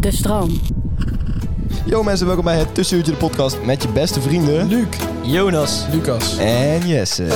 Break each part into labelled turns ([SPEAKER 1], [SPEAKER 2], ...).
[SPEAKER 1] De stroom.
[SPEAKER 2] Yo mensen, welkom bij het Tussenuurtje de podcast met je beste vrienden... Luc, Jonas
[SPEAKER 3] Lucas.
[SPEAKER 2] en Jesse.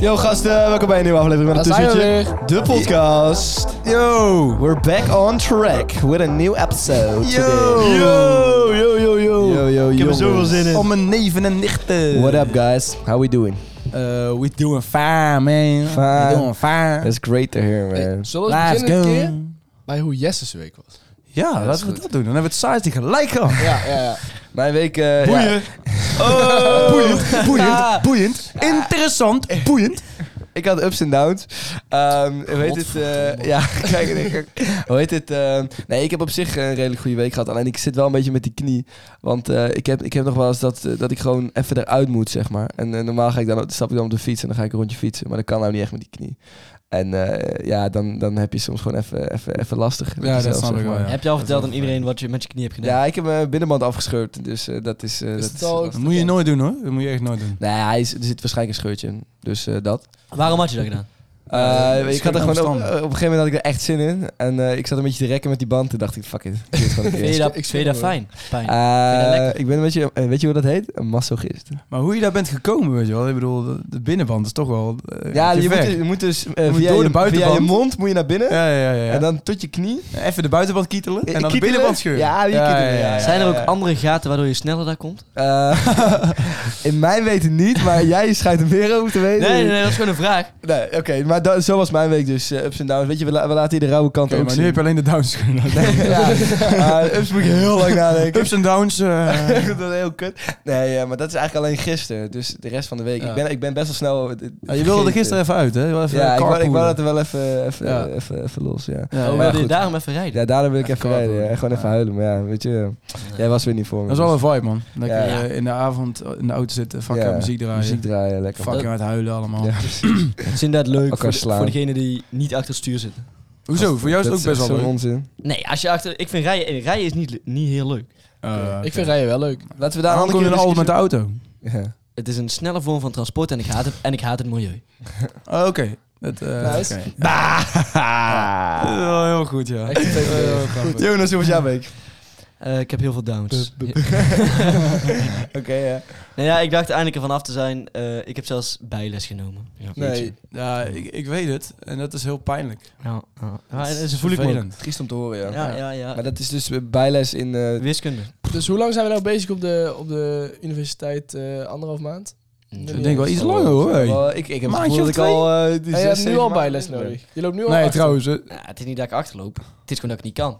[SPEAKER 2] Yo gasten, welkom bij een nieuwe aflevering van het
[SPEAKER 3] Daar zijn we
[SPEAKER 2] Tussenuurtje de podcast. Yo, we're back on track with a new episode today.
[SPEAKER 3] Yo, yo, yo, yo.
[SPEAKER 2] Yo, yo,
[SPEAKER 3] Ik heb
[SPEAKER 2] jongens.
[SPEAKER 3] er zoveel zin in.
[SPEAKER 2] Om
[SPEAKER 3] mijn neven en nichten.
[SPEAKER 2] What up guys, how we doing?
[SPEAKER 3] Eh, we doing fire, man.
[SPEAKER 2] Fire.
[SPEAKER 3] We doing fire.
[SPEAKER 2] It's great to hear man.
[SPEAKER 4] Zullen we eens beginnen een keer bij hoe Jesse's week was?
[SPEAKER 3] Ja,
[SPEAKER 4] dat is
[SPEAKER 3] laten we
[SPEAKER 4] goed.
[SPEAKER 3] dat doen. Dan hebben we het saai tegen gelijk gehad.
[SPEAKER 4] Ja, ja, ja.
[SPEAKER 2] Mijn week... eh, ja,
[SPEAKER 3] Boeiend, boeiend, boeiend. Interessant, boeiend.
[SPEAKER 2] Ik had ups en downs. Ehm hoe heet het? eh, ja, kijk, ik- hoe heet het? ehm, nee, ik heb op zich een redelijk goede week gehad. Alleen ik zit wel een beetje met die knie. Want eh, ik, heb, ik heb nog wel eens dat, eh, dat ik gewoon even eruit moet, zeg maar. En eh, normaal ga ik dan, stap ik dan op de fiets en dan ga ik een rondje fietsen. Maar dat kan nou niet echt met die knie. En eh, ja, dan, dan heb je soms gewoon even, even, even lastig. met
[SPEAKER 3] Ja, dat
[SPEAKER 2] jezelf,
[SPEAKER 3] snap
[SPEAKER 2] zeg
[SPEAKER 3] ik wel,
[SPEAKER 2] maar.
[SPEAKER 3] ja.
[SPEAKER 5] Heb je al verteld aan iedereen wat je met je knie hebt gedaan?
[SPEAKER 2] Ja, ik heb mijn binnenband afgescheurd. Dus eh, dat is... eh,
[SPEAKER 4] Is
[SPEAKER 2] dat
[SPEAKER 4] het al ook
[SPEAKER 3] Dat moet je nooit doen, hoor. Dat moet je echt nooit doen.
[SPEAKER 2] Nee, hij is, er zit waarschijnlijk een scheurtje in. Dus eh, dat.
[SPEAKER 5] Waarom had je dat gedaan?
[SPEAKER 2] Eh,
[SPEAKER 3] Ja, dat is
[SPEAKER 2] ik had er
[SPEAKER 3] geen
[SPEAKER 2] gewoon eh, op, op een
[SPEAKER 3] verstand.
[SPEAKER 2] gegeven moment had ik er echt zin in. En eh, ik zat een beetje te rekken met die band. Toen dacht ik, fuck it. Ik doe het gewoon een keer.
[SPEAKER 5] Vind je dat,
[SPEAKER 4] ik
[SPEAKER 5] vind je dat
[SPEAKER 4] snap
[SPEAKER 5] fijn? Fijn.
[SPEAKER 2] Eh,
[SPEAKER 5] Vind je dat lekker?
[SPEAKER 2] ik ben een beetje, eh, weet je hoe dat heet? Een masochist.
[SPEAKER 3] Maar hoe je daar bent gekomen, weet je wel. Ik bedoel, de- de binnenband is toch wel... eh,
[SPEAKER 2] ja,
[SPEAKER 3] een
[SPEAKER 2] je moet,
[SPEAKER 3] ver.
[SPEAKER 2] je moet dus eh,
[SPEAKER 3] Je moet
[SPEAKER 2] via,
[SPEAKER 3] door
[SPEAKER 2] je,
[SPEAKER 3] de buitenband.
[SPEAKER 2] via je mond moet je naar binnen.
[SPEAKER 3] Ja, ja, ja. ja.
[SPEAKER 2] En dan tot je knie.
[SPEAKER 3] Even de buitenband kietelen en dan de
[SPEAKER 2] Kietelen.
[SPEAKER 3] binnenband scheuren.
[SPEAKER 2] Ja, die kietelen, ja, ja.
[SPEAKER 5] Zijn er ook andere gaten waardoor je sneller daar komt?
[SPEAKER 2] Eh, in mijn weten niet, maar jij schijnt er meer over te weten.
[SPEAKER 5] Nee, nee, nee, dat is gewoon een vraag.
[SPEAKER 2] Nee, oké. maar dat, zo was mijn week dus. eh, ups en downs. Weet je, we, la- we laten hier de rauwe kant
[SPEAKER 3] Oké,
[SPEAKER 2] ook
[SPEAKER 3] maar nu
[SPEAKER 2] zien.
[SPEAKER 3] heb je alleen de downs kunnen.
[SPEAKER 2] ja. Eh, ups moet ik heel lang nadenken.
[SPEAKER 3] Ups en downs. eh,
[SPEAKER 2] dat is heel kut. Nee, ja, maar dat is eigenlijk alleen gisteren. Dus de rest van de week.
[SPEAKER 3] Ja.
[SPEAKER 2] Ik, ben, ik ben best wel snel... eh,
[SPEAKER 3] Ja, je wilde er gisteren even uit, hè? Je wilde even
[SPEAKER 2] Ja, ik wou, ik wou
[SPEAKER 3] carpoolen.
[SPEAKER 2] dat er wel even, even,
[SPEAKER 3] Ja.
[SPEAKER 2] even, even los, ja.
[SPEAKER 3] Ja,
[SPEAKER 5] oh,
[SPEAKER 3] ja,
[SPEAKER 5] wilde je
[SPEAKER 2] goed.
[SPEAKER 5] daarom even rijden?
[SPEAKER 2] Ja, daarom wil ik even, rijden.
[SPEAKER 3] carpoolen.
[SPEAKER 2] ja. Gewoon even huilen. Maar ja, weet je, jij was weer niet voor me.
[SPEAKER 3] Dat is wel een vibe, man. Lekker
[SPEAKER 2] Ja.
[SPEAKER 3] eh, in de avond in de auto zitten, fucking
[SPEAKER 2] Ja,
[SPEAKER 3] muziek draaien.
[SPEAKER 2] Muziek draaien, lekker.
[SPEAKER 3] fucking hard huilen allemaal.
[SPEAKER 2] Ja.
[SPEAKER 5] Het is inderdaad leuk
[SPEAKER 2] Elkaar
[SPEAKER 5] voor,
[SPEAKER 2] slaan.
[SPEAKER 5] voor degenen die niet achter het stuur zitten.
[SPEAKER 3] Hoezo? Voor jou is
[SPEAKER 2] Dat
[SPEAKER 3] het ook best
[SPEAKER 2] echt
[SPEAKER 3] wel
[SPEAKER 2] zo'n
[SPEAKER 3] leuk.
[SPEAKER 2] onzin.
[SPEAKER 5] Nee, als je achter... Ik vind rijden... Rijden is niet, le- niet heel leuk.
[SPEAKER 3] Eh,
[SPEAKER 4] Ik vind rijden wel leuk.
[SPEAKER 2] Laten we daar
[SPEAKER 3] daar
[SPEAKER 2] een
[SPEAKER 3] komen
[SPEAKER 2] andere
[SPEAKER 3] we
[SPEAKER 2] keer
[SPEAKER 3] allemaal
[SPEAKER 4] dus
[SPEAKER 3] met de auto.
[SPEAKER 2] discussie- Ja.
[SPEAKER 5] Het is een snelle vorm van transport en ik haat het, en ik haat het milieu.
[SPEAKER 3] Oh, Oké. Dat eh,
[SPEAKER 2] Nice.
[SPEAKER 3] oké.
[SPEAKER 2] Ah.
[SPEAKER 3] Dat is wel heel goed, ja.
[SPEAKER 4] Echt een tweede keer.
[SPEAKER 3] Goed.
[SPEAKER 2] Jonas, hoe was jouw week?
[SPEAKER 5] Eh, ik heb heel veel downs.
[SPEAKER 2] Oké, ja.
[SPEAKER 5] nou ja, ik dacht eindelijk ervan af te zijn. Eh, ik heb zelfs bijles genomen. Ja,
[SPEAKER 2] Nee.
[SPEAKER 3] Ja, ik, ik weet het. En dat is heel pijnlijk.
[SPEAKER 5] Ja, ja. Ja,
[SPEAKER 3] Dat
[SPEAKER 5] en
[SPEAKER 3] is
[SPEAKER 5] zo voel ik me ook.
[SPEAKER 3] vervelend.
[SPEAKER 2] Triest om te horen, ja.
[SPEAKER 5] Ja, ja, ja.
[SPEAKER 2] Maar dat is dus eh, bijles in... eh,
[SPEAKER 5] Wiskunde.
[SPEAKER 4] Dus hoe lang zijn we nou bezig op de, op de universiteit? eh, anderhalf maand?
[SPEAKER 5] Mm,
[SPEAKER 3] Ik denk wel iets langer, hoor.
[SPEAKER 2] eh,
[SPEAKER 3] hey.
[SPEAKER 2] wel, ik, ik heb het gevoel
[SPEAKER 3] Maandje
[SPEAKER 2] dat
[SPEAKER 3] of
[SPEAKER 2] ik al... eh, die
[SPEAKER 4] Ja, je
[SPEAKER 2] zes,
[SPEAKER 4] hebt nu
[SPEAKER 2] zeven
[SPEAKER 4] al
[SPEAKER 2] maanden
[SPEAKER 4] bijles
[SPEAKER 2] bezig ben.
[SPEAKER 4] nodig. Je loopt nu al
[SPEAKER 3] Nee,
[SPEAKER 4] achter.
[SPEAKER 3] trouwens. eh,
[SPEAKER 5] Nou, het is niet dat ik achterloop. Het is gewoon dat ik niet kan.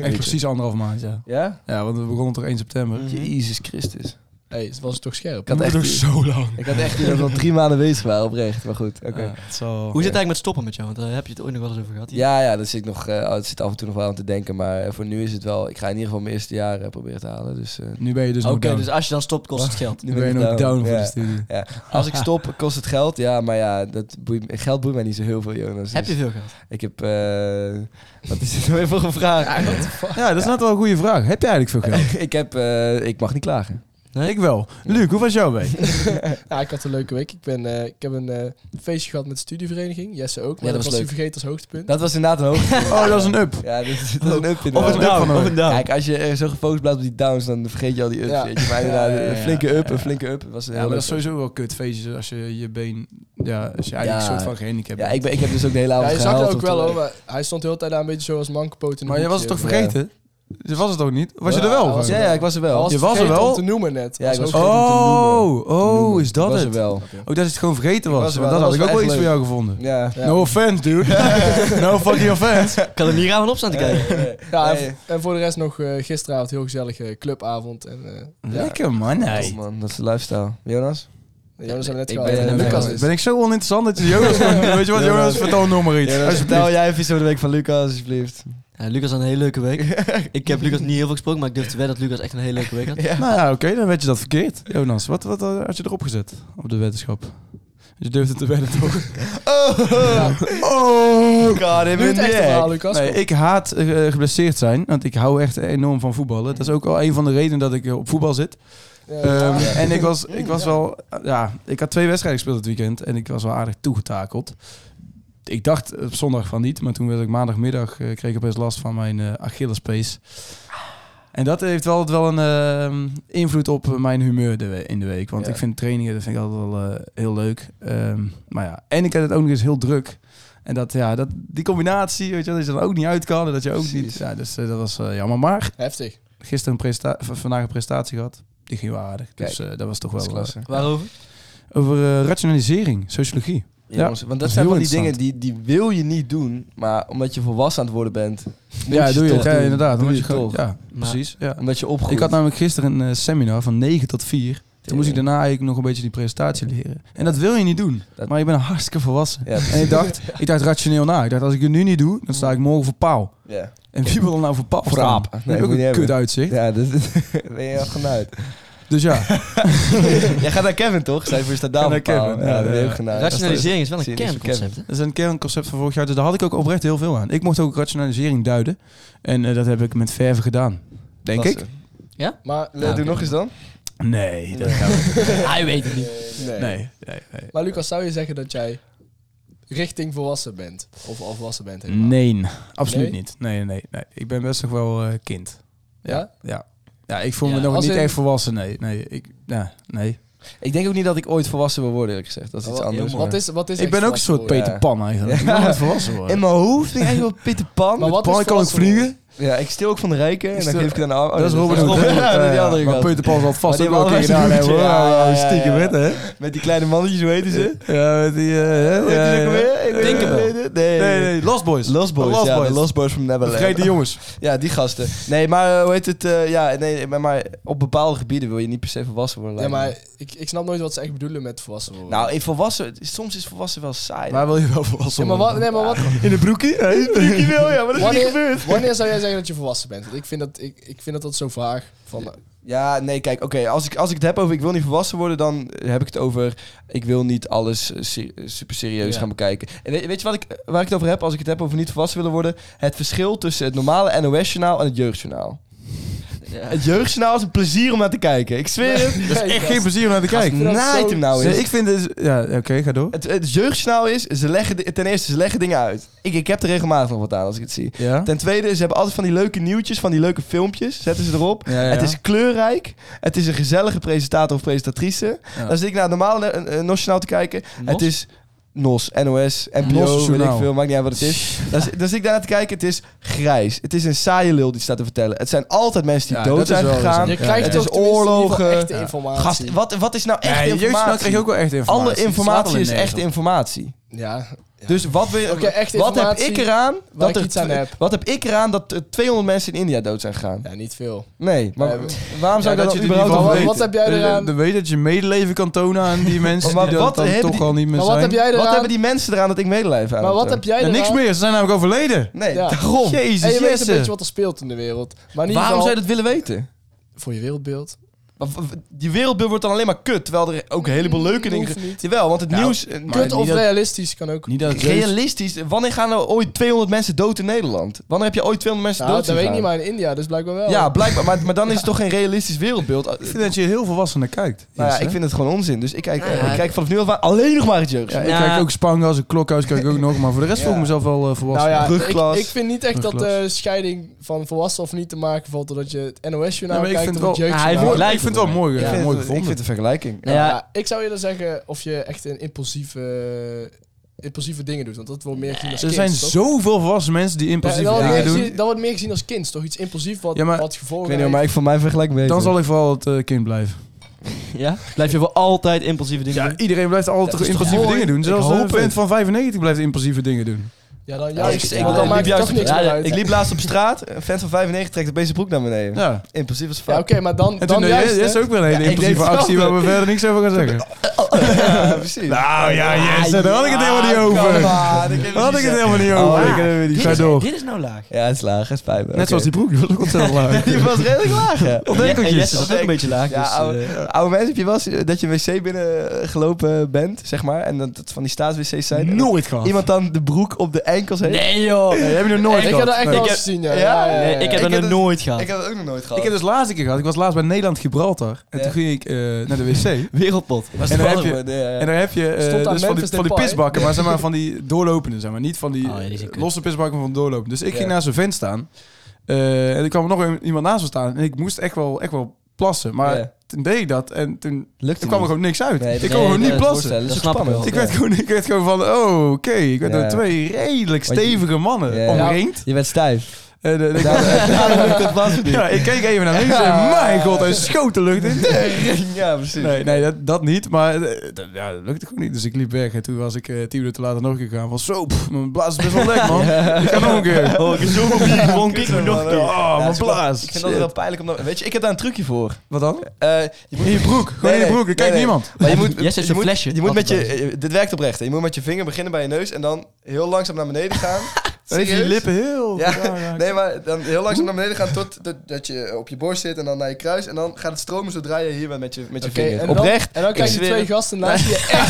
[SPEAKER 3] Echt precies anderhalf maand, ja.
[SPEAKER 2] Ja?
[SPEAKER 3] Ja, want we begonnen toch 1 september.
[SPEAKER 5] Mhm.
[SPEAKER 2] Jezus Christus.
[SPEAKER 4] Hey, het was toch scherp.
[SPEAKER 2] Ik had echt,
[SPEAKER 3] toch zo lang.
[SPEAKER 2] ik had echt niet dat we al drie maanden bezig waren, oprecht. Maar goed, oké.
[SPEAKER 3] Ja, het zal...
[SPEAKER 5] Hoe zit het eigenlijk met stoppen met jou? Want daar heb je het ooit nog wel eens over gehad.
[SPEAKER 2] Ja, ja, daar zit ik nog, eh, oh, daar zit af en toe nog wel aan te denken. Maar eh, voor nu is het wel, ik ga in ieder geval mijn eerste jaar eh, proberen te halen. Dus eh,
[SPEAKER 3] Nu ben je dus
[SPEAKER 5] Oké,
[SPEAKER 3] nog down.
[SPEAKER 5] dus als je dan stopt, kost het geld.
[SPEAKER 3] Nu ben je
[SPEAKER 2] ik
[SPEAKER 3] nog down voor
[SPEAKER 2] Ja.
[SPEAKER 3] de studie.
[SPEAKER 2] Ja. Als ik stop, kost het geld. Ja, maar ja, dat boeit, me- geld boeit mij niet zo heel veel, Jonas.
[SPEAKER 5] Heb je
[SPEAKER 2] Dus
[SPEAKER 5] veel geld?
[SPEAKER 2] Ik heb, eh, wat is dit nou weer voor een vraag?
[SPEAKER 3] Ja, dat is net wel een goede vraag. Heb je eigenlijk veel geld?
[SPEAKER 2] ik heb, eh, ik mag niet klagen.
[SPEAKER 5] Nee?
[SPEAKER 3] Ik wel. Luc, hoe was jouw week?
[SPEAKER 4] Ja, ik had een leuke week. Ik, ben, eh, ik heb een eh, feestje gehad met de studievereniging. Jesse ook. Maar
[SPEAKER 2] Ja, dat was
[SPEAKER 4] dat was,
[SPEAKER 2] leuk.
[SPEAKER 4] hij vergeten als hoogtepunt.
[SPEAKER 2] Dat was inderdaad een hoog.
[SPEAKER 3] Oh, dat was een up.
[SPEAKER 2] Ja, dat is, dat is een up
[SPEAKER 3] Of
[SPEAKER 2] inderdaad.
[SPEAKER 3] een down. Of een down.
[SPEAKER 2] Kijk, als je eh, zo gefocust blijft op die downs, dan vergeet je al die ups.
[SPEAKER 4] Ja.
[SPEAKER 2] weet je. Maar inderdaad,
[SPEAKER 3] Ja, ja, ja,
[SPEAKER 2] een flinke
[SPEAKER 3] ja,
[SPEAKER 2] up,
[SPEAKER 3] ja.
[SPEAKER 2] een flinke up. Het Was een
[SPEAKER 3] Ja,
[SPEAKER 2] heel
[SPEAKER 3] maar dat is
[SPEAKER 2] leuk
[SPEAKER 3] sowieso wel kut feestjes als je je been... Ja, als je
[SPEAKER 2] Ja.
[SPEAKER 3] eigenlijk een soort van gehandicapt
[SPEAKER 2] Ja,
[SPEAKER 3] bent.
[SPEAKER 2] ik, ben, ik heb dus ook de hele
[SPEAKER 4] ja,
[SPEAKER 2] avond eh,
[SPEAKER 4] je zag
[SPEAKER 2] gehuild
[SPEAKER 4] het ook
[SPEAKER 2] op
[SPEAKER 4] wel
[SPEAKER 2] de-
[SPEAKER 4] hoor. Maar hij stond de hele tijd daar een beetje zo als mankepoot in een
[SPEAKER 3] Maar je was het
[SPEAKER 4] hoekje.
[SPEAKER 3] toch vergeten? Je was het ook niet? Of Was je
[SPEAKER 4] Ja,
[SPEAKER 3] er
[SPEAKER 4] hij
[SPEAKER 3] wel?
[SPEAKER 4] was
[SPEAKER 3] van?
[SPEAKER 2] Ja, ja, ik was er wel.
[SPEAKER 4] Hij
[SPEAKER 3] Je was er
[SPEAKER 4] vergeten
[SPEAKER 3] wel?
[SPEAKER 4] om te noemen net.
[SPEAKER 2] Ja, ik was
[SPEAKER 4] hoogtepunt.
[SPEAKER 2] vergeten om te noemen.
[SPEAKER 3] Oh,
[SPEAKER 2] Te
[SPEAKER 3] oh,
[SPEAKER 2] noemen.
[SPEAKER 3] is dat
[SPEAKER 2] was
[SPEAKER 3] het?
[SPEAKER 2] er wel.
[SPEAKER 3] Ook dat het gewoon vergeten was.
[SPEAKER 2] was er
[SPEAKER 3] want
[SPEAKER 2] wel.
[SPEAKER 3] dat had
[SPEAKER 2] Dat
[SPEAKER 3] ik
[SPEAKER 2] was
[SPEAKER 3] ook wel
[SPEAKER 2] wel
[SPEAKER 3] iets voor
[SPEAKER 2] echt
[SPEAKER 3] jou gevonden.
[SPEAKER 2] Ja.
[SPEAKER 4] Ja.
[SPEAKER 3] No offense, dude. no fucking offense.
[SPEAKER 5] Ik kan er niet raar van op staan te kijken.
[SPEAKER 4] Ja, en,
[SPEAKER 2] Nee.
[SPEAKER 4] en voor de rest nog eh, gisteravond heel gezellig eh, clubavond. En, eh, ja,
[SPEAKER 3] Lekker man.
[SPEAKER 2] Top, man, dat is de lifestyle. Jonas?
[SPEAKER 4] Jonas zijn net
[SPEAKER 2] Ik
[SPEAKER 4] gehad.
[SPEAKER 2] ben-
[SPEAKER 4] En
[SPEAKER 2] ik
[SPEAKER 4] Lucas
[SPEAKER 2] ben-
[SPEAKER 4] is.
[SPEAKER 3] Ben ik zo oninteressant dat je Jonas... Weet je wat, Jonas, vertel nog maar iets. Alsjeblieft.
[SPEAKER 2] vertel jij even iets over de week van Lucas, alsjeblieft.
[SPEAKER 5] Ja, Eh, Lucas had een hele leuke week. ik heb Lucas niet heel veel gesproken, maar ik durf te wedden dat Lucas echt een hele leuke week had.
[SPEAKER 3] Nou ja, oké, dan weet je dat verkeerd. Jonas, wat, wat eh, had je erop gezet op de wetenschap? Je durfde te wedden toch?
[SPEAKER 4] Oh. Ja.
[SPEAKER 3] Oh!
[SPEAKER 2] God, ik
[SPEAKER 4] Nu het echte verhaal, Lucas.
[SPEAKER 3] Nee, ik haat eh, geblesseerd zijn, want ik hou echt enorm van voetballen. Dat is ook al een van de redenen dat ik eh, op voetbal zit.
[SPEAKER 4] Ja.
[SPEAKER 3] Ehm, en ik was, ik was wel, ja, ik had twee wedstrijden gespeeld dit weekend en ik was wel aardig toegetakeld. Ik dacht op zondag van niet, maar toen werd ik maandagmiddag, eh, kreeg ik opeens last van mijn eh Achillespees. En dat heeft wel, wel een ehm, invloed op mijn humeur de we- in de week. Want
[SPEAKER 2] Ja.
[SPEAKER 3] ik vind trainingen, dat vind ik altijd wel eh, heel leuk. Ehm, maar ja, en ik had het ook nog eens heel druk. En dat, ja, dat, die combinatie, weet je, wel, dat je er ook niet uit kan en dat je ook niet...
[SPEAKER 2] Precies.
[SPEAKER 3] Ja, dus eh, dat was eh, jammer. Maar
[SPEAKER 4] Heftig.
[SPEAKER 3] gisteren een presta- v- vandaag een prestatie gehad. Die ging wel aardig. Dus eh, dat was toch wel eh,
[SPEAKER 5] Waarover?
[SPEAKER 3] over eh, rationalisering, sociologie. Ja,
[SPEAKER 2] Jongens, want dat
[SPEAKER 3] is
[SPEAKER 2] zijn
[SPEAKER 3] heel
[SPEAKER 2] van die dingen
[SPEAKER 3] interessant.
[SPEAKER 2] die, die wil je niet doen, maar omdat je volwassen aan het worden bent, moet
[SPEAKER 3] ja, doe je
[SPEAKER 2] toch
[SPEAKER 3] het. Ja,
[SPEAKER 2] doen.
[SPEAKER 3] inderdaad.
[SPEAKER 2] Doe
[SPEAKER 3] omdat
[SPEAKER 2] je
[SPEAKER 3] je gewoon-
[SPEAKER 2] toch.
[SPEAKER 3] ja,
[SPEAKER 5] Maar-
[SPEAKER 3] precies. Ja.
[SPEAKER 2] Omdat je opgroeit.
[SPEAKER 3] Ik had namelijk gisteren een eh, seminar van 9 tot 4. Toen moest
[SPEAKER 2] Tering.
[SPEAKER 3] ik daarna eigenlijk nog een beetje die presentatie leren. En dat wil je niet doen.
[SPEAKER 2] Dat-
[SPEAKER 3] Maar je bent hartstikke volwassen.
[SPEAKER 2] Ja, precies.
[SPEAKER 3] En ik dacht, ik dacht rationeel na. Ik dacht, als ik het nu niet doe, dan sta ik morgen voor paal.
[SPEAKER 2] Ja.
[SPEAKER 3] En wie wil er nou voor paal
[SPEAKER 2] Voor
[SPEAKER 3] staan?
[SPEAKER 2] aap.
[SPEAKER 3] Dat
[SPEAKER 2] Nee,
[SPEAKER 3] heb
[SPEAKER 2] moet
[SPEAKER 3] ik
[SPEAKER 2] je
[SPEAKER 3] ook een
[SPEAKER 2] niet hebben.
[SPEAKER 3] kut uitzicht.
[SPEAKER 2] Ja, dat ben je genuid.
[SPEAKER 3] Dus ja,
[SPEAKER 2] Jij gaat naar Kevin, toch? Zij voor je staat daar
[SPEAKER 3] Ga naar
[SPEAKER 2] bepaald.
[SPEAKER 3] Kevin,
[SPEAKER 2] Ja,
[SPEAKER 3] ja,
[SPEAKER 2] dat ben je
[SPEAKER 3] ja.
[SPEAKER 2] ook genaaid.
[SPEAKER 5] Rationalisering is wel
[SPEAKER 2] Zie
[SPEAKER 5] een
[SPEAKER 2] je niks van
[SPEAKER 5] kernconcept. hè?
[SPEAKER 3] dat is een kernconcept van vorig jaar. Dus daar had ik ook oprecht heel veel aan. Ik mocht ook rationalisering duiden. En eh, dat heb ik met verven gedaan. Denk ik.
[SPEAKER 2] Klasse.
[SPEAKER 4] Maar,
[SPEAKER 2] Ja, eh, doe nog eens dan.
[SPEAKER 3] Nee, dat gaan we
[SPEAKER 5] Hij weet het niet.
[SPEAKER 4] nee.
[SPEAKER 3] Nee, nee, nee.
[SPEAKER 4] Maar Lucas, zou je zeggen dat jij richting volwassen bent? Of al volwassen bent helemaal?
[SPEAKER 3] Nee, absoluut
[SPEAKER 4] Nee?
[SPEAKER 3] niet. Nee, nee, nee. Ik ben best nog wel eh, kind.
[SPEAKER 4] Ja?
[SPEAKER 3] Ja. Ja, ik voel
[SPEAKER 5] Ja,
[SPEAKER 3] me nog
[SPEAKER 4] als
[SPEAKER 3] niet
[SPEAKER 4] in-
[SPEAKER 3] echt volwassen. Nee, nee. Ik, ja, nee.
[SPEAKER 2] Ik denk ook niet dat ik ooit volwassen wil worden, eerlijk gezegd. Dat is iets
[SPEAKER 4] Wat-
[SPEAKER 2] anders.
[SPEAKER 4] Wat is, wat is
[SPEAKER 3] ik ben
[SPEAKER 4] echt
[SPEAKER 3] ook een soort
[SPEAKER 4] volwassen worden?
[SPEAKER 3] Peter
[SPEAKER 2] ja.
[SPEAKER 3] Pan eigenlijk.
[SPEAKER 2] Ja.
[SPEAKER 3] Ik wil nooit volwassen worden.
[SPEAKER 2] In mijn hoofd vind ik eigenlijk wel Peter Pan.
[SPEAKER 4] Maar wat
[SPEAKER 3] Pan
[SPEAKER 4] is
[SPEAKER 3] kan ook
[SPEAKER 4] volwassen worden?
[SPEAKER 3] vliegen.
[SPEAKER 2] Ja, ik stil ook van de rijken en dan
[SPEAKER 3] stil-
[SPEAKER 2] geef ik oh, het aan de arm.
[SPEAKER 3] dat is Robert Hood.
[SPEAKER 2] Robin
[SPEAKER 3] hè?
[SPEAKER 2] Hood, aan de andere
[SPEAKER 3] Ja, maar
[SPEAKER 2] kant.
[SPEAKER 3] Peter Pan zal het vast
[SPEAKER 2] Maar
[SPEAKER 3] ook
[SPEAKER 2] die
[SPEAKER 3] wel een keer
[SPEAKER 2] hebben
[SPEAKER 3] gedaan
[SPEAKER 2] allemaal
[SPEAKER 3] hebben.
[SPEAKER 2] zo'n hoedje. Ja, ja,
[SPEAKER 3] hoor.
[SPEAKER 2] ja,
[SPEAKER 3] Stiekem
[SPEAKER 2] ja.
[SPEAKER 3] wet, hè?
[SPEAKER 2] Met die kleine mannetjes, hoe heten ze?
[SPEAKER 3] Ja, met die... eh,
[SPEAKER 2] Hoe heet
[SPEAKER 3] ja,
[SPEAKER 2] die ook
[SPEAKER 3] ja.
[SPEAKER 2] alweer? Ik weet
[SPEAKER 3] Tinkerbell.
[SPEAKER 2] niet meer. Nee,
[SPEAKER 3] Nee, nee. Lost Boys.
[SPEAKER 2] Lost Boys,
[SPEAKER 3] Lost
[SPEAKER 2] ja, de
[SPEAKER 3] Boys.
[SPEAKER 2] Lost Boys from Neverland.
[SPEAKER 3] Vergeet die jongens.
[SPEAKER 2] Ja, die gasten. Nee, maar eh, hoe heet het? eh, ja, nee, maar, maar op bepaalde gebieden wil je niet per se volwassen worden.
[SPEAKER 4] Ja,
[SPEAKER 2] lijkt me.
[SPEAKER 4] maar ik, ik snap nooit wat ze echt bedoelen met volwassen worden.
[SPEAKER 2] Nou, in volwassen, soms is volwassen wel saai.
[SPEAKER 3] Waar wil je wel volwassen
[SPEAKER 4] Ja, maar wat,
[SPEAKER 3] worden?
[SPEAKER 4] nee, maar wat,
[SPEAKER 3] In een broekje? Ja, in een broekje wel, ja. Maar dat
[SPEAKER 4] wanneer, wanneer zou jij zeggen dat je volwassen bent? Want ik vind dat, ik, ik vind dat, dat zo vaag. Van, eh,
[SPEAKER 2] Ja, nee, kijk, oké, als, ik, als ik het heb over ik wil niet volwassen worden, dan heb ik het over ik wil niet alles eh, se- eh, super serieus
[SPEAKER 4] Ja.
[SPEAKER 2] gaan bekijken. En weet, weet je wat ik, eh, waar ik het over heb als ik het heb over niet volwassen willen worden? Het verschil tussen het normale NOS-journaal en het jeugdjournaal.
[SPEAKER 5] Ja.
[SPEAKER 2] Het jeugdjournaal is een plezier om naar te kijken. Ik zweer het.
[SPEAKER 4] dat
[SPEAKER 3] Echt geen plezier om naar te kijken.
[SPEAKER 4] dat is
[SPEAKER 2] Naait
[SPEAKER 4] zo-
[SPEAKER 2] hem nou
[SPEAKER 3] Nee,
[SPEAKER 2] eens.
[SPEAKER 3] ik vind het... Ja, oké, ga door.
[SPEAKER 2] Het, het jeugdjournaal is, ze leggen, di- ten eerste, ze leggen dingen uit. Ik, ik heb er regelmatig nog wat aan als ik het zie.
[SPEAKER 3] Ja?
[SPEAKER 2] Ten tweede, ze hebben altijd van die leuke nieuwtjes, van die leuke filmpjes, zetten ze erop.
[SPEAKER 3] Ja, ja.
[SPEAKER 2] Het is kleurrijk. Het is een gezellige presentator of presentatrice.
[SPEAKER 3] Ja.
[SPEAKER 2] Dan zit ik naar normaal eh, eh, nationaal te kijken.
[SPEAKER 5] Nos?
[SPEAKER 2] Het is NOS, NOS, NPO,
[SPEAKER 3] NOS
[SPEAKER 2] weet ik
[SPEAKER 3] journaal.
[SPEAKER 2] veel. Maakt niet uit wat het is. Dan, zit- dan zit ik daarna te kijken. Het is grijs. Het is een saaie lul die staat te vertellen. Het zijn altijd mensen die
[SPEAKER 3] Ja, dat
[SPEAKER 2] dood
[SPEAKER 3] is
[SPEAKER 2] zijn
[SPEAKER 3] wel
[SPEAKER 2] gegaan.
[SPEAKER 3] zo.
[SPEAKER 4] Je
[SPEAKER 3] Ja,
[SPEAKER 4] krijgt
[SPEAKER 2] het
[SPEAKER 4] toch
[SPEAKER 2] is
[SPEAKER 4] tenminste in ieder geval
[SPEAKER 2] oorlogen.
[SPEAKER 4] echte informatie.
[SPEAKER 2] Gast, wat, wat is nou echt
[SPEAKER 3] Nee, jeugdjournaal
[SPEAKER 2] informatie?
[SPEAKER 3] kreeg ook wel echt informatie.
[SPEAKER 2] Alle informatie is echt
[SPEAKER 3] informatie.
[SPEAKER 2] informatie.
[SPEAKER 4] Ja,
[SPEAKER 2] Dus wat, wil,
[SPEAKER 4] Oké, echt
[SPEAKER 2] wat heb
[SPEAKER 4] informatie
[SPEAKER 2] ik eraan
[SPEAKER 4] waar
[SPEAKER 2] dat
[SPEAKER 4] ik
[SPEAKER 2] er,
[SPEAKER 4] iets aan
[SPEAKER 2] tw-
[SPEAKER 4] heb.
[SPEAKER 2] wat heb ik eraan dat er 200 mensen in India dood zijn gegaan?
[SPEAKER 4] ja, niet veel.
[SPEAKER 2] Nee, maar
[SPEAKER 4] Nee,
[SPEAKER 2] waarom zou ik dat dan überhaupt
[SPEAKER 4] geval
[SPEAKER 2] over
[SPEAKER 4] weet.
[SPEAKER 2] weten?
[SPEAKER 4] Wat heb jij eraan?
[SPEAKER 3] Eh, Dan weet dat je medeleven kan tonen aan die mensen
[SPEAKER 2] Maar
[SPEAKER 3] die
[SPEAKER 2] wat
[SPEAKER 3] dat dan
[SPEAKER 2] hebben die-
[SPEAKER 3] toch al niet meer
[SPEAKER 4] Maar
[SPEAKER 3] zijn.
[SPEAKER 4] wat heb jij eraan?
[SPEAKER 2] Wat hebben die mensen eraan dat ik medelijden aan
[SPEAKER 4] maar
[SPEAKER 2] heb
[SPEAKER 4] wat
[SPEAKER 2] dan?
[SPEAKER 4] heb jij
[SPEAKER 3] Ja,
[SPEAKER 4] eraan?
[SPEAKER 3] niks meer, ze zijn namelijk overleden.
[SPEAKER 2] Nee,
[SPEAKER 4] Ja.
[SPEAKER 2] daarom.
[SPEAKER 3] Jezus,
[SPEAKER 4] En je weet een
[SPEAKER 3] Jesse.
[SPEAKER 4] beetje wat er speelt in de wereld. Maar in ieder
[SPEAKER 2] Waarom
[SPEAKER 4] geval,
[SPEAKER 2] zou je dat willen weten?
[SPEAKER 4] voor je wereldbeeld.
[SPEAKER 2] Maar v- v- die wereldbeeld wordt dan alleen maar kut, terwijl er ook een heleboel leuke dingen...
[SPEAKER 4] Mm, Hoeft niet.
[SPEAKER 2] Jawel, want het
[SPEAKER 3] Nou,
[SPEAKER 2] nieuws...
[SPEAKER 3] maar-
[SPEAKER 4] Kut
[SPEAKER 3] niet
[SPEAKER 4] of
[SPEAKER 3] dat-
[SPEAKER 4] realistisch kan ook.
[SPEAKER 3] Niet dat het Zeus-
[SPEAKER 2] Realistisch, wanneer gaan er ooit 200 mensen dood in Nederland? Wanneer heb je ooit 200 mensen
[SPEAKER 4] Nou,
[SPEAKER 2] dood
[SPEAKER 4] dat
[SPEAKER 2] zien
[SPEAKER 4] weet ik niet,
[SPEAKER 2] gaan?
[SPEAKER 4] maar in India dus blijkbaar wel.
[SPEAKER 2] Ja, blijkbaar. Maar, maar dan is het toch geen realistisch wereldbeeld.
[SPEAKER 3] Ik vind dat je heel volwassen naar kijkt.
[SPEAKER 2] Nou ja,
[SPEAKER 3] Yes, hè?
[SPEAKER 2] ik vind het gewoon onzin. Dus ik kijk,
[SPEAKER 5] Nou ja,
[SPEAKER 2] ik kijk vanaf nu af aan alleen nog maar het jeugd.
[SPEAKER 3] Ja, ik
[SPEAKER 5] Ja.
[SPEAKER 3] kijk ook Spanghuis en Klokhuis kijk ik ook nog, maar voor de rest
[SPEAKER 2] Ja.
[SPEAKER 3] voel ik mezelf wel eh,
[SPEAKER 4] nou
[SPEAKER 3] volwassen.
[SPEAKER 4] ja,
[SPEAKER 2] Brugklas.
[SPEAKER 4] Ik, ik vind niet echt dat
[SPEAKER 3] Brugklas.
[SPEAKER 4] de scheiding van volwassen of niet te maken valt doordat je het NOS-journaal
[SPEAKER 3] Ja, maar ik
[SPEAKER 4] kijkt
[SPEAKER 3] vind
[SPEAKER 4] of het
[SPEAKER 3] wel-
[SPEAKER 4] jeugdjournaal.
[SPEAKER 5] Hij
[SPEAKER 3] Mooi-
[SPEAKER 5] vergelijkt
[SPEAKER 3] ik vind
[SPEAKER 5] het
[SPEAKER 3] het wel mooi,
[SPEAKER 2] ik,
[SPEAKER 3] eh,
[SPEAKER 2] vind
[SPEAKER 3] mooi
[SPEAKER 2] het, ik
[SPEAKER 3] gevonden.
[SPEAKER 2] vind de vergelijking.
[SPEAKER 5] Nou ja,
[SPEAKER 4] ik zou eerder zeggen of je echt een impulsieve, impulsieve dingen doet, want dat wordt meer gezien als
[SPEAKER 3] er
[SPEAKER 4] kind.
[SPEAKER 3] zijn
[SPEAKER 4] toch?
[SPEAKER 3] zoveel volwassen mensen die
[SPEAKER 4] Ja,
[SPEAKER 3] impulsief
[SPEAKER 4] dat, wordt
[SPEAKER 3] dingen
[SPEAKER 4] meer
[SPEAKER 3] doen.
[SPEAKER 4] gezien- dat wordt meer gezien als kind, toch? Iets impulsief wat,
[SPEAKER 3] Ja, maar-
[SPEAKER 4] wat
[SPEAKER 2] Ik
[SPEAKER 4] gevolgen
[SPEAKER 2] weet niet, maar ik van mij vergelijk mee.
[SPEAKER 3] Dan zal ik vooral het eh, kind blijven.
[SPEAKER 5] Ja? Blijf je voor altijd impulsieve dingen
[SPEAKER 3] Mhm. Ja,
[SPEAKER 5] doen?
[SPEAKER 3] iedereen blijft altijd
[SPEAKER 2] Dat is toch
[SPEAKER 3] impulsieve
[SPEAKER 2] mooi?
[SPEAKER 3] dingen doen.
[SPEAKER 2] Ik
[SPEAKER 3] Zelfs
[SPEAKER 2] hoop
[SPEAKER 3] een vent
[SPEAKER 2] het.
[SPEAKER 3] van 95 blijft impulsieve dingen doen.
[SPEAKER 4] Ja, dan
[SPEAKER 2] Ja, ik,
[SPEAKER 4] juist.
[SPEAKER 2] ik,
[SPEAKER 4] want
[SPEAKER 2] ik
[SPEAKER 4] dan
[SPEAKER 2] liep
[SPEAKER 4] maakt het
[SPEAKER 2] juist
[SPEAKER 4] toch niks
[SPEAKER 2] op-
[SPEAKER 4] meer
[SPEAKER 2] ja,
[SPEAKER 4] uit.
[SPEAKER 2] ik liep laatst op straat. Een fan van 95 trekt de beest zijn broek naar beneden.
[SPEAKER 3] Ja.
[SPEAKER 2] Impulsief als fuck.
[SPEAKER 4] Ja, Oké, maar dan,
[SPEAKER 3] En
[SPEAKER 4] dan
[SPEAKER 3] toen deed
[SPEAKER 4] juist,
[SPEAKER 3] jij- jij
[SPEAKER 4] hè?
[SPEAKER 3] is ook wel een
[SPEAKER 2] Ja,
[SPEAKER 3] hele
[SPEAKER 2] ik
[SPEAKER 3] impulsieve
[SPEAKER 2] deed het
[SPEAKER 3] actie waar
[SPEAKER 2] wel.
[SPEAKER 3] we verder niks over gaan zeggen.
[SPEAKER 2] Ja, precies.
[SPEAKER 3] Nou Oh, ja, yes,
[SPEAKER 2] Ah,
[SPEAKER 3] daar had ik het
[SPEAKER 2] ja,
[SPEAKER 3] helemaal niet
[SPEAKER 2] come
[SPEAKER 3] over.
[SPEAKER 2] on, ik heb
[SPEAKER 3] Daar had ik het
[SPEAKER 2] precies-
[SPEAKER 3] helemaal niet
[SPEAKER 2] Oh,
[SPEAKER 3] over.
[SPEAKER 2] ik
[SPEAKER 3] Ik
[SPEAKER 2] heb
[SPEAKER 3] heb
[SPEAKER 2] het
[SPEAKER 3] het
[SPEAKER 5] Dit
[SPEAKER 3] niet.
[SPEAKER 5] is,
[SPEAKER 3] Ga door.
[SPEAKER 5] dit is nou laag.
[SPEAKER 2] Ja, het is laag, het spijt me. Oké.
[SPEAKER 3] Net zoals die broek, die was ook ontzettend laag.
[SPEAKER 2] Die was redelijk laag, ja.
[SPEAKER 5] Ja, en Jesse was ook
[SPEAKER 2] Op
[SPEAKER 5] een beetje laag.
[SPEAKER 2] Ja,
[SPEAKER 5] dus,
[SPEAKER 2] oude,
[SPEAKER 5] eh,
[SPEAKER 2] oude mensen, heb je wel eens dat je een wc binnengelopen bent, zeg maar, en dat het van die staatswc's zijn? en dat
[SPEAKER 3] Nooit gehad.
[SPEAKER 2] Iemand dan de broek op de enkels heeft?
[SPEAKER 5] Nee joh!
[SPEAKER 3] Nee, heb je nog nooit
[SPEAKER 4] Ik heb
[SPEAKER 3] gehad?
[SPEAKER 4] dat echt
[SPEAKER 3] Nee.
[SPEAKER 4] wel
[SPEAKER 3] Ik
[SPEAKER 4] eens
[SPEAKER 3] heb-
[SPEAKER 4] gezien, ja.
[SPEAKER 2] Ja?
[SPEAKER 4] ja, ja, ja,
[SPEAKER 5] Nee,
[SPEAKER 4] ja.
[SPEAKER 5] ik heb
[SPEAKER 2] Ik
[SPEAKER 5] dat
[SPEAKER 2] heb
[SPEAKER 5] nog
[SPEAKER 2] het-
[SPEAKER 5] nooit gehad.
[SPEAKER 2] Ik heb dat ook nog nooit gehad.
[SPEAKER 3] Ik heb dus laatst een keer gehad. Ik was laatst bij Nederland Gibraltar. En
[SPEAKER 2] Ja.
[SPEAKER 3] toen ging ik eh, naar de wc.
[SPEAKER 5] Wereldpot.
[SPEAKER 2] Was
[SPEAKER 3] en
[SPEAKER 2] het
[SPEAKER 3] dan
[SPEAKER 2] wel
[SPEAKER 3] heb
[SPEAKER 2] een- ja, ja.
[SPEAKER 3] En daar heb je eh,
[SPEAKER 4] Stond
[SPEAKER 3] dus
[SPEAKER 4] daar
[SPEAKER 3] van die,
[SPEAKER 4] Memphis
[SPEAKER 3] van die
[SPEAKER 4] Depay?
[SPEAKER 3] pisbakken, maar zeg maar van die doorlopende, zeg maar. Niet van die,
[SPEAKER 5] Oh, ja, die zijn
[SPEAKER 3] eh,
[SPEAKER 5] kut.
[SPEAKER 3] losse pisbakken, maar van doorlopende. Dus ik ging
[SPEAKER 2] Ja.
[SPEAKER 3] naast een vent staan. eh, en er kwam nog een- iemand naast me staan. En ik moest echt wel, echt wel plassen. Maar
[SPEAKER 2] Ja.
[SPEAKER 3] toen deed ik dat en toen
[SPEAKER 2] Lukte
[SPEAKER 3] er kwam er
[SPEAKER 2] niet.
[SPEAKER 3] gewoon niks uit.
[SPEAKER 2] Nee,
[SPEAKER 3] ik
[SPEAKER 2] dat-
[SPEAKER 3] kon
[SPEAKER 5] nee,
[SPEAKER 3] gewoon
[SPEAKER 5] nee,
[SPEAKER 3] niet
[SPEAKER 5] dat
[SPEAKER 3] plassen.
[SPEAKER 2] Dat
[SPEAKER 5] Dat
[SPEAKER 2] is
[SPEAKER 5] snap ik
[SPEAKER 2] spannend.
[SPEAKER 5] wel.
[SPEAKER 3] Ik werd, gewoon, ik werd gewoon van, oh, oké. Ik werd
[SPEAKER 2] Ja.
[SPEAKER 3] door twee redelijk
[SPEAKER 2] Want je-
[SPEAKER 3] stevige mannen
[SPEAKER 2] Ja.
[SPEAKER 3] omringd.
[SPEAKER 2] Je bent stijf.
[SPEAKER 3] En, eh, ik-
[SPEAKER 2] dat was het
[SPEAKER 3] ja, ik keek even naar links en mijn god, hij schoot de lucht in.
[SPEAKER 2] Ja, precies.
[SPEAKER 3] Nee, nee dat, dat niet, maar eh, dat, ja, dat lukte gewoon niet. Dus ik liep weg en toen was ik eh tien minuten later nog een keer gaan van zo, pff, mijn blaas is best wel lek man. Ik ga nog een keer.
[SPEAKER 5] Oh, ik heb zoveel bier gedronken, ik moet nog een keer.
[SPEAKER 3] Oh,
[SPEAKER 2] Ja,
[SPEAKER 3] mijn
[SPEAKER 2] het is wel-
[SPEAKER 3] blaas.
[SPEAKER 2] Ik vind dat
[SPEAKER 3] Shit.
[SPEAKER 2] wel pijnlijk om dat... Weet je, ik heb daar een trucje voor.
[SPEAKER 3] Wat dan?
[SPEAKER 2] Eh, je moet
[SPEAKER 3] In je broek, gewoon in je broek,
[SPEAKER 2] nee,
[SPEAKER 3] er kijkt
[SPEAKER 2] nee.
[SPEAKER 3] niemand.
[SPEAKER 2] Maar je moet,
[SPEAKER 5] Jesse heeft
[SPEAKER 2] je
[SPEAKER 5] een
[SPEAKER 2] moet,
[SPEAKER 5] flesje.
[SPEAKER 2] Je moet met je,
[SPEAKER 5] altijd bij
[SPEAKER 2] eh, dit werkt oprecht. hè. Je moet met je vinger beginnen bij je neus en dan heel langzaam naar beneden gaan.
[SPEAKER 3] Dan heeft hij
[SPEAKER 2] Serieus?
[SPEAKER 3] je lippen heel...
[SPEAKER 2] Ja,
[SPEAKER 3] gedaan, ja.
[SPEAKER 2] Nee, maar dan heel langzaam naar beneden gaan tot dat- dat je op je borst zit en dan naar je kruis. En dan gaat het stromen zodra je hier bent met je, met je
[SPEAKER 4] Oké,
[SPEAKER 2] vinger.
[SPEAKER 4] en dan-
[SPEAKER 2] Oprecht.
[SPEAKER 4] En dan krijg je
[SPEAKER 2] zweer
[SPEAKER 4] twee
[SPEAKER 2] het.
[SPEAKER 4] gasten naast je.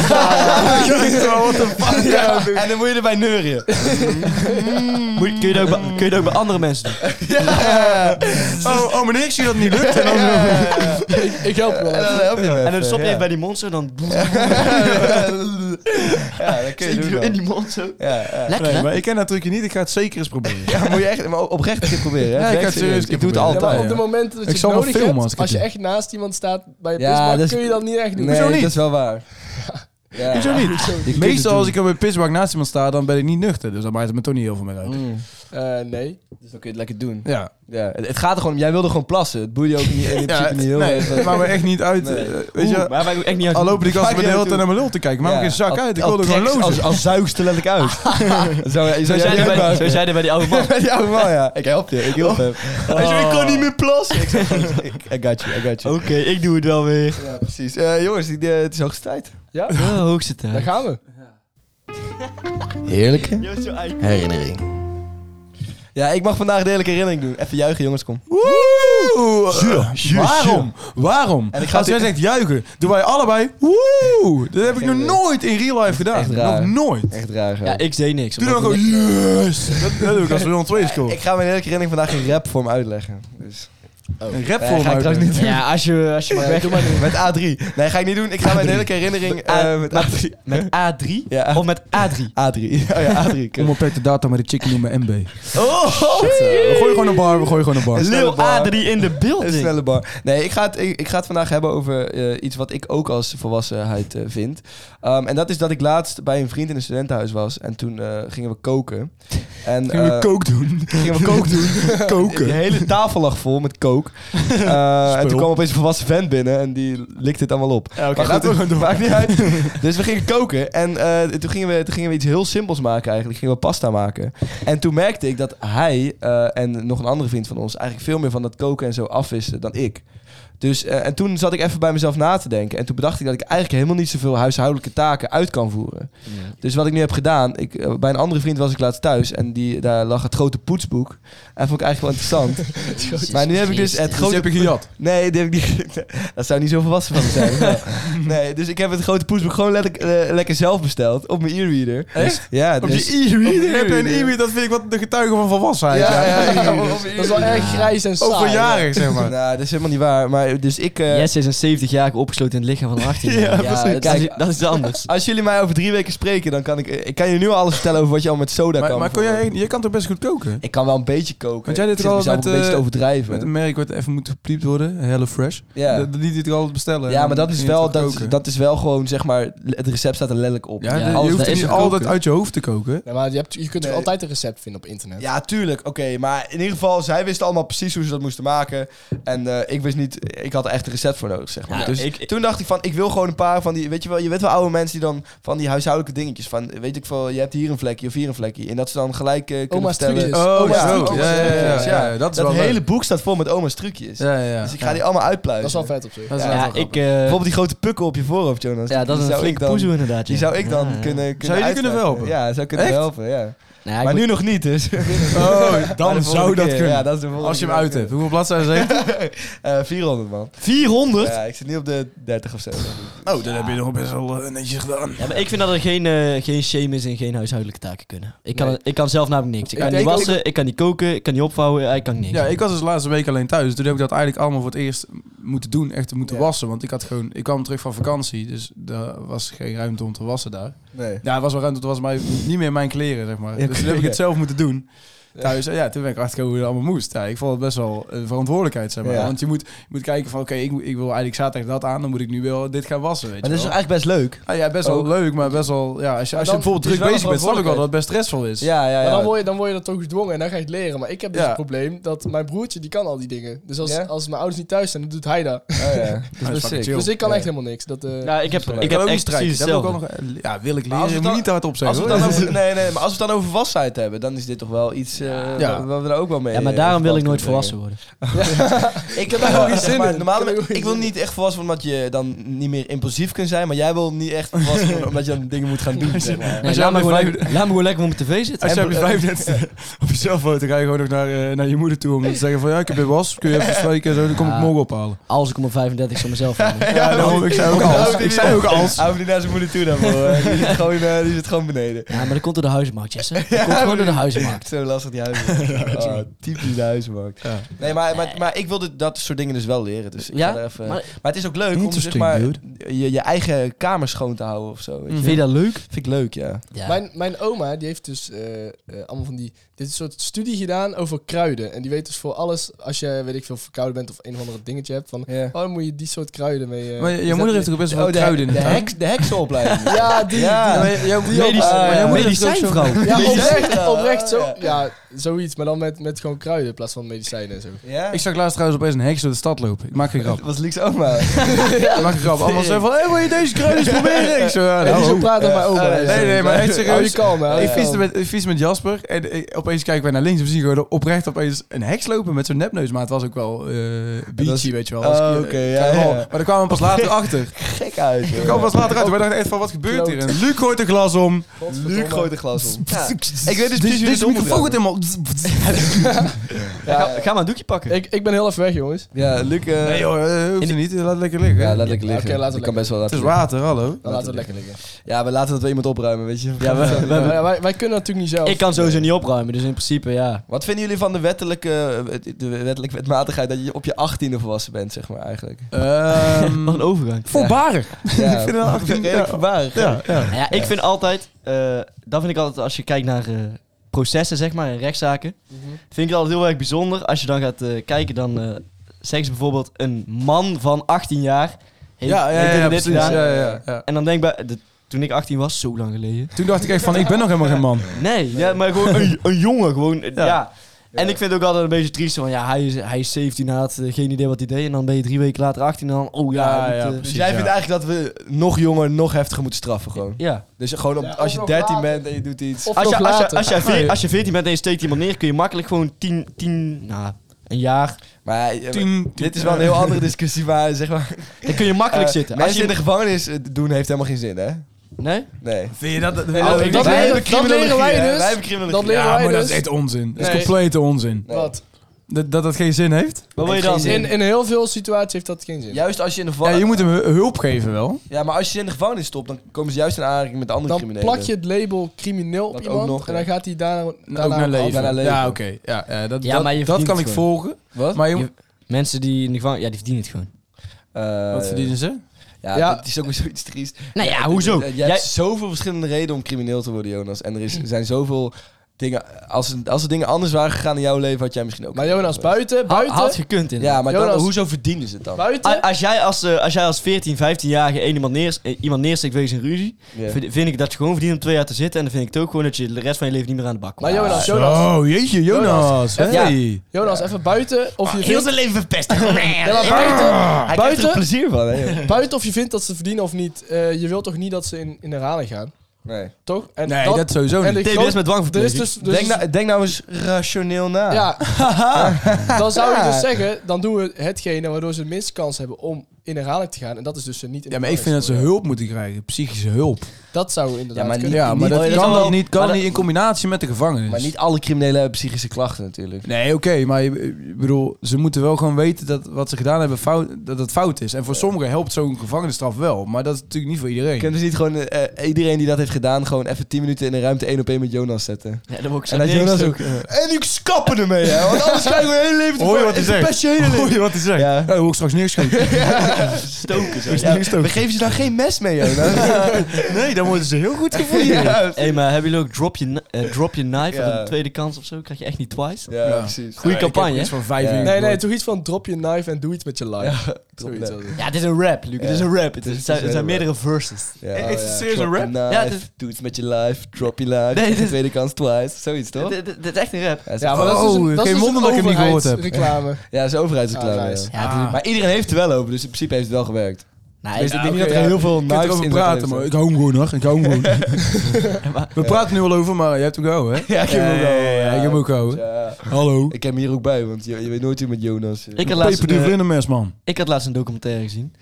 [SPEAKER 2] Ja, en dan moet je erbij neurien.
[SPEAKER 5] Moet- Kun je dat ook
[SPEAKER 2] Mm.
[SPEAKER 5] bij- kun je dat ook bij andere mensen doen?
[SPEAKER 3] Oh, oh meneer, ik zie dat het niet lukt. En dan zo-
[SPEAKER 4] Ik, ik help je wel
[SPEAKER 2] En
[SPEAKER 4] even.
[SPEAKER 2] dan help je hem
[SPEAKER 5] En dan
[SPEAKER 2] even,
[SPEAKER 5] stop je
[SPEAKER 2] ja.
[SPEAKER 5] even bij die mond zo, dan...
[SPEAKER 2] Ja, dat kun je doen
[SPEAKER 5] In
[SPEAKER 2] dan.
[SPEAKER 5] die mond zo.
[SPEAKER 2] Ja, ja.
[SPEAKER 5] Lekker
[SPEAKER 3] Nee,
[SPEAKER 5] hè?
[SPEAKER 3] maar ik ken dat trucje niet, ik ga het zeker eens proberen.
[SPEAKER 2] Ja, moet je echt maar oprecht een keer proberen. hè.
[SPEAKER 3] Ja, ik ga het
[SPEAKER 2] Echt
[SPEAKER 3] serieus een
[SPEAKER 2] Ik
[SPEAKER 3] keer
[SPEAKER 2] doe het
[SPEAKER 3] proberen.
[SPEAKER 4] Ja, maar
[SPEAKER 2] altijd.
[SPEAKER 4] op de momenten dat
[SPEAKER 3] Ik
[SPEAKER 4] je het
[SPEAKER 3] zal wel
[SPEAKER 4] nodig
[SPEAKER 3] filmen
[SPEAKER 4] hebt,
[SPEAKER 3] als ik
[SPEAKER 4] als je
[SPEAKER 3] het
[SPEAKER 4] echt naast iemand staat bij een
[SPEAKER 2] Ja,
[SPEAKER 4] pisbak,
[SPEAKER 2] dat is-
[SPEAKER 4] kun je dat niet echt doen.
[SPEAKER 2] Nee,
[SPEAKER 3] Hoezo niet?
[SPEAKER 2] dat is wel waar. Ja.
[SPEAKER 3] Hoezo niet?
[SPEAKER 4] Zo.
[SPEAKER 2] Je kunt het
[SPEAKER 3] Meestal
[SPEAKER 2] doen.
[SPEAKER 3] als ik op een pisbak naast iemand sta, dan ben ik niet nuchter. Dus dat maakt het me toch niet heel veel meer uit.
[SPEAKER 2] Mm.
[SPEAKER 4] Eh, nee.
[SPEAKER 2] Dus dan kun je het lekker doen.
[SPEAKER 3] Ja,
[SPEAKER 2] Ja. Het, het gaat er gewoon om, jij wilde gewoon plassen. Het boeide je ook niet, in principe
[SPEAKER 3] ja
[SPEAKER 2] niet heel
[SPEAKER 3] nee,
[SPEAKER 2] erg.
[SPEAKER 3] het maakt me echt niet uit.
[SPEAKER 2] Nee.
[SPEAKER 3] eh, Weet je,
[SPEAKER 5] Oeh, Maar wij ook echt niet uit.
[SPEAKER 3] Al lopen die gasten
[SPEAKER 2] Maakt
[SPEAKER 3] met de hele
[SPEAKER 2] niet
[SPEAKER 3] tijd
[SPEAKER 2] uit
[SPEAKER 3] naar mijn lul te kijken. Maar ook
[SPEAKER 2] Ja,
[SPEAKER 3] geen zak
[SPEAKER 2] al-
[SPEAKER 3] uit. Ik
[SPEAKER 2] al
[SPEAKER 3] wilde gewoon
[SPEAKER 2] trekt-
[SPEAKER 3] lozen.
[SPEAKER 2] Als, als zuigst er letterlijk uit. zo,
[SPEAKER 5] Zo zei
[SPEAKER 2] jij
[SPEAKER 5] hij
[SPEAKER 2] ook
[SPEAKER 5] bij-
[SPEAKER 2] wel.
[SPEAKER 5] zo zei hij bij die oude man.
[SPEAKER 2] Ja, die oude man, ja. Ik help je, ik help hem. Hij zei, ik kan niet meer plassen. Ik zeg, I got you, I got you.
[SPEAKER 5] Oké, ik doe het wel weer. Oh,
[SPEAKER 2] Ja, precies. Eh, jongens, die- die- het is hoogste tijd.
[SPEAKER 4] Ja,
[SPEAKER 5] Ja, hoogste
[SPEAKER 4] daar
[SPEAKER 5] tijd.
[SPEAKER 4] gaan we.
[SPEAKER 2] Heerlijke
[SPEAKER 5] Joost, jouw eigen-
[SPEAKER 2] herinnering. Ja, ik mag vandaag de heerlijke herinnering doen. Even juichen, jongens, kom.
[SPEAKER 3] Woe! Waarom? Waarom?
[SPEAKER 2] En ik ga
[SPEAKER 3] Als jij
[SPEAKER 2] dit-
[SPEAKER 3] zegt juichen, doen wij allebei. Woe! Dat heb ik nog nooit in real life gedaan.
[SPEAKER 2] Echt raar.
[SPEAKER 3] Nog nooit.
[SPEAKER 2] Echt raar.
[SPEAKER 5] Ja, ik deed niks.
[SPEAKER 3] Doe
[SPEAKER 5] omdat
[SPEAKER 3] dan
[SPEAKER 5] ik
[SPEAKER 3] gewoon yes! Dat, dat doe ik als we 2 scoren.
[SPEAKER 2] Ik ga mijn heerlijke herinnering vandaag in rapvorm uitleggen. Dus,
[SPEAKER 3] Een rap
[SPEAKER 2] Nee,
[SPEAKER 3] voor
[SPEAKER 2] ga ik
[SPEAKER 3] mij.
[SPEAKER 2] trouwens niet
[SPEAKER 5] niet-
[SPEAKER 2] doen.
[SPEAKER 5] Ja, als je, als je maar weg...
[SPEAKER 2] Met A3. Nee, ga ik niet doen. Ik ga mijn heerlijke herinnering eh, met A3.
[SPEAKER 5] Met A3?
[SPEAKER 2] Ja.
[SPEAKER 5] Of met A3?
[SPEAKER 2] A3. Oh ja, A3.
[SPEAKER 3] Kom op, de data met de chickie noemen MB.
[SPEAKER 2] Oh,
[SPEAKER 3] We gooien gewoon een bar, we gooien gewoon een bar.
[SPEAKER 2] Een snelle
[SPEAKER 5] Lil
[SPEAKER 2] bar.
[SPEAKER 5] A3 in de
[SPEAKER 2] Een
[SPEAKER 5] building.
[SPEAKER 2] snelle bar. Nee, ik ga het, ik, ik ga het vandaag hebben over eh, iets wat ik ook als volwassenheid eh, vind. Ehm, en dat is dat ik laatst bij een vriend in een studentenhuis was. En toen eh, gingen we koken. En,
[SPEAKER 3] Gingen we
[SPEAKER 2] eh,
[SPEAKER 3] kook doen?
[SPEAKER 2] gingen we kook doen. De
[SPEAKER 3] Koken.
[SPEAKER 2] hele tafel lag vol met kook. Eh, en toen kwam opeens een volwassen fan binnen en die likte het allemaal op.
[SPEAKER 3] Ja, oké,
[SPEAKER 2] Maar goed,
[SPEAKER 3] laten we gewoon
[SPEAKER 2] het
[SPEAKER 3] door.
[SPEAKER 2] maakt niet uit. Dus we gingen koken en eh, toen, gingen we, toen gingen we iets heel simpels maken eigenlijk. Gingen we pasta maken. En toen merkte ik dat hij eh, en nog een andere vriend van ons eigenlijk veel meer van dat koken en zo afwisten dan ik. Dus, eh, en toen zat ik even bij mezelf na te denken. En toen bedacht ik dat ik eigenlijk helemaal niet zoveel huishoudelijke taken uit kan voeren. Dus wat ik nu heb gedaan, ik, eh, bij een andere vriend was ik laatst thuis en die, daar lag het grote poetsboek. En vond ik eigenlijk wel interessant. maar nu heb ik dus het grote...
[SPEAKER 3] heb je gejat.
[SPEAKER 2] Nee, die heb ik niet... dat zou niet zo volwassen van me zijn. maar- nee, dus ik heb het grote poetsboek gewoon letterlijk, eh, lekker zelf besteld op mijn e-reader.
[SPEAKER 3] Echt?
[SPEAKER 2] Ja,
[SPEAKER 3] Op
[SPEAKER 2] dus...
[SPEAKER 3] je e-reader heb je een
[SPEAKER 2] e-reader.
[SPEAKER 3] e-reader. Dat vind ik wat de getuige van volwassenheid.
[SPEAKER 2] Ja, ja, ja, ja.
[SPEAKER 3] Over-
[SPEAKER 4] Dat is wel erg grijs en saai.
[SPEAKER 3] Overjarig, zeg maar.
[SPEAKER 2] Nou, dat is helemaal niet waar. Maar dus ik... eh,
[SPEAKER 5] Jesse is een 70 jaar opgesloten in het lichaam van een 18
[SPEAKER 2] Ja,
[SPEAKER 5] jaar.
[SPEAKER 2] precies.
[SPEAKER 5] dat, is, dat is anders.
[SPEAKER 2] Als jullie mij over drie weken spreken, dan kan ik... eh, Ik kan je nu al alles vertellen over wat je al met soda
[SPEAKER 3] Maar,
[SPEAKER 2] kan.
[SPEAKER 3] maar kon jij,
[SPEAKER 2] bijvoorbeeld.
[SPEAKER 3] je kan toch best goed koken?
[SPEAKER 2] Ik kan wel een beetje koken.
[SPEAKER 3] Want jij deed
[SPEAKER 2] Ik
[SPEAKER 3] het
[SPEAKER 2] zit mezelf
[SPEAKER 3] al met,
[SPEAKER 2] een beetje
[SPEAKER 3] eh,
[SPEAKER 2] te overdrijven.
[SPEAKER 3] Met een merk wat even moet gepliept worden. Hello Fresh.
[SPEAKER 2] ja.
[SPEAKER 3] Dat, dat liet je toch altijd bestellen.
[SPEAKER 2] ja, maar dat is, wel, dat,
[SPEAKER 3] eh, koken.
[SPEAKER 2] dat is wel gewoon, zeg maar... Het recept staat er letterlijk op.
[SPEAKER 3] ja,
[SPEAKER 5] Ja,
[SPEAKER 3] je
[SPEAKER 5] alles-
[SPEAKER 3] hoeft
[SPEAKER 5] dat
[SPEAKER 3] het
[SPEAKER 5] is
[SPEAKER 3] niet
[SPEAKER 5] het koken.
[SPEAKER 3] altijd uit je hoofd te koken.
[SPEAKER 4] Ja, maar je, hebt, je kunt
[SPEAKER 2] Nee.
[SPEAKER 4] er altijd een recept vinden op internet.
[SPEAKER 2] Ja, tuurlijk. Oké, maar in ieder geval, zij wisten allemaal precies hoe ze dat moesten maken. En eh, ik wist niet, ik had er echt een recept voor nodig, zeg maar.
[SPEAKER 5] Ja,
[SPEAKER 2] dus
[SPEAKER 5] ik-
[SPEAKER 2] toen dacht ik van, ik wil gewoon een paar van die, weet je wel, je weet wel oude mensen die dan van die huishoudelijke dingetjes van, weet ik veel, je hebt hier een vlekje of hier een vlekje. En dat ze dan gelijk eh, kunnen
[SPEAKER 4] Oma's
[SPEAKER 2] vertellen.
[SPEAKER 4] trucjes.
[SPEAKER 3] Oh,
[SPEAKER 4] Oma's
[SPEAKER 3] zo.
[SPEAKER 4] trucjes.
[SPEAKER 3] Ja, ja, ja,
[SPEAKER 2] Ja,
[SPEAKER 3] ja, ja, Dat
[SPEAKER 2] Dat,
[SPEAKER 3] is wel leuk.
[SPEAKER 2] hele boek staat vol met oma's trucjes.
[SPEAKER 3] Ja, ja, ja.
[SPEAKER 2] Dus ik ga die allemaal
[SPEAKER 4] Dat is
[SPEAKER 2] uitpluizen.
[SPEAKER 4] wel vet op zich.
[SPEAKER 3] Dat is
[SPEAKER 4] Ja.
[SPEAKER 3] wel
[SPEAKER 5] Ja,
[SPEAKER 3] grappig.
[SPEAKER 5] ik... eh,
[SPEAKER 2] Bijvoorbeeld die grote pukkel op je voorhoofd, Jonas.
[SPEAKER 5] ja, dat
[SPEAKER 2] Die
[SPEAKER 5] is een
[SPEAKER 2] zou ik
[SPEAKER 5] flinke
[SPEAKER 2] dan-
[SPEAKER 5] poezoe inderdaad.
[SPEAKER 2] Die
[SPEAKER 5] ja.
[SPEAKER 2] zou ik dan
[SPEAKER 5] Ja, ja.
[SPEAKER 2] kunnen, kunnen
[SPEAKER 3] Zou je die kunnen
[SPEAKER 2] uitpluizen.
[SPEAKER 3] helpen?
[SPEAKER 2] Ja, zou kunnen
[SPEAKER 3] Echt?
[SPEAKER 2] helpen, ja.
[SPEAKER 5] Nou, ik
[SPEAKER 2] maar
[SPEAKER 5] moet-
[SPEAKER 2] nu nog niet, dus.
[SPEAKER 3] Oh,
[SPEAKER 2] Maar de
[SPEAKER 3] dan zou
[SPEAKER 2] volgende
[SPEAKER 3] dat
[SPEAKER 2] keer.
[SPEAKER 3] kunnen.
[SPEAKER 2] Ja, dat is de volgende
[SPEAKER 3] Als je hem
[SPEAKER 2] keer.
[SPEAKER 3] uit hebt. Hoeveel bladzijden zijn het?
[SPEAKER 2] Eh, 400 man.
[SPEAKER 5] 400?
[SPEAKER 2] Ja, ik zit niet op de 30 of zo.
[SPEAKER 3] Oh, dan heb je nog best wel eh, netjes gedaan.
[SPEAKER 5] Ja, maar ik vind dat er geen, eh, geen shame is in geen huishoudelijke taken kunnen. Ik kan, ik kan zelf namelijk niks. Ik
[SPEAKER 4] Ik
[SPEAKER 5] kan niet
[SPEAKER 4] denk ook-
[SPEAKER 5] wassen, ik kan niet koken, ik kan niet opvouwen, eh, ik kan niks.
[SPEAKER 3] Ja, ik was dus laatste week alleen thuis. Toen heb ik dat eigenlijk allemaal voor het eerst moeten doen. Echt moeten
[SPEAKER 2] Ja.
[SPEAKER 3] wassen. Want ik had gewoon... Ik kwam terug van vakantie. Dus er was geen ruimte om te wassen daar.
[SPEAKER 2] Nee.
[SPEAKER 3] Ja, er was wel ruimte. Het was maar niet meer mijn kleren, zeg maar.
[SPEAKER 2] Ja,
[SPEAKER 3] Dus toen heb ik het
[SPEAKER 2] ja.
[SPEAKER 3] zelf moeten doen. Thuis, En ja, toen ben ik achtergekomen hoe het allemaal moest. Ja, ik vond het best wel een verantwoordelijkheid, zeg maar.
[SPEAKER 2] Ja.
[SPEAKER 3] Want je moet, je moet kijken van, oké, ik, moet- ik wil eigenlijk zaterdag dat aan, dan moet ik nu wel dit gaan wassen, weet
[SPEAKER 2] Maar
[SPEAKER 3] je
[SPEAKER 2] dat is
[SPEAKER 3] wel.
[SPEAKER 2] eigenlijk best leuk.
[SPEAKER 3] Ah, ja, best wel
[SPEAKER 2] ook-
[SPEAKER 3] leuk, maar best wel... Ja, als je, als je
[SPEAKER 4] dan-
[SPEAKER 3] bijvoorbeeld
[SPEAKER 2] het is
[SPEAKER 3] druk
[SPEAKER 2] wel
[SPEAKER 3] bezig
[SPEAKER 2] een
[SPEAKER 3] bent, snap ik wel
[SPEAKER 2] verantwoordelijkheid.
[SPEAKER 3] dat het best stressvol is.
[SPEAKER 2] Ja, ja,
[SPEAKER 4] Maar dan
[SPEAKER 2] ja.
[SPEAKER 4] word, je, dan word je dat toch gedwongen en dan ga je het leren. Maar ik heb dus
[SPEAKER 3] Ja.
[SPEAKER 4] het probleem dat mijn broertje, die kan al die dingen. Dus als,
[SPEAKER 2] Ja?
[SPEAKER 4] als mijn ouders niet thuis zijn, dan doet hij dat.
[SPEAKER 2] Oh, ja. Dat is
[SPEAKER 3] Dat
[SPEAKER 2] wel
[SPEAKER 3] is
[SPEAKER 2] sick.
[SPEAKER 3] fucking chill.
[SPEAKER 4] Dus ik kan
[SPEAKER 2] Ja.
[SPEAKER 4] echt helemaal niks. Dat, eh,
[SPEAKER 5] Ja, ik heb, ik
[SPEAKER 3] Ik
[SPEAKER 5] heb
[SPEAKER 3] heb ook
[SPEAKER 5] echt
[SPEAKER 3] niet strijken.
[SPEAKER 5] precies
[SPEAKER 3] Dat wil ik ook
[SPEAKER 5] hetzelfde.
[SPEAKER 3] nog, ja, wil ik
[SPEAKER 2] Maar als
[SPEAKER 3] leren.
[SPEAKER 2] we
[SPEAKER 3] Je
[SPEAKER 2] dan-
[SPEAKER 3] moet niet te hard
[SPEAKER 2] Als we
[SPEAKER 3] opzeggen.
[SPEAKER 2] het dan
[SPEAKER 3] hoor.
[SPEAKER 2] over, nee, nee, maar als we het dan over washeid hebben, dan is dit toch wel iets eh
[SPEAKER 3] Ja.
[SPEAKER 2] waar, waar we er ook wel mee
[SPEAKER 5] Ja, maar
[SPEAKER 2] eh,
[SPEAKER 5] daarom wil ik nooit
[SPEAKER 2] verband
[SPEAKER 5] volwassen
[SPEAKER 2] kunnen
[SPEAKER 5] worden.
[SPEAKER 2] brengen. Ik heb daar ook geen zin in. Normaal,
[SPEAKER 4] Ik heb er ook
[SPEAKER 2] ik,
[SPEAKER 4] geen
[SPEAKER 2] wil
[SPEAKER 4] zin in.
[SPEAKER 2] niet echt volwassen worden omdat je dan niet meer impulsief kunt zijn. Maar jij wil niet echt volwassen worden omdat je dan dingen moet gaan doen, zeg maar.
[SPEAKER 5] Nee,
[SPEAKER 3] jij
[SPEAKER 5] laat, me
[SPEAKER 3] met
[SPEAKER 5] gewoon
[SPEAKER 3] vijf-
[SPEAKER 5] lekker, laat me gewoon lekker op mijn tv zitten.
[SPEAKER 3] Als je
[SPEAKER 2] En
[SPEAKER 3] op je
[SPEAKER 2] be-
[SPEAKER 3] vijf net op jezelf foto, ga je gewoon nog naar, eh, naar je moeder toe om te zeggen van ja, ik heb dit was, kun je even strijken en zo, dan kom ik
[SPEAKER 5] Ja.
[SPEAKER 3] morgen ophalen.
[SPEAKER 5] Als ik om mijn 35 van mezelf ben.
[SPEAKER 3] Ja, daarom, ik zei ook als. Ik zei ook als.
[SPEAKER 2] Hou hem niet naar zijn moeder toe daarvoor. hè. Die zit gewoon, eh, die zit gewoon beneden.
[SPEAKER 5] Ja, maar dat komt door de huizenmarkt, Jesse. Dat komt gewoon door de huizenmarkt.
[SPEAKER 2] Zo lastig die huizenmarkt. Ah, typisch de huizenmarkt.
[SPEAKER 3] Ja.
[SPEAKER 2] Nee, maar, maar, maar ik wilde dat soort dingen dus wel leren. Dus ik
[SPEAKER 5] Ja?
[SPEAKER 2] ga er even...
[SPEAKER 5] Maar-
[SPEAKER 2] Maar, het is ook leuk om dus, zeg
[SPEAKER 3] Interesting,
[SPEAKER 2] maar,
[SPEAKER 3] dude.
[SPEAKER 2] je, je eigen kamer schoon te houden of zo. Weet je?
[SPEAKER 5] Vind je dat leuk?
[SPEAKER 2] Vind ik leuk, ja.
[SPEAKER 5] Ja.
[SPEAKER 4] Mijn, mijn oma die heeft dus eh, eh, allemaal van die dit soort studie gedaan over kruiden. En die weet dus voor alles, als je weet ik veel verkouden bent of een of ander dingetje hebt, van
[SPEAKER 2] ja.
[SPEAKER 4] oh dan moet je die soort kruiden mee. eh.
[SPEAKER 3] Maar je, je moeder heeft ook best wel kruiden in
[SPEAKER 2] de,
[SPEAKER 3] Oh, de tuin.
[SPEAKER 2] heks, de heksenopleiding.
[SPEAKER 4] ja, die.
[SPEAKER 2] ja.
[SPEAKER 3] Maar je- jouw-
[SPEAKER 2] Die
[SPEAKER 3] jouw-
[SPEAKER 2] medisch-
[SPEAKER 3] eh,
[SPEAKER 2] maar
[SPEAKER 3] jouw
[SPEAKER 2] ja,
[SPEAKER 3] moeder heeft ook zo'n-
[SPEAKER 5] medicijnvrouw.
[SPEAKER 4] Ja,
[SPEAKER 2] Die zegt
[SPEAKER 4] oprecht,
[SPEAKER 2] dat.
[SPEAKER 4] oprecht zo,
[SPEAKER 2] Ja.
[SPEAKER 4] ja, zoiets, maar dan met, met gewoon kruiden in plaats van medicijnen en zo.
[SPEAKER 2] ja.
[SPEAKER 3] Ik zag laatst trouwens opeens een heks door de stad lopen. Ik maak geen grap.
[SPEAKER 2] Dat was Lieks oma.
[SPEAKER 3] Ik maak een grap. Allemaal zo van, hé, wil je deze kruiden eens proberen? Ik zo, ja,
[SPEAKER 4] En die zo
[SPEAKER 3] nou,
[SPEAKER 4] praat aan mijn oma.
[SPEAKER 2] eh,
[SPEAKER 3] Nee, nee, maar echt serieus.
[SPEAKER 4] Hou je kalm, hè.
[SPEAKER 3] Ik fietste met, ik fietste met Jasper en ik- opeens kijken wij naar links en we zien gewoon oprecht opeens een heks lopen met zo'n nepneus. Maar het was ook wel eh
[SPEAKER 2] was-
[SPEAKER 3] beachy, weet je wel.
[SPEAKER 2] Oh,
[SPEAKER 3] Als ik-
[SPEAKER 2] oké, ja,
[SPEAKER 3] eh,
[SPEAKER 2] ja.
[SPEAKER 3] Maar daar kwamen we pas later achter.
[SPEAKER 2] Gek uit.
[SPEAKER 3] We kwamen pas later achter. Wij dachten echt van, wat gebeurt hier? En Luc gooit een glas om.
[SPEAKER 2] Luc gooit een glas om. Ja. Ik weet dus
[SPEAKER 3] Deze-
[SPEAKER 2] precies hoe dit
[SPEAKER 3] Deze
[SPEAKER 2] om moet
[SPEAKER 3] microfoon
[SPEAKER 2] gaan.
[SPEAKER 3] gaat helemaal...
[SPEAKER 5] Ga, ga maar een doekje pakken.
[SPEAKER 4] Ik, ik ben heel even weg, jongens.
[SPEAKER 2] Ja, Luc... eh,
[SPEAKER 3] Nee joh, eh, hoeft je niet. Laat het lekker liggen.
[SPEAKER 2] Ja, laat ik
[SPEAKER 4] Ja,
[SPEAKER 2] liggen.
[SPEAKER 4] oké, laat
[SPEAKER 2] ik
[SPEAKER 4] het lekker.
[SPEAKER 2] kan best wel
[SPEAKER 3] Het
[SPEAKER 2] laten
[SPEAKER 3] is water, hallo.
[SPEAKER 4] Dan laten we het lekker liggen.
[SPEAKER 2] Ja, we laten dat we iemand opruimen, weet je.
[SPEAKER 5] Ja, we- we hebben-
[SPEAKER 4] Ja, wij, wij kunnen natuurlijk niet zelf.
[SPEAKER 5] ik kan sowieso niet opruimen, dus in principe ja.
[SPEAKER 2] Wat vinden jullie van de wettelijke, de wettelijke wetmatigheid dat je op je 18e volwassen bent, zeg maar eigenlijk?
[SPEAKER 5] Wat een overgang.
[SPEAKER 3] Voorbarig.
[SPEAKER 2] Ja,
[SPEAKER 3] Ik vind het wel-
[SPEAKER 2] redelijk
[SPEAKER 3] ja.
[SPEAKER 2] verbarig.
[SPEAKER 3] Ja, ja.
[SPEAKER 5] Nou ja, ik vind altijd, eh, dat vind ik altijd als je kijkt naar eh, processen, zeg maar, en rechtszaken,
[SPEAKER 4] Mhm.
[SPEAKER 5] vind ik het altijd heel erg bijzonder. Als je dan gaat eh, kijken, dan eh zeggen ze bijvoorbeeld een man van 18 jaar heeft,
[SPEAKER 3] Ja, ja,
[SPEAKER 5] heeft dit
[SPEAKER 3] ja,
[SPEAKER 5] en dit
[SPEAKER 3] precies.
[SPEAKER 5] gedaan.
[SPEAKER 3] Ja, ja, ja.
[SPEAKER 5] En dan denk ik, bij, de- toen ik 18 was, zo lang geleden.
[SPEAKER 3] Toen dacht ik echt van, ik ben nog helemaal geen man.
[SPEAKER 5] Nee, Ja, maar gewoon een, een jongen, gewoon, eh,
[SPEAKER 3] Ja.
[SPEAKER 5] ja. En ik vind het ook altijd een beetje triest, van ja, hij is, hij is 17, hij had eh, geen idee wat hij deed. En dan ben je drie weken later 18 en dan, oh ja,
[SPEAKER 3] Ja,
[SPEAKER 5] hij moet,
[SPEAKER 3] ja,
[SPEAKER 5] eh,
[SPEAKER 3] precies.
[SPEAKER 2] Dus jij vindt
[SPEAKER 3] ja.
[SPEAKER 2] eigenlijk dat we nog jonger, nog heftiger moeten straffen gewoon?
[SPEAKER 5] ja.
[SPEAKER 2] Dus gewoon op,
[SPEAKER 4] Ja,
[SPEAKER 2] als
[SPEAKER 4] of
[SPEAKER 2] je
[SPEAKER 4] nog
[SPEAKER 2] 13
[SPEAKER 4] later.
[SPEAKER 2] bent en je doet iets...
[SPEAKER 4] Of
[SPEAKER 5] Als je,
[SPEAKER 4] nog
[SPEAKER 5] als, je,
[SPEAKER 4] later.
[SPEAKER 5] als, je veer- als je 14 bent en je steekt iemand neer, kun je makkelijk gewoon 10, 10 nou, Een jaar.
[SPEAKER 2] Maar eh,
[SPEAKER 3] Tien, tien.
[SPEAKER 2] dit is wel een heel andere discussie, maar zeg maar...
[SPEAKER 5] Dan kun je makkelijk
[SPEAKER 2] eh,
[SPEAKER 5] zitten. Als
[SPEAKER 2] Mensen
[SPEAKER 5] je...
[SPEAKER 2] in de gevangenis eh, doen heeft helemaal geen zin, hè?
[SPEAKER 5] Nee?
[SPEAKER 2] Nee.
[SPEAKER 3] Vind je dat? dat-
[SPEAKER 4] dat-
[SPEAKER 3] ik-
[SPEAKER 4] dat-
[SPEAKER 3] ja,
[SPEAKER 2] Wij hebben
[SPEAKER 4] leren- dat leren wij
[SPEAKER 2] criminologie, hè?
[SPEAKER 4] dus.
[SPEAKER 2] Wij hebben criminologie.
[SPEAKER 4] Dat leren wij
[SPEAKER 3] maar dat
[SPEAKER 4] dus.
[SPEAKER 3] is echt onzin. Dat is
[SPEAKER 4] Nee.
[SPEAKER 3] complete onzin.
[SPEAKER 2] Nee.
[SPEAKER 4] Wat?
[SPEAKER 3] Dat, dat dat geen zin heeft?
[SPEAKER 5] Wat wil je
[SPEAKER 2] Geen
[SPEAKER 5] dan?
[SPEAKER 2] zin.
[SPEAKER 4] In, in heel veel situaties heeft dat geen zin.
[SPEAKER 2] Juist als je in de
[SPEAKER 3] Ja,
[SPEAKER 2] gevangenis...
[SPEAKER 3] je
[SPEAKER 2] Ja,
[SPEAKER 3] moet hem hu- hulp geven wel.
[SPEAKER 2] maar als je in de gevangenis stopt, dan komen ze juist in aanraking met de andere
[SPEAKER 4] Dan
[SPEAKER 2] criminelen.
[SPEAKER 4] plak je het label crimineel op
[SPEAKER 2] Dat ook
[SPEAKER 4] iemand
[SPEAKER 2] nog,
[SPEAKER 4] en dan
[SPEAKER 2] ja.
[SPEAKER 4] gaat hij daarna, daarna
[SPEAKER 3] Ook naar
[SPEAKER 4] op
[SPEAKER 3] leven.
[SPEAKER 4] af.
[SPEAKER 2] naar leven.
[SPEAKER 3] Ja, oké. Ja, ja, dat,
[SPEAKER 5] Ja,
[SPEAKER 3] dat,
[SPEAKER 5] maar je
[SPEAKER 3] dat kan
[SPEAKER 5] verdient
[SPEAKER 3] ik
[SPEAKER 5] het
[SPEAKER 3] volgen.
[SPEAKER 2] Wat?
[SPEAKER 3] Maar je,
[SPEAKER 5] Je- Mensen die in de gevangenis... Ja, die verdienen het gewoon.
[SPEAKER 2] Eh,
[SPEAKER 3] wat verdienen ze?
[SPEAKER 2] Ja,
[SPEAKER 4] Ja.
[SPEAKER 2] dat is ook weer zoiets triest.
[SPEAKER 5] Nou ja, hoezo?
[SPEAKER 2] Eh, Jij,
[SPEAKER 5] Jij-
[SPEAKER 2] hebt zoveel verschillende redenen om crimineel te worden, Jonas. En er is, zijn zoveel dingen... Als, als er dingen anders waren gegaan in jouw leven, had jij misschien ook...
[SPEAKER 4] Maar Jonas,
[SPEAKER 2] crimineel
[SPEAKER 4] buiten,
[SPEAKER 5] Ha-
[SPEAKER 4] buiten,
[SPEAKER 5] Had gekund in.
[SPEAKER 2] Ja, maar dan,
[SPEAKER 4] Jonas-
[SPEAKER 2] hoezo verdienen ze het dan?
[SPEAKER 4] buiten.
[SPEAKER 5] A- Als jij als, eh, als, jij als 14, 15-jarige een iemand, neers, eh, iemand neersteekt wegens een ruzie,
[SPEAKER 2] Ja.
[SPEAKER 5] vind, vind ik dat je gewoon verdient om twee jaar te zitten. En dan vind ik het ook gewoon dat je de rest van je leven niet meer aan de bak komt.
[SPEAKER 4] maar Jonas, Jonas,
[SPEAKER 3] Oh, jeetje, Jonas. Hey.
[SPEAKER 4] Jonas, even buiten of
[SPEAKER 5] Ah,
[SPEAKER 4] je vindt...
[SPEAKER 5] leven verpesten.
[SPEAKER 4] Ja, maar buiten,
[SPEAKER 2] Hij krijgt er
[SPEAKER 4] buiten,
[SPEAKER 2] plezier van, hè?
[SPEAKER 4] buiten of je vindt dat ze verdienen of niet. eh, je wilt toch niet dat ze in, in de raden gaan,
[SPEAKER 2] Nee.
[SPEAKER 4] toch? En
[SPEAKER 3] Nee, dat, sowieso
[SPEAKER 4] en
[SPEAKER 3] niet.
[SPEAKER 4] de
[SPEAKER 5] TBS
[SPEAKER 4] groot-
[SPEAKER 5] met
[SPEAKER 4] Er is
[SPEAKER 5] dwangverpleging.
[SPEAKER 4] dus, dus
[SPEAKER 2] denk, nou, denk nou eens rationeel na.
[SPEAKER 4] Ja, dan zou ik dus zeggen, dan doen we hetgene waardoor ze de minste kans hebben om in herhaling te gaan. En dat is dus ze niet in
[SPEAKER 3] Ja, maar ik vind dat ze
[SPEAKER 4] herhaling
[SPEAKER 3] hulp moeten krijgen. Psychische hulp.
[SPEAKER 4] gaan. Dat zou inderdaad
[SPEAKER 2] Ja, maar
[SPEAKER 4] kunnen.
[SPEAKER 3] Ja, maar
[SPEAKER 2] niet-
[SPEAKER 3] dat
[SPEAKER 2] dat
[SPEAKER 3] kan
[SPEAKER 2] wel-
[SPEAKER 3] dat niet, kan
[SPEAKER 2] maar dat-
[SPEAKER 3] niet in combinatie met de gevangenis.
[SPEAKER 2] Maar niet alle criminelen hebben psychische klachten natuurlijk.
[SPEAKER 3] Nee, oké, maar je- ik bedoel, ze moeten wel gewoon weten dat wat ze gedaan hebben fout, dat het fout is. En voor sommigen helpt zo'n gevangenisstraf wel, maar dat is natuurlijk niet voor iedereen.
[SPEAKER 2] Kunnen ze niet gewoon eh, iedereen die dat heeft gedaan, gewoon even 10 minuten in een ruimte één op één met Jonas zetten?
[SPEAKER 5] Ja, dat word ik zo
[SPEAKER 2] En dat
[SPEAKER 5] nergens
[SPEAKER 2] Jonas
[SPEAKER 5] toe.
[SPEAKER 2] ook. eh, en ik skappen ermee, hè? Want anders krijg ik mijn hele leven te
[SPEAKER 3] Hoor je
[SPEAKER 2] ver-
[SPEAKER 3] wat hij
[SPEAKER 2] ik
[SPEAKER 3] zegt?
[SPEAKER 2] verpest je hele leven.
[SPEAKER 3] je wat te zeggen?
[SPEAKER 2] Ja.
[SPEAKER 3] Ja, dan hoor ik straks neergeschoten.
[SPEAKER 5] Stoken zo.
[SPEAKER 2] Ja, we geven ze daar geen mes mee, Jonas.
[SPEAKER 3] nee, dan worden ze heel goed gevoeld.
[SPEAKER 2] ja,
[SPEAKER 5] Hé, maar hebben jullie ook drop je, kn- eh, drop je knife
[SPEAKER 2] Ja.
[SPEAKER 5] op een tweede kans of zo? Krijg je echt niet twice?
[SPEAKER 2] ja,
[SPEAKER 3] Ja.
[SPEAKER 2] precies.
[SPEAKER 5] Goeie campagne, hè?
[SPEAKER 3] Iets van vijf
[SPEAKER 2] Ja.
[SPEAKER 3] uur.
[SPEAKER 4] Nee, nee, toch iets van drop je knife en doe iets met je life. Zoiets
[SPEAKER 2] Zoiets
[SPEAKER 4] was het.
[SPEAKER 5] Ja, dit is een rap, Luc. Dit is een rap. Het, is- het zijn, het zijn meerdere verses.
[SPEAKER 2] Ja,
[SPEAKER 3] Is het
[SPEAKER 2] ja.
[SPEAKER 3] serieus
[SPEAKER 2] Drop
[SPEAKER 3] een rap?
[SPEAKER 2] your knife,
[SPEAKER 5] Ja, het
[SPEAKER 4] dus-
[SPEAKER 5] is-
[SPEAKER 2] Doe iets met je life, drop je life.
[SPEAKER 5] Nee,
[SPEAKER 2] Nee,
[SPEAKER 5] dit
[SPEAKER 2] de
[SPEAKER 5] is-
[SPEAKER 2] tweede kans twice. Zoiets, toch?
[SPEAKER 5] Dit, dit- dit is echt een rap.
[SPEAKER 2] Ja,
[SPEAKER 4] Dus- Ja,
[SPEAKER 2] maar
[SPEAKER 4] maar dat is dus
[SPEAKER 3] Oh,
[SPEAKER 4] een, dat
[SPEAKER 3] geen
[SPEAKER 4] is dus
[SPEAKER 3] wonder
[SPEAKER 4] een
[SPEAKER 3] dat ik het niet gehoord heb.
[SPEAKER 4] overheidsreclame.
[SPEAKER 2] ja, zijn overheid is
[SPEAKER 4] Ah,
[SPEAKER 2] klaar.
[SPEAKER 4] nice.
[SPEAKER 5] Ja, dit-
[SPEAKER 2] Maar iedereen heeft er wel over, dus in principe heeft het wel gewerkt.
[SPEAKER 5] nou,
[SPEAKER 2] Dus
[SPEAKER 5] ja,
[SPEAKER 2] ik denk
[SPEAKER 4] Ah, oké,
[SPEAKER 2] niet dat er
[SPEAKER 4] ja.
[SPEAKER 2] heel veel
[SPEAKER 3] Ik kan
[SPEAKER 2] knives
[SPEAKER 3] erover
[SPEAKER 2] in
[SPEAKER 3] praten, maar ik hou hem gewoon nog. Ik hou hem gewoon. We praten nu al over, maar jij hebt hem gehouden, hè?
[SPEAKER 2] Ja, ik heb hem ook
[SPEAKER 3] Ja, ja, ja, ik heb hem ook gehouden.
[SPEAKER 2] Ja.
[SPEAKER 3] Hallo.
[SPEAKER 2] Ik heb hem hier ook bij, want je, je weet nooit hoe met Jonas. eh.
[SPEAKER 5] Ik had laatst een,
[SPEAKER 3] Peperduur
[SPEAKER 5] eh,
[SPEAKER 3] in een mes, man.
[SPEAKER 5] ik had laatst een documentaire gezien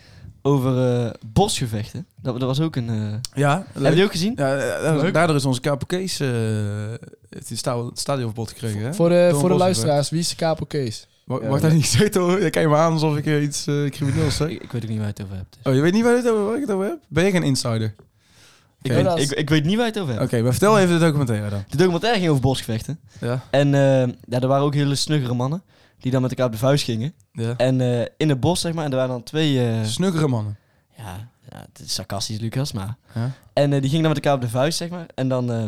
[SPEAKER 5] over eh, bosgevechten. Dat, dat was ook een... eh Hebben
[SPEAKER 3] Ja,
[SPEAKER 5] jullie ook gezien?
[SPEAKER 3] Ja, eh, daardoor is onze KPK's eh het sta- het stadionverbod gekregen. Hè?
[SPEAKER 4] Voor de,
[SPEAKER 3] Don
[SPEAKER 4] voor de
[SPEAKER 3] Bosco.
[SPEAKER 4] luisteraars, wie is de Capo Kees?
[SPEAKER 3] Wa-
[SPEAKER 2] Ja.
[SPEAKER 3] Mag dat niet gezegd hoor? Je kijkt me aan alsof ik eh, iets eh, crimineels zeg.
[SPEAKER 5] Ik, ik weet ook niet waar je het over hebt.
[SPEAKER 3] Oh, je weet niet waar, dit over, waar ik het over heb? Ben je geen insider?
[SPEAKER 5] Ik,
[SPEAKER 3] Oké.
[SPEAKER 4] weet-
[SPEAKER 5] ik, ik weet niet waar je het over hebt.
[SPEAKER 3] Oké, maar vertel even de documentaire dan.
[SPEAKER 5] De documentaire ging over bosgevechten.
[SPEAKER 3] Ja.
[SPEAKER 5] En eh ja, er waren ook hele snuggere mannen die dan met elkaar op de vuist gingen.
[SPEAKER 3] ja.
[SPEAKER 5] En eh, in het bos, zeg maar, en er waren dan twee... eh,
[SPEAKER 3] Snuggere mannen.
[SPEAKER 5] ja, ja, het is sarcastisch, Lucas, maar...
[SPEAKER 3] Ja.
[SPEAKER 5] En eh, die gingen dan met elkaar op de vuist, zeg maar. En dan eh,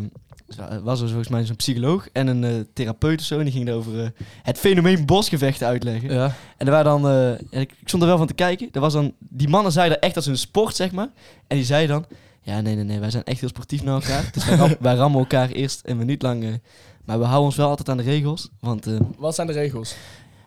[SPEAKER 5] was er volgens mij zo'n psycholoog en een eh, therapeut of zo. En die gingen over eh, het fenomeen bosgevechten uitleggen.
[SPEAKER 3] Ja.
[SPEAKER 5] En er waren dan, eh, ja, ik, ik stond er wel van te kijken. Er was dan, die mannen zeiden echt als hun sport, zeg maar. En die zeiden dan, ja, nee, nee, nee, wij zijn echt heel sportief naar elkaar. dus wij, ram- wij rammen elkaar eerst een minuut lang. eh, maar we houden ons wel altijd aan de regels. Want eh,
[SPEAKER 4] Wat zijn de regels?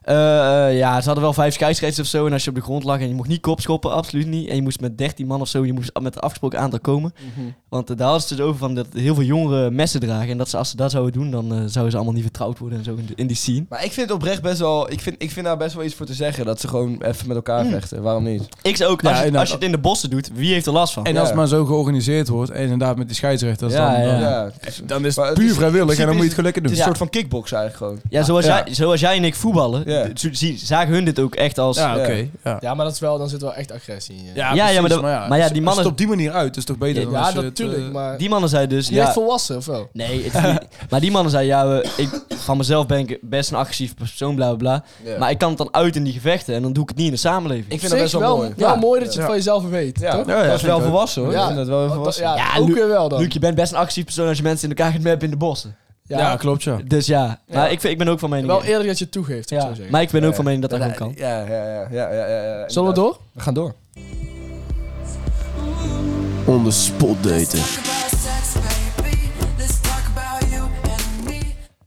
[SPEAKER 5] eh, eh, ja, ze hadden wel vijf scheidsrechts of zo. En als je op de grond lag en je mocht niet kopschoppen, absoluut niet. En je moest met 13 man of zo, je moest met een afgesproken aantal komen.
[SPEAKER 3] Mhm.
[SPEAKER 5] Want eh, daar hadden ze het dus over van dat heel veel jongeren messen dragen. En dat ze, als ze dat zouden doen, dan eh, zouden ze allemaal niet vertrouwd worden en zo in, de- in die scene.
[SPEAKER 2] Maar ik vind het oprecht best wel. Ik vind, ik vind daar best wel iets voor te zeggen. Dat ze gewoon even met elkaar
[SPEAKER 4] Mm.
[SPEAKER 2] vechten. Waarom niet?
[SPEAKER 5] Ik zei ook,
[SPEAKER 3] Ja,
[SPEAKER 5] als, je,
[SPEAKER 3] en dan-
[SPEAKER 5] als je het in de bossen doet, wie heeft er last van?
[SPEAKER 3] En
[SPEAKER 2] Ja.
[SPEAKER 3] als het maar zo georganiseerd wordt, en inderdaad met die scheidsrechter,
[SPEAKER 5] Ja,
[SPEAKER 3] dan,
[SPEAKER 5] ja.
[SPEAKER 3] dan,
[SPEAKER 2] Dus-
[SPEAKER 3] dan is het puur vrijwillig en dan moet je het gewoon lekker
[SPEAKER 2] Het is
[SPEAKER 3] doen.
[SPEAKER 5] Ja.
[SPEAKER 2] een soort van kickbox eigenlijk gewoon.
[SPEAKER 5] Ja, zoals,
[SPEAKER 3] Ja.
[SPEAKER 5] Jij, zoals jij en ik voetballen,
[SPEAKER 2] Ja.
[SPEAKER 5] d- zo- zie- zagen hun dit ook echt als...
[SPEAKER 3] Ja,
[SPEAKER 5] Ja,
[SPEAKER 3] oké.
[SPEAKER 2] Ja.
[SPEAKER 3] Ja.
[SPEAKER 4] Ja, maar dat is wel, dan zit wel echt agressie in je.
[SPEAKER 5] ja, maar, dat- maar ja, die
[SPEAKER 3] als het
[SPEAKER 5] mannen,
[SPEAKER 3] op die manier uit, is toch beter
[SPEAKER 5] Ja,
[SPEAKER 3] dan
[SPEAKER 4] Ja,
[SPEAKER 3] als je het,
[SPEAKER 4] natuurlijk,
[SPEAKER 3] eh,
[SPEAKER 4] maar...
[SPEAKER 5] die mannen zeiden dus...
[SPEAKER 4] Je bent
[SPEAKER 5] Ja,
[SPEAKER 4] volwassen, of wel?
[SPEAKER 5] nee, het is niet- maar die mannen zeiden, ja, we- ik, van mezelf ben ik best een agressief persoon, bla bla bla. Maar ik kan het dan uit in die gevechten en dan doe ik het niet in de samenleving.
[SPEAKER 2] Ik vind
[SPEAKER 4] Op
[SPEAKER 2] dat
[SPEAKER 4] zich
[SPEAKER 2] best wel, mooi.
[SPEAKER 4] Wel
[SPEAKER 5] Ja.
[SPEAKER 4] mooi dat je het
[SPEAKER 3] Ja.
[SPEAKER 4] van jezelf weet,
[SPEAKER 2] Ja,
[SPEAKER 4] toch?
[SPEAKER 3] ja,
[SPEAKER 2] dat is
[SPEAKER 3] vind
[SPEAKER 2] wel
[SPEAKER 3] ik ook.
[SPEAKER 2] volwassen hoor.
[SPEAKER 4] Ja.
[SPEAKER 2] Ik vind dat wel even
[SPEAKER 4] Want,
[SPEAKER 2] volwassen.
[SPEAKER 4] Ja,
[SPEAKER 5] Ja,
[SPEAKER 4] ook
[SPEAKER 5] Luc-
[SPEAKER 4] weer wel dan.
[SPEAKER 5] Luc, je bent best een agressief persoon als je mensen in elkaar gaat meppen in de bossen.
[SPEAKER 3] ja. klopt ja.
[SPEAKER 5] Dus ja, maar ik, vind- ik ben ook van mening...
[SPEAKER 4] Wel eerlijk dat je het toegeeft, zou ik
[SPEAKER 5] ja,
[SPEAKER 4] zo zeggen.
[SPEAKER 5] maar ik ben ook van mening dat dat gewoon kan.
[SPEAKER 2] Ja, ja, ja. ja, ja, ja, ja,
[SPEAKER 4] Zullen we door?
[SPEAKER 2] We gaan door.
[SPEAKER 6] On the spot daten.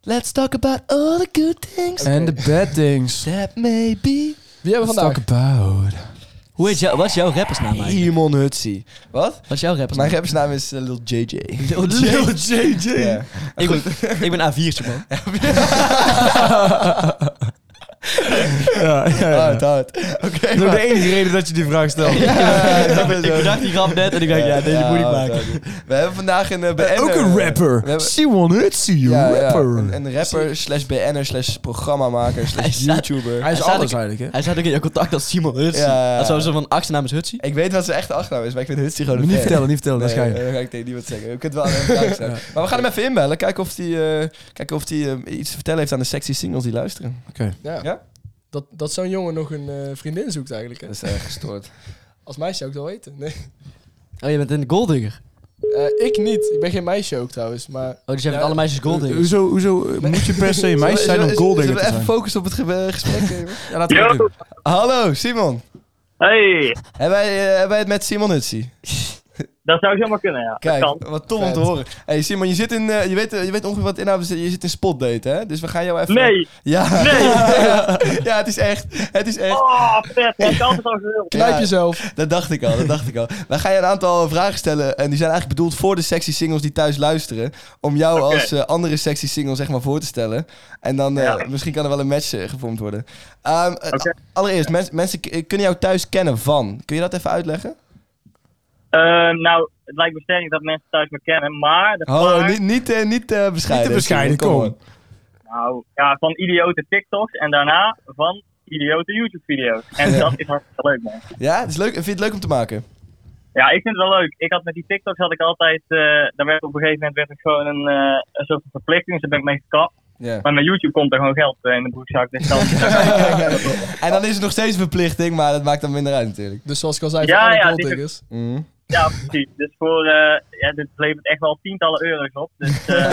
[SPEAKER 5] Let's talk about all the good things
[SPEAKER 3] En de bad things.
[SPEAKER 5] that may be.
[SPEAKER 4] Wie hebben we vandaag?
[SPEAKER 3] Talk about.
[SPEAKER 5] Hoe heet jou, wat is jouw rappersnaam eigenlijk?
[SPEAKER 2] Iemon Hutsi. Wat?
[SPEAKER 5] Wat is jouw rappersnaam?
[SPEAKER 2] Mijn rappersnaam is eh, Lil JJ.
[SPEAKER 5] Lil J.
[SPEAKER 2] Ja.
[SPEAKER 5] Ik ben, ik ben A4'tje, man.
[SPEAKER 3] Ja, ja, ja.
[SPEAKER 2] Hard, hard. Oké,
[SPEAKER 3] Dat is ook de enige reden dat je die vraag stelt.
[SPEAKER 2] Ja, dat is
[SPEAKER 5] ik
[SPEAKER 2] ook-
[SPEAKER 5] bedacht die grap net en ik dacht, ja, deze moet ik
[SPEAKER 2] hard,
[SPEAKER 5] maken.
[SPEAKER 2] hard. We hebben vandaag een eh, BN'er.
[SPEAKER 3] Ook een
[SPEAKER 2] We
[SPEAKER 3] rapper.
[SPEAKER 2] hebben-
[SPEAKER 3] Simon Hutsie,
[SPEAKER 2] Ja, ja,
[SPEAKER 3] rapper.
[SPEAKER 2] Een, een rapper slash BN'er slash programmamaker slash
[SPEAKER 5] staat-
[SPEAKER 2] YouTuber.
[SPEAKER 3] Hij is
[SPEAKER 5] Hij staat
[SPEAKER 3] alles eigenlijk, hè?
[SPEAKER 5] Hij zat ook in jouw contact als Simon Hutsie.
[SPEAKER 2] Ja, ja, ja.
[SPEAKER 5] Dat zou zo van achternaam is Hutsie.
[SPEAKER 2] Ik weet wat zijn echte achternaam Oh, is, maar ik vind Hutsie gewoon een
[SPEAKER 3] Niet
[SPEAKER 2] fan.
[SPEAKER 3] vertellen, niet vertellen, dat is
[SPEAKER 2] Nee,
[SPEAKER 3] geheim.
[SPEAKER 2] eh, dat ga ik tegen niemand zeggen. We kunnen het wel aan hem vragen stellen. Maar we gaan hem even inbellen. Kijken of hij eh, kijken of die, eh, iets te vertellen heeft aan de sexy singles die luisteren.
[SPEAKER 4] Ja.
[SPEAKER 2] Ja?
[SPEAKER 4] Dat, dat zo'n jongen nog een eh, vriendin zoekt eigenlijk. Hè?
[SPEAKER 2] Dat is erg gestoord.
[SPEAKER 4] Als meisje ook wel weten. Nee.
[SPEAKER 5] Oh, je bent een golddigger.
[SPEAKER 4] Eh, ik niet. Ik ben geen meisje ook trouwens. Maar
[SPEAKER 5] Oh, dus jij bent alle meisjes golddigger.
[SPEAKER 3] Hoezo, hoezo eh, moet je per se een meisje zijn om
[SPEAKER 2] Zullen- zullen- Zullen
[SPEAKER 3] golddigger te
[SPEAKER 2] we even
[SPEAKER 3] zijn?
[SPEAKER 2] focussen op het ge- eh, gesprek? even?
[SPEAKER 3] Ja, laten we dat doen.
[SPEAKER 2] Hallo, Simon.
[SPEAKER 7] Hey,
[SPEAKER 2] Hebben wij, eh, hebben wij het met Simon Hutsie?
[SPEAKER 7] dat zou zomaar kunnen, ja.
[SPEAKER 2] Kijk,
[SPEAKER 7] dat kan.
[SPEAKER 2] wat tof om te horen. Hey Simon, je, zit in, eh, je, weet, eh, je weet ongeveer wat inhoud is. Je zit in spotdate, hè? Dus we gaan jou even...
[SPEAKER 7] Nee,
[SPEAKER 2] Ja.
[SPEAKER 7] Nee.
[SPEAKER 2] ja, ja, het is echt. Het is echt.
[SPEAKER 7] oh, vet. Ik had altijd al gewild.
[SPEAKER 4] knijp
[SPEAKER 2] Ja.
[SPEAKER 4] jezelf.
[SPEAKER 2] Dat dacht ik al, dat dacht ik al. Wij gaan je een aantal vragen stellen. En die zijn eigenlijk bedoeld voor de sexy singles die thuis luisteren. Om jou
[SPEAKER 7] Oké.
[SPEAKER 2] als eh, andere sexy single zeg maar voor te stellen. En dan eh,
[SPEAKER 7] Ja.
[SPEAKER 2] misschien kan er wel een match eh, gevormd worden. Ehm, eh,
[SPEAKER 7] Oké.
[SPEAKER 2] Allereerst, mens- mensen k- eh, kunnen jou thuis kennen van. Kun je dat even uitleggen?
[SPEAKER 7] Eh, nou, het lijkt me sterk dat mensen thuis me kennen, maar... De
[SPEAKER 2] Oh,
[SPEAKER 7] vraag-
[SPEAKER 2] niet, niet, eh, niet eh, bescheiden.
[SPEAKER 3] Niet te bescheiden,
[SPEAKER 2] Simon,
[SPEAKER 3] kom.
[SPEAKER 2] on.
[SPEAKER 7] Nou, ja, van idiote TikToks en daarna van idiote YouTube-video's. En dat is hartstikke leuk, man.
[SPEAKER 2] Ja, het is leuk. Vind je het leuk om te maken?
[SPEAKER 7] Ja, ik vind het wel leuk. Ik had met die TikToks had ik altijd... eh daar werd op een gegeven moment werd ik gewoon een, eh, een soort van verplichting, dus daar ben ik mee gekapt.
[SPEAKER 2] Ja.
[SPEAKER 7] Maar met YouTube komt er gewoon geld eh, in de broekzak, dus dat
[SPEAKER 2] En dan is het nog steeds een verplichting, maar dat maakt dan minder uit natuurlijk.
[SPEAKER 4] Dus zoals ik al zei,
[SPEAKER 7] Ja,
[SPEAKER 4] voor alle
[SPEAKER 7] ja,
[SPEAKER 4] golddiggers.
[SPEAKER 2] Mhm.
[SPEAKER 7] Ja, precies. Dus voor, eh, ja, dit levert echt wel tientallen euro's op. Dus eh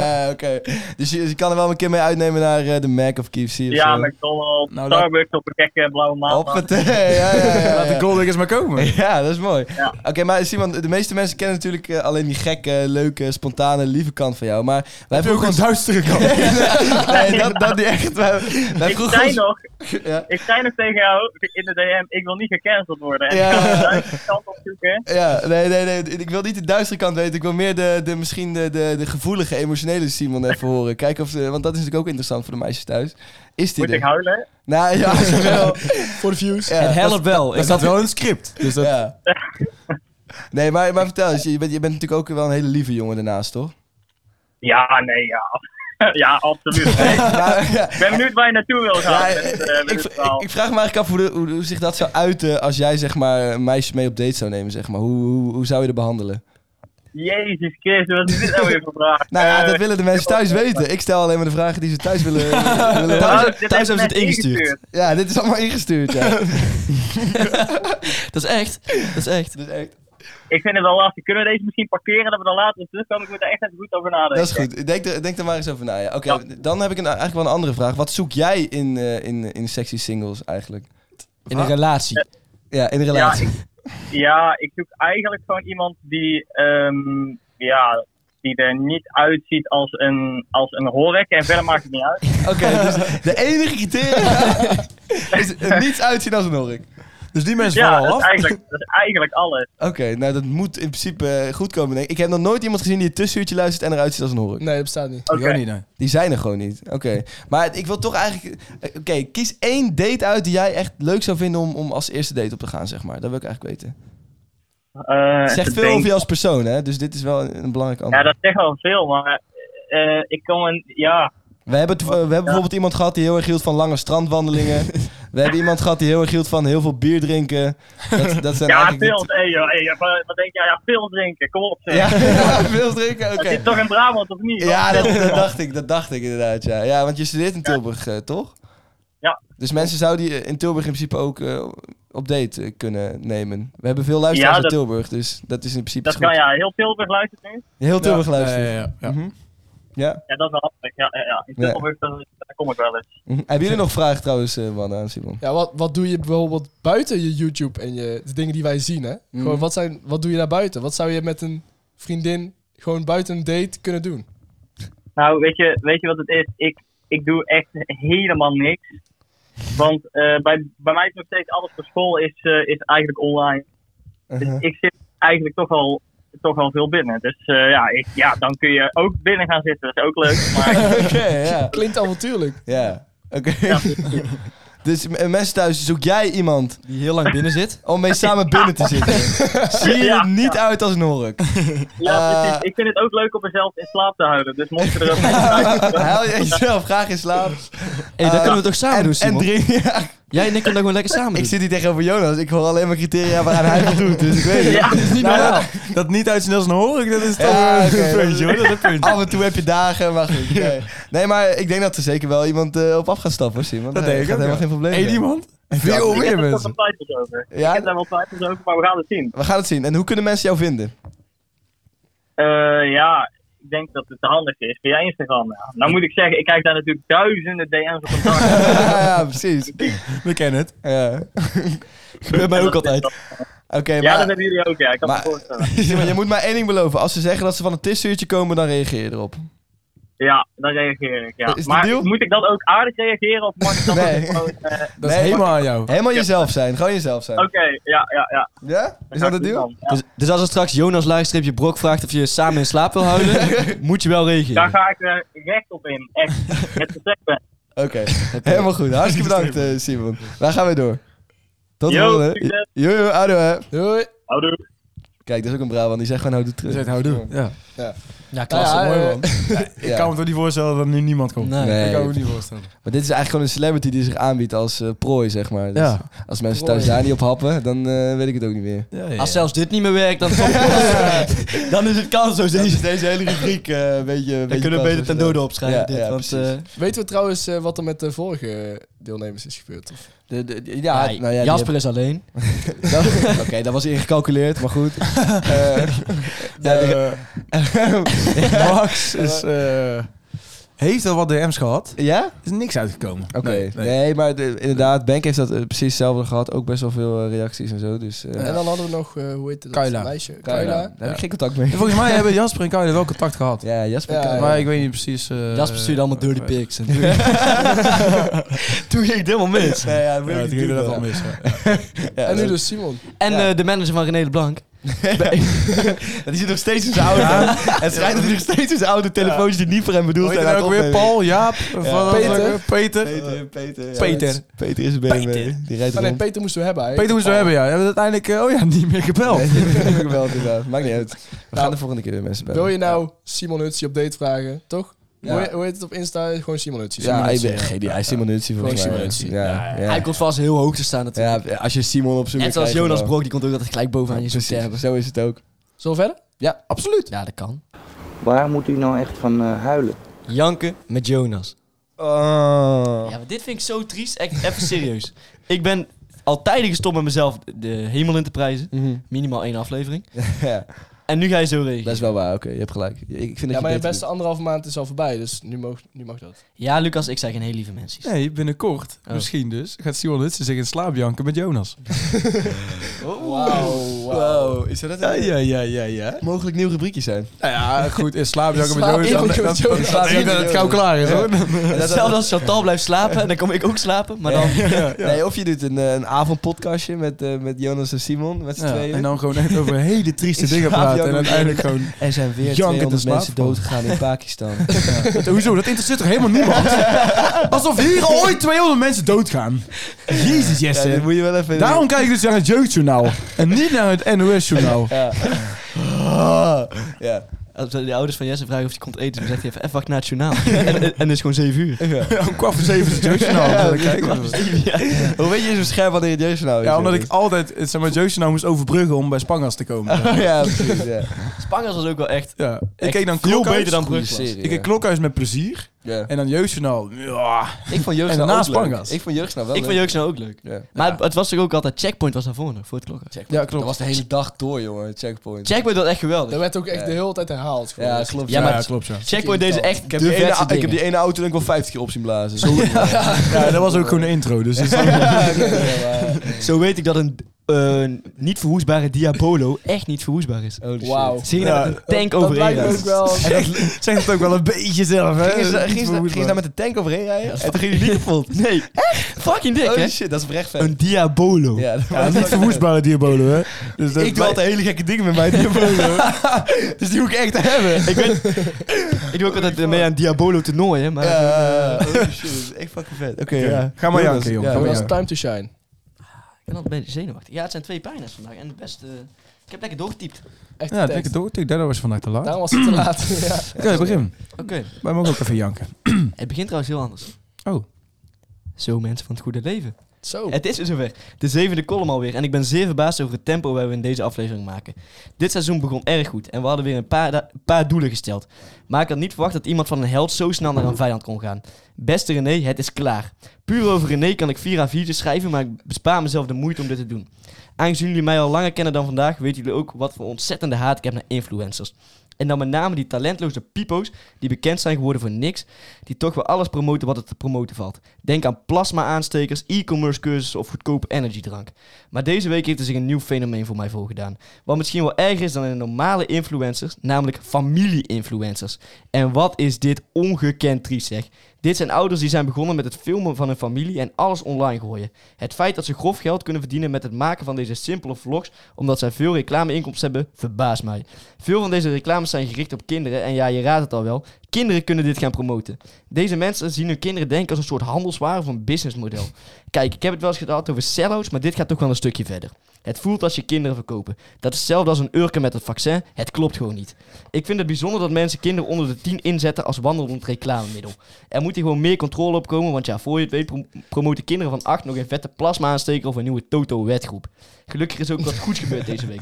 [SPEAKER 2] Ja, Oké. Dus je, je kan er wel een keer mee uitnemen naar eh, de Mac of KFC of
[SPEAKER 7] ja,
[SPEAKER 2] zo.
[SPEAKER 7] McDonald's,
[SPEAKER 3] Nou, laat-
[SPEAKER 7] Starbucks op een gekke blauwe maand.
[SPEAKER 2] Hoppatee, ja, ja, ja,
[SPEAKER 3] Laat de
[SPEAKER 2] ja.
[SPEAKER 3] golddiggers maar komen.
[SPEAKER 2] eh, Ja, dat is mooi.
[SPEAKER 7] Ja.
[SPEAKER 2] Oké, maar Simon, de meeste mensen kennen natuurlijk eh, alleen die gekke, leuke, spontane, lieve kant van jou. Maar wij
[SPEAKER 3] Heb je ook
[SPEAKER 2] vroegen
[SPEAKER 3] een
[SPEAKER 2] ons...
[SPEAKER 3] duistere kant?
[SPEAKER 2] nee, dat, dat niet echt. Wij, wij
[SPEAKER 7] Ik
[SPEAKER 2] vroegen
[SPEAKER 7] zei,
[SPEAKER 2] ons...
[SPEAKER 7] nog,
[SPEAKER 2] Ja.
[SPEAKER 7] ik zei nog tegen jou in de DM, ik wil niet gecanceld worden. En
[SPEAKER 2] Ja.
[SPEAKER 7] ik kan de duistere kant opzoeken.
[SPEAKER 2] Ja, nee, nee, nee. Ik wil niet de duistere kant weten. Ik wil meer de, de misschien de, de, de gevoelige, emotionele Simon even horen. Kijken of... ze- want dat is natuurlijk ook interessant voor de meisjes thuis. Is die
[SPEAKER 7] Moet ik
[SPEAKER 2] er?
[SPEAKER 7] huilen?
[SPEAKER 2] Nou ja, als je wil.
[SPEAKER 4] Voor de views.
[SPEAKER 2] Ja.
[SPEAKER 5] Het helpt wel.
[SPEAKER 3] Er
[SPEAKER 5] Ik
[SPEAKER 3] staat
[SPEAKER 5] had,
[SPEAKER 3] wel een script. Dus dat...
[SPEAKER 2] Ja. Nee, maar, maar vertel eens. Je bent, je bent natuurlijk ook wel een hele lieve jongen daarnaast, toch?
[SPEAKER 7] Ja, nee, ja. ja, absoluut. Nee,
[SPEAKER 2] Maar, ja,
[SPEAKER 7] Ik ben benieuwd waar je naartoe
[SPEAKER 2] Ja,
[SPEAKER 7] wil gaan.
[SPEAKER 2] ik,
[SPEAKER 7] met, eh, met
[SPEAKER 2] ik,
[SPEAKER 7] dit verhaal.
[SPEAKER 2] ik vraag me eigenlijk af hoe, de- hoe, hoe zich dat zou uiten als jij zeg maar een meisje mee op date zou nemen, zeg maar. Hoe, hoe, hoe zou je er behandelen?
[SPEAKER 7] Jezus Christus, wat is dit nou weer voor vraag?
[SPEAKER 2] Nou ja,
[SPEAKER 7] Eh,
[SPEAKER 2] dat willen de mensen thuis weten. Ik stel alleen maar de vragen die ze thuis willen. willen
[SPEAKER 7] oh,
[SPEAKER 2] horen.
[SPEAKER 7] dit
[SPEAKER 5] thuis hebben ze het
[SPEAKER 7] mensen
[SPEAKER 5] ingestuurd.
[SPEAKER 2] Ja, dit is allemaal ingestuurd. Ja.
[SPEAKER 5] dat is echt. Dat is echt.
[SPEAKER 2] Dus echt,
[SPEAKER 7] Ik vind het wel lastig. Kunnen we deze misschien parkeren dat we dan later op terugkomen? Ik moet er echt even goed over nadenken.
[SPEAKER 2] dat is goed. Denk er, denk er maar eens over na. Ja. Oké, dan heb ik een, eigenlijk wel een andere vraag. Wat zoek jij in, eh, in, in sexy singles eigenlijk?
[SPEAKER 5] In een relatie.
[SPEAKER 2] Ja, in een relatie.
[SPEAKER 7] Ja, ik, ja, ik zoek eigenlijk gewoon iemand die, ehm, ja, die er niet uitziet als een, als een hork. En verder maakt het niet uit.
[SPEAKER 2] Oké, dus de enige criteria is er niets uitzien als een hork.
[SPEAKER 3] Dus die mensen
[SPEAKER 7] Ja,
[SPEAKER 3] vallen
[SPEAKER 7] dat
[SPEAKER 3] al
[SPEAKER 7] is
[SPEAKER 3] af.
[SPEAKER 7] eigenlijk, dat is eigenlijk alles.
[SPEAKER 2] Oké, nou dat moet in principe eh, goed komen. Denk ik. ik heb nog nooit iemand gezien die het tussenuurtje luistert en eruit ziet als een hork.
[SPEAKER 4] Nee, dat bestaat niet.
[SPEAKER 3] Ik ook niet, nee.
[SPEAKER 2] Die zijn er gewoon niet. Oké, maar ik wil toch eigenlijk... eh, Oké, kies één date uit die jij echt leuk zou vinden om, om als eerste date op te gaan, zeg maar. Dat wil ik eigenlijk weten.
[SPEAKER 7] Eh,
[SPEAKER 2] Zegt
[SPEAKER 7] te
[SPEAKER 2] veel
[SPEAKER 7] denken-
[SPEAKER 2] over jou als persoon, hè? Dus dit is wel een, een belangrijk
[SPEAKER 7] Ja,
[SPEAKER 2] antwoord.
[SPEAKER 7] dat zegt wel veel, maar eh, ik kom een, ja,
[SPEAKER 2] We hebben, het- we hebben bijvoorbeeld iemand gehad die heel erg hield van lange strandwandelingen. We hebben iemand gehad die heel erg hield van heel veel bier drinken. Dat, dat zijn
[SPEAKER 7] ja,
[SPEAKER 2] eigenlijk de
[SPEAKER 7] veel. Hey, joh, hey, wat- wat denk jij? Ja, veel drinken. Kom op.
[SPEAKER 2] twee-
[SPEAKER 7] zeg.
[SPEAKER 2] Ja, veel drinken, oké.
[SPEAKER 7] Dat zit toch in Brabant of niet?
[SPEAKER 2] Ja, Ah, dat,
[SPEAKER 7] Wat veel,
[SPEAKER 2] dat
[SPEAKER 7] man.
[SPEAKER 2] dacht ik, dat dacht ik inderdaad, ja. Ja, want je studeert in Tilburg, eh, toch?
[SPEAKER 7] Ja.
[SPEAKER 2] Dus mensen zouden je in Tilburg in principe ook eh, op date eh, kunnen nemen. We hebben veel
[SPEAKER 7] Ja,
[SPEAKER 2] luisteraars uit
[SPEAKER 7] dat-
[SPEAKER 2] Tilburg, dus dat is in principe
[SPEAKER 7] Dat
[SPEAKER 2] goed.
[SPEAKER 7] kan ja. Heel Tilburg luistert nu.
[SPEAKER 2] Heel Tilburg luisteren.
[SPEAKER 3] Ja, ja, ja.
[SPEAKER 2] Mhm. Ja.
[SPEAKER 7] Ja, dat is wel handig. Ja, ja, ja. In
[SPEAKER 2] Ja.
[SPEAKER 7] Tilburg dat- daar kom ik wel eens.
[SPEAKER 2] Mhm. Hebben jullie nog vragen trouwens, eh Wanne, aan Simon?
[SPEAKER 4] Ja, wat, wat doe je bijvoorbeeld buiten je YouTube en je, de dingen die wij zien, hè?
[SPEAKER 2] Mhm.
[SPEAKER 4] Gewoon, wat, zijn, wat doe je daarbuiten? Wat zou je met een vriendin gewoon buiten een date kunnen doen?
[SPEAKER 7] Nou, weet je, weet je wat het is? Ik, ik doe echt helemaal niks. Want eh, bij, bij mij is nog steeds alles voor school is, eh, is eigenlijk online. Dus
[SPEAKER 2] Uh-huh.
[SPEAKER 7] ik zit eigenlijk toch al, toch al veel binnen. Dus eh, ja, ik, ja, dan kun je ook binnen gaan zitten. Dat is ook leuk. Maar
[SPEAKER 2] Oké, ja.
[SPEAKER 4] Klinkt avontuurlijk.
[SPEAKER 2] ja. Oké. Dus m- mensen thuis, zoek jij iemand
[SPEAKER 5] Die heel lang binnen zit.
[SPEAKER 2] om mee samen binnen te zitten. Zie je
[SPEAKER 7] Ja.
[SPEAKER 2] er niet uit als Nork.
[SPEAKER 7] Ja,
[SPEAKER 2] Eh.
[SPEAKER 7] precies. Ik vind het ook leuk om mezelf in slaap te houden. Dus mocht je er ook
[SPEAKER 2] Haal jezelf graag in slaap.
[SPEAKER 5] Hé, dat
[SPEAKER 2] Eh,
[SPEAKER 5] kunnen we toch samen
[SPEAKER 2] En,
[SPEAKER 5] doen,
[SPEAKER 2] en
[SPEAKER 5] Simon?
[SPEAKER 2] drink. Ja,
[SPEAKER 5] Jij en ik kunnen dat gewoon lekker samen
[SPEAKER 2] ik
[SPEAKER 5] doen.
[SPEAKER 2] zit hier tegenover Jonas. Ik hoor alleen maar criteria waaraan hij het doet. Dus ik weet het.
[SPEAKER 7] Ja,
[SPEAKER 3] niet normaal. Dat niet uit zijn hoor ik, dat is toch
[SPEAKER 2] Ja,
[SPEAKER 3] eh,
[SPEAKER 2] oké.
[SPEAKER 3] een puntje hoor. Dat is een puntje.
[SPEAKER 2] Af en toe heb je dagen, maar goed. Nee, nee maar ik denk dat er zeker wel iemand eh, op af gaat stappen, hoor, Simon.
[SPEAKER 3] Dat
[SPEAKER 2] Nee,
[SPEAKER 3] denk ik
[SPEAKER 2] gaat
[SPEAKER 3] ook,
[SPEAKER 2] helemaal
[SPEAKER 3] ja.
[SPEAKER 2] geen probleem
[SPEAKER 3] Eén
[SPEAKER 2] zijn.
[SPEAKER 3] iemand?
[SPEAKER 2] Veel
[SPEAKER 7] ik
[SPEAKER 2] meer
[SPEAKER 7] heb er toch
[SPEAKER 2] mensen.
[SPEAKER 7] wel twijfels over.
[SPEAKER 2] Ja?
[SPEAKER 7] Ik heb daar wel twijfels over, maar we gaan het zien.
[SPEAKER 2] We gaan het zien. En hoe kunnen mensen jou vinden?
[SPEAKER 7] Eh, ja, ik denk dat het te handig is. Via Instagram, ja. Nou moet ik zeggen, ik krijg daar natuurlijk duizenden DM's op een dag.
[SPEAKER 2] ja, ja, precies.
[SPEAKER 3] We kennen het.
[SPEAKER 2] Ja.
[SPEAKER 5] gebeurt mij ook altijd.
[SPEAKER 2] Oké,
[SPEAKER 7] Ja,
[SPEAKER 2] maar...
[SPEAKER 7] dat hebben jullie ook, ja. Ik kan
[SPEAKER 2] maar-
[SPEAKER 7] me voorstellen.
[SPEAKER 2] Simon, je moet maar één ding beloven. Als ze zeggen dat ze van een tissuurtje komen, dan reageer je erop.
[SPEAKER 7] Ja, dan reageer ik, ja.
[SPEAKER 2] Is het
[SPEAKER 7] Maar
[SPEAKER 2] deal?
[SPEAKER 7] moet ik dan ook aardig reageren of mag ik dan
[SPEAKER 2] Nee.
[SPEAKER 7] ook gewoon... eh, Oké,
[SPEAKER 3] Dat
[SPEAKER 2] Nee,
[SPEAKER 3] is helemaal aan jou.
[SPEAKER 2] Helemaal jezelf zijn. Gewoon jezelf zijn.
[SPEAKER 7] ja, ja, ja.
[SPEAKER 2] Ja? Is dat het deal?
[SPEAKER 7] Dan, ja.
[SPEAKER 5] Dus, dus als er straks Jonas laagstreepje Brok vraagt of je samen in slaap wil houden, moet je wel
[SPEAKER 7] Daar
[SPEAKER 5] reageren.
[SPEAKER 7] ga ik er recht op in, echt. Met respect ben.
[SPEAKER 2] Oké. Helemaal goed. Hartstikke bedankt, eh, Simon. Wij gaan weer door. Tot de
[SPEAKER 7] Yo,
[SPEAKER 2] volgende.
[SPEAKER 7] succes.
[SPEAKER 2] Yo, yo, ouwe, hè.
[SPEAKER 4] Doei.
[SPEAKER 7] Houdoe.
[SPEAKER 2] Kijk, dat is ook een Brabant. Die zegt gewoon, hou het terug.
[SPEAKER 3] Zet hou doen. Ja.
[SPEAKER 5] Ja,
[SPEAKER 4] klasse, Ja, mooi, eh, man.
[SPEAKER 3] Ik kan me toch niet voorstellen dat nu niemand komt.
[SPEAKER 5] Nee.
[SPEAKER 3] Ik kan me
[SPEAKER 2] Nee,
[SPEAKER 3] ook niet voorstellen.
[SPEAKER 2] maar dit is eigenlijk gewoon een celebrity die zich aanbiedt als eh, prooi, zeg maar. Dus
[SPEAKER 3] Ja.
[SPEAKER 2] Als mensen thuis daar niet op happen, dan eh, weet ik het ook niet meer.
[SPEAKER 3] Ja, ja.
[SPEAKER 5] Als zelfs dit niet meer werkt, dan, dan is het kans. Dan
[SPEAKER 2] is deze hele rubriek een beetje...
[SPEAKER 5] kunnen we beter ten dode opschrijven.
[SPEAKER 2] Ja,
[SPEAKER 5] dit,
[SPEAKER 2] ja,
[SPEAKER 5] want,
[SPEAKER 2] precies.
[SPEAKER 5] eh,
[SPEAKER 4] Weten we trouwens eh, wat er met de vorige deelnemers is gebeurd? Of?
[SPEAKER 2] De, de- de- ja,
[SPEAKER 5] ja,
[SPEAKER 2] nou ja, die
[SPEAKER 5] Jasper is alleen.
[SPEAKER 2] heb- dat- Oké, dat was ingecalculeerd, maar goed. Eh, ja, de-
[SPEAKER 3] Max is, eh, heeft al wat DM's gehad.
[SPEAKER 2] ja?
[SPEAKER 3] Is niks uitgekomen.
[SPEAKER 2] Oké.
[SPEAKER 3] Nee,
[SPEAKER 2] nee.
[SPEAKER 3] nee.
[SPEAKER 2] maar de- inderdaad, Bank heeft dat eh, precies hetzelfde gehad. Ook best wel veel eh, reacties en zo. Dus, eh
[SPEAKER 4] En dan hadden we nog, eh, hoe heette dat
[SPEAKER 3] Kayla.
[SPEAKER 4] meisje?
[SPEAKER 2] Kayla,
[SPEAKER 4] Kayla.
[SPEAKER 2] Daar heb ik geen contact mee.
[SPEAKER 3] Volgens mij hebben Jasper en Kyle wel contact gehad.
[SPEAKER 2] Ja, Jasper
[SPEAKER 4] Ja,
[SPEAKER 2] Kayla.
[SPEAKER 4] ja.
[SPEAKER 3] Maar ik weet niet precies... eh,
[SPEAKER 5] Jasper stuurde allemaal dirty
[SPEAKER 3] eh,
[SPEAKER 5] pics. En toen, toen ging het helemaal mis.
[SPEAKER 2] Nee, ja, dat
[SPEAKER 3] Ja,
[SPEAKER 2] wil ik
[SPEAKER 3] het
[SPEAKER 2] niet
[SPEAKER 3] ging
[SPEAKER 2] doen,
[SPEAKER 3] dat
[SPEAKER 2] ja.
[SPEAKER 3] wel mis. ja.
[SPEAKER 2] Ja,
[SPEAKER 4] en nu
[SPEAKER 2] dat-
[SPEAKER 4] dus Simon.
[SPEAKER 5] En eh, de manager van René de Blanc.
[SPEAKER 2] Die zit nog steeds in zijn oude. Het schijnt dat hij nog steeds in zijn oude telefoontjes die niet voor hem bedoeld
[SPEAKER 3] Hoe heet
[SPEAKER 2] zijn.
[SPEAKER 3] hij
[SPEAKER 2] aan
[SPEAKER 3] nou ook
[SPEAKER 2] het
[SPEAKER 3] weer? Eh,
[SPEAKER 2] opnemen.
[SPEAKER 3] Paul, Jaap, van-
[SPEAKER 4] Peter.
[SPEAKER 3] Peter.
[SPEAKER 2] Peter, Peter. ja.
[SPEAKER 3] Peter.
[SPEAKER 2] Peter is een BMW. Die rijdt
[SPEAKER 4] Ah, nee,
[SPEAKER 2] rond.
[SPEAKER 4] Peter moesten we hebben
[SPEAKER 3] Peter
[SPEAKER 4] eigenlijk.
[SPEAKER 3] moesten we hebben, ja. We hebben uiteindelijk, eh, oh ja, niet meer gebeld.
[SPEAKER 2] Nee, die heb ik wel inderdaad. Maakt niet uit. We gaan
[SPEAKER 4] Nou,
[SPEAKER 2] de volgende keer weer mensen bellen.
[SPEAKER 4] Wil je nou Simon Huts die update vragen, toch?
[SPEAKER 2] Ja.
[SPEAKER 4] Hoe, he- hoe heet het op Insta? Gewoon Simon Huts.
[SPEAKER 2] Ja, ik ben geen Hij is Simon Hutsie volgens mij.
[SPEAKER 4] Gewoon Simon
[SPEAKER 2] Ja, ja.
[SPEAKER 5] Hij komt vast heel hoog te staan natuurlijk.
[SPEAKER 2] Ja, als je Simon opzoekt.
[SPEAKER 5] Net
[SPEAKER 2] dan
[SPEAKER 5] zoals
[SPEAKER 2] krijg je
[SPEAKER 5] Jonas
[SPEAKER 2] wel.
[SPEAKER 5] Brok, die komt ook altijd gelijk bovenaan je zo'n
[SPEAKER 2] Precies,
[SPEAKER 5] hebben.
[SPEAKER 2] Zo is het ook.
[SPEAKER 4] Zullen we verder?
[SPEAKER 2] Ja, absoluut.
[SPEAKER 5] Ja, dat kan.
[SPEAKER 8] Waar moet u nou echt van eh, huilen?
[SPEAKER 5] Janken met Jonas.
[SPEAKER 2] Oh.
[SPEAKER 5] Ja, maar dit vind ik zo triest. Echt even serieus. Ik ben altijd gestopt met mezelf de hemel in te prijzen.
[SPEAKER 2] Mhm.
[SPEAKER 5] Minimaal één aflevering.
[SPEAKER 2] Ja,
[SPEAKER 5] En nu ga je zo regelen.
[SPEAKER 2] dat is wel waar. Oké, je hebt gelijk. Ik vind dat
[SPEAKER 4] Ja, maar je
[SPEAKER 2] beter
[SPEAKER 4] beste anderhalf maand is al voorbij, dus nu mag, nu mag dat.
[SPEAKER 5] Ja, Lucas, ik zeg geen hele lieve mensen.
[SPEAKER 3] Nee, binnenkort,
[SPEAKER 5] Oh.
[SPEAKER 3] misschien dus, gaat Simon Hutsen zich in slaap janken met Jonas. Oh,
[SPEAKER 4] Wow,
[SPEAKER 2] doet. Wow, is dat het?
[SPEAKER 3] ja, ja, ja, ja.
[SPEAKER 2] Mogelijk nieuw rubriekje zijn.
[SPEAKER 3] Nou ja, goed, in slaap janken
[SPEAKER 4] In
[SPEAKER 3] met Jonas. Dan,
[SPEAKER 4] slaap janken
[SPEAKER 3] dan,
[SPEAKER 4] met Jonas.
[SPEAKER 3] slaap ik dat het gauw klaar is, hoor.
[SPEAKER 5] Hetzelfde als Chantal blijft slapen en dan kom ik ook slapen. Maar dan...
[SPEAKER 2] Nee, of je doet een, eh, een avondpodcastje met, eh, met Jonas en Simon, met z'n
[SPEAKER 3] Ja,
[SPEAKER 2] tweeën.
[SPEAKER 3] en dan gewoon echt over hele trieste
[SPEAKER 2] In
[SPEAKER 3] dingen
[SPEAKER 2] slaap
[SPEAKER 3] praten. En
[SPEAKER 2] janken met
[SPEAKER 3] uiteindelijk gewoon...
[SPEAKER 2] er zijn weer
[SPEAKER 3] Janken
[SPEAKER 2] 200
[SPEAKER 3] te
[SPEAKER 2] mensen
[SPEAKER 3] slapen.
[SPEAKER 2] doodgegaan in Pakistan.
[SPEAKER 3] Dat- hoezo? Dat interesseert toch helemaal niemand? Alsof hier ooit 200 mensen doodgaan. Jezus,
[SPEAKER 2] ja, dat
[SPEAKER 3] Jesse.
[SPEAKER 2] moet je wel even...
[SPEAKER 3] Daarom kijk ik dus naar het Jeugdjournaal. En niet naar het NOS-journaal.
[SPEAKER 2] Ja. Ah, ja.
[SPEAKER 5] Als de ouders van Jesse vragen of hij komt eten, dan zegt hij even, even wacht naar het journaal. en, en het is gewoon 7 uur.
[SPEAKER 3] Om kwart voor zeven is het Jeugdjournaal.
[SPEAKER 2] Ja,
[SPEAKER 3] Dan
[SPEAKER 2] dat
[SPEAKER 3] kijken we.
[SPEAKER 2] Hoe weet je zo scherp wanneer het jeugd nou is?
[SPEAKER 3] Ja, omdat ik
[SPEAKER 2] Jonas?
[SPEAKER 3] altijd het zeg maar, Jeugdjournaal moest overbruggen om bij Spangas te komen.
[SPEAKER 2] ja, precies, ja.
[SPEAKER 5] Spangers was ook wel echt...
[SPEAKER 3] Ja. Ik
[SPEAKER 5] Echt
[SPEAKER 3] keek dan
[SPEAKER 5] veel beter
[SPEAKER 3] Klokhuis.
[SPEAKER 5] dan
[SPEAKER 2] Goeie
[SPEAKER 5] Brug. was.
[SPEAKER 2] serie,
[SPEAKER 3] Ik keek
[SPEAKER 2] ja.
[SPEAKER 3] Klokhuis met plezier.
[SPEAKER 2] Ja.
[SPEAKER 3] En dan Jeugdjournaal. Ja.
[SPEAKER 2] Ik vond jeugd nou
[SPEAKER 3] En daarna
[SPEAKER 2] ook leuk.
[SPEAKER 3] Spangas.
[SPEAKER 2] Ik vond jeugd nou wel
[SPEAKER 5] Ik vond
[SPEAKER 2] leuk.
[SPEAKER 5] Jeugd nou ook leuk.
[SPEAKER 2] Ja.
[SPEAKER 5] Maar het, het was toch ook altijd... Checkpoint was daarvoor nog, voor het klokken.
[SPEAKER 3] Ja,
[SPEAKER 2] Dat was
[SPEAKER 3] klopt.
[SPEAKER 2] de hele dag door, jongen. Checkpoint.
[SPEAKER 5] Checkpoint was echt geweldig.
[SPEAKER 4] Dat werd ook echt
[SPEAKER 2] Ja.
[SPEAKER 4] de hele tijd herhaald. gewoon.
[SPEAKER 2] Ja, klopt.
[SPEAKER 5] Ja, maar-
[SPEAKER 3] Ja, klopt, ja.
[SPEAKER 5] Checkpoint deze echt
[SPEAKER 2] Ik heb,
[SPEAKER 5] de
[SPEAKER 2] die ene,
[SPEAKER 5] vetste
[SPEAKER 2] ik heb
[SPEAKER 5] dingen.
[SPEAKER 2] die ene auto denk ik wel 50 keer op zien blazen. Zo
[SPEAKER 3] Ja, dat was ook gewoon de intro. Dus dat is-
[SPEAKER 2] Ja, oké, ja, maar-
[SPEAKER 5] Zo weet ik dat een eh, niet verwoestbare Diabolo echt niet verwoestbaar is.
[SPEAKER 4] Wauw.
[SPEAKER 5] Zie je nou dat een tank
[SPEAKER 4] Dat
[SPEAKER 5] overheen
[SPEAKER 4] lijkt me ook
[SPEAKER 5] rijdt?
[SPEAKER 4] wel...
[SPEAKER 3] Zeg het ook wel een beetje zelf, hè?
[SPEAKER 2] Gingen ze, gingen ze, gingen ze nou met de tank overheen rijden?
[SPEAKER 5] En toen ging hij niet kapot. Nee. Echt? Fucking dik,
[SPEAKER 2] oh
[SPEAKER 5] hè?
[SPEAKER 2] shit, dat is oprecht vet.
[SPEAKER 5] Een Diabolo.
[SPEAKER 2] Ja, dat
[SPEAKER 3] Ja,
[SPEAKER 2] was-
[SPEAKER 3] niet verwoestbare diabolo, hè? Dus dat
[SPEAKER 2] Ik doe altijd hele gekke dingen met mijn diabolo. dus die moet ik echt hebben.
[SPEAKER 5] Ik, weet, ik doe ook altijd eh, mee aan Diabolo toernooien, maar... eh,
[SPEAKER 2] Ja, oh shit, dat is echt fucking vet. Oké, ja.
[SPEAKER 3] Ga maar
[SPEAKER 2] Jonas,
[SPEAKER 3] janken, jongen.
[SPEAKER 2] ja.
[SPEAKER 3] Ga maar
[SPEAKER 4] Dat is
[SPEAKER 3] janken.
[SPEAKER 4] time to shine.
[SPEAKER 5] Ik ben altijd een beetje zenuwachtig. Ja, het zijn twee pagina's vandaag en best... eh, ik heb lekker doorgetypt.
[SPEAKER 4] Echt
[SPEAKER 3] Ja,
[SPEAKER 4] ja,
[SPEAKER 3] dat denk ik ook. Tuurlijk, Daardoor was vandaag te laat.
[SPEAKER 4] Daarom was het te laat. ja.
[SPEAKER 3] Oké, begin.
[SPEAKER 5] Oké.
[SPEAKER 3] Wij mogen ook even janken.
[SPEAKER 5] Het begint trouwens heel anders.
[SPEAKER 3] Oh.
[SPEAKER 5] Zo mensen van het goede leven.
[SPEAKER 4] Zo.
[SPEAKER 5] Het is weer zover. De zevende column alweer. En ik ben zeer verbaasd over het tempo waar we in deze aflevering maken. Dit seizoen begon erg goed. En we hadden weer een paar, da- een paar doelen gesteld. Maar ik had niet verwacht dat iemand van een held zo snel naar een vijand kon gaan. Beste René, het is klaar. Puur over René kan ik 4 aan 4 schrijven, maar ik bespaar mezelf de moeite om dit te doen. Aangezien jullie mij al langer kennen dan vandaag, weten jullie ook wat voor ontzettende haat ik heb naar influencers. En dan met name die talentloze pipo's die bekend zijn geworden voor niks, die toch wel alles promoten wat het te promoten valt. Denk aan plasma-aanstekers, e-commerce cursussen of goedkope energiedrank. Maar deze week heeft er zich een nieuw fenomeen voor mij voorgedaan. Wat misschien wel erger is dan de normale influencers, namelijk familie-influencers. En wat is dit ongekend triest zeg. Dit zijn ouders die zijn begonnen met het filmen van hun familie en alles online gooien. Het feit dat ze grof geld kunnen verdienen met het maken van deze simpele vlogs, omdat zij veel reclameinkomsten hebben, verbaast mij. Veel van deze reclames zijn gericht op kinderen en ja, je raadt het al wel, kinderen kunnen dit gaan promoten. Deze mensen zien hun kinderen denken als een soort handelswaar of een businessmodel. Kijk, ik heb het wel eens gehad over sellouts, maar dit gaat toch wel een stukje verder. Het voelt als je kinderen verkopen. Dat is hetzelfde als een urken met het vaccin. Het klopt gewoon niet. Ik vind het bijzonder dat mensen kinderen onder de 10 inzetten als wandelend reclamemiddel. Er moet hier gewoon meer controle op komen, want ja, voor je het weet prom- promoten kinderen van 8 nog een vette plasma-aansteker of een nieuwe Toto-wetgroep. Gelukkig is ook wat goed gebeurd deze week.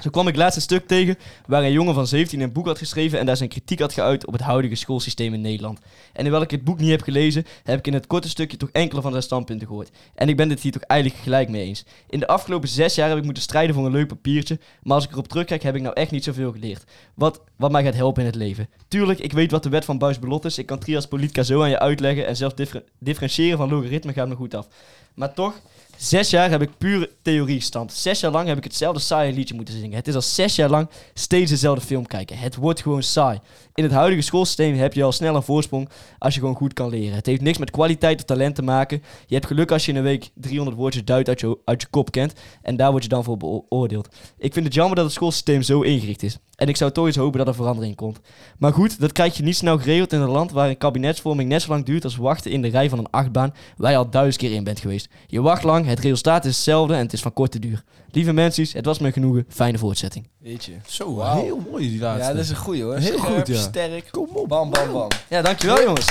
[SPEAKER 5] Zo kwam ik laatst een stuk tegen waar een jongen van 17 een boek had geschreven en daar zijn kritiek had geuit op het huidige schoolsysteem in Nederland. En hoewel ik het boek niet heb gelezen, heb ik in het korte stukje toch enkele van zijn standpunten gehoord. En ik ben dit hier toch eigenlijk gelijk mee eens. In de afgelopen zes jaar heb ik moeten strijden voor een leuk papiertje, maar als ik erop terugkijk heb ik nou echt niet zoveel geleerd. Wat, wat mij gaat helpen in het leven. Tuurlijk, ik weet wat de wet van Buys-Belot is, ik kan trias politica zo aan je uitleggen en zelfs differ- differentiëren van logaritme gaat me goed af. Maar toch, Zes jaar heb ik pure theorie stand. Zes jaar lang heb ik hetzelfde saaie liedje moeten zingen. Het is al zes jaar lang steeds dezelfde film kijken. Het wordt gewoon saai. In het huidige schoolsysteem heb je al snel een voorsprong als je gewoon goed kan leren. Het heeft niks met kwaliteit of talent te maken. Je hebt geluk als je in een week 300 woordjes duit uit je, uit je kop kent. En daar word je dan voor beoordeeld. Ik vind het jammer dat het schoolsysteem zo ingericht is. En ik zou toch eens hopen dat er verandering komt. Maar goed, dat krijg je niet snel geregeld in een land waar een kabinetsvorming net zo lang duurt als wachten in de rij van een achtbaan waar je al duizend keer in bent geweest. Je wacht lang, het resultaat is hetzelfde en het is van korte duur. Lieve mensen, het was me genoegen. Fijne voortzetting.
[SPEAKER 2] Weet je.
[SPEAKER 3] Zo,
[SPEAKER 2] Wauw.
[SPEAKER 3] heel mooi die laatste.
[SPEAKER 2] Ja, dat is een goeie hoor.
[SPEAKER 3] Heel
[SPEAKER 2] Scherp,
[SPEAKER 3] goed, ja.
[SPEAKER 2] sterk. Kom op. Bam, bam, bam.
[SPEAKER 5] Ja, dankjewel jongens.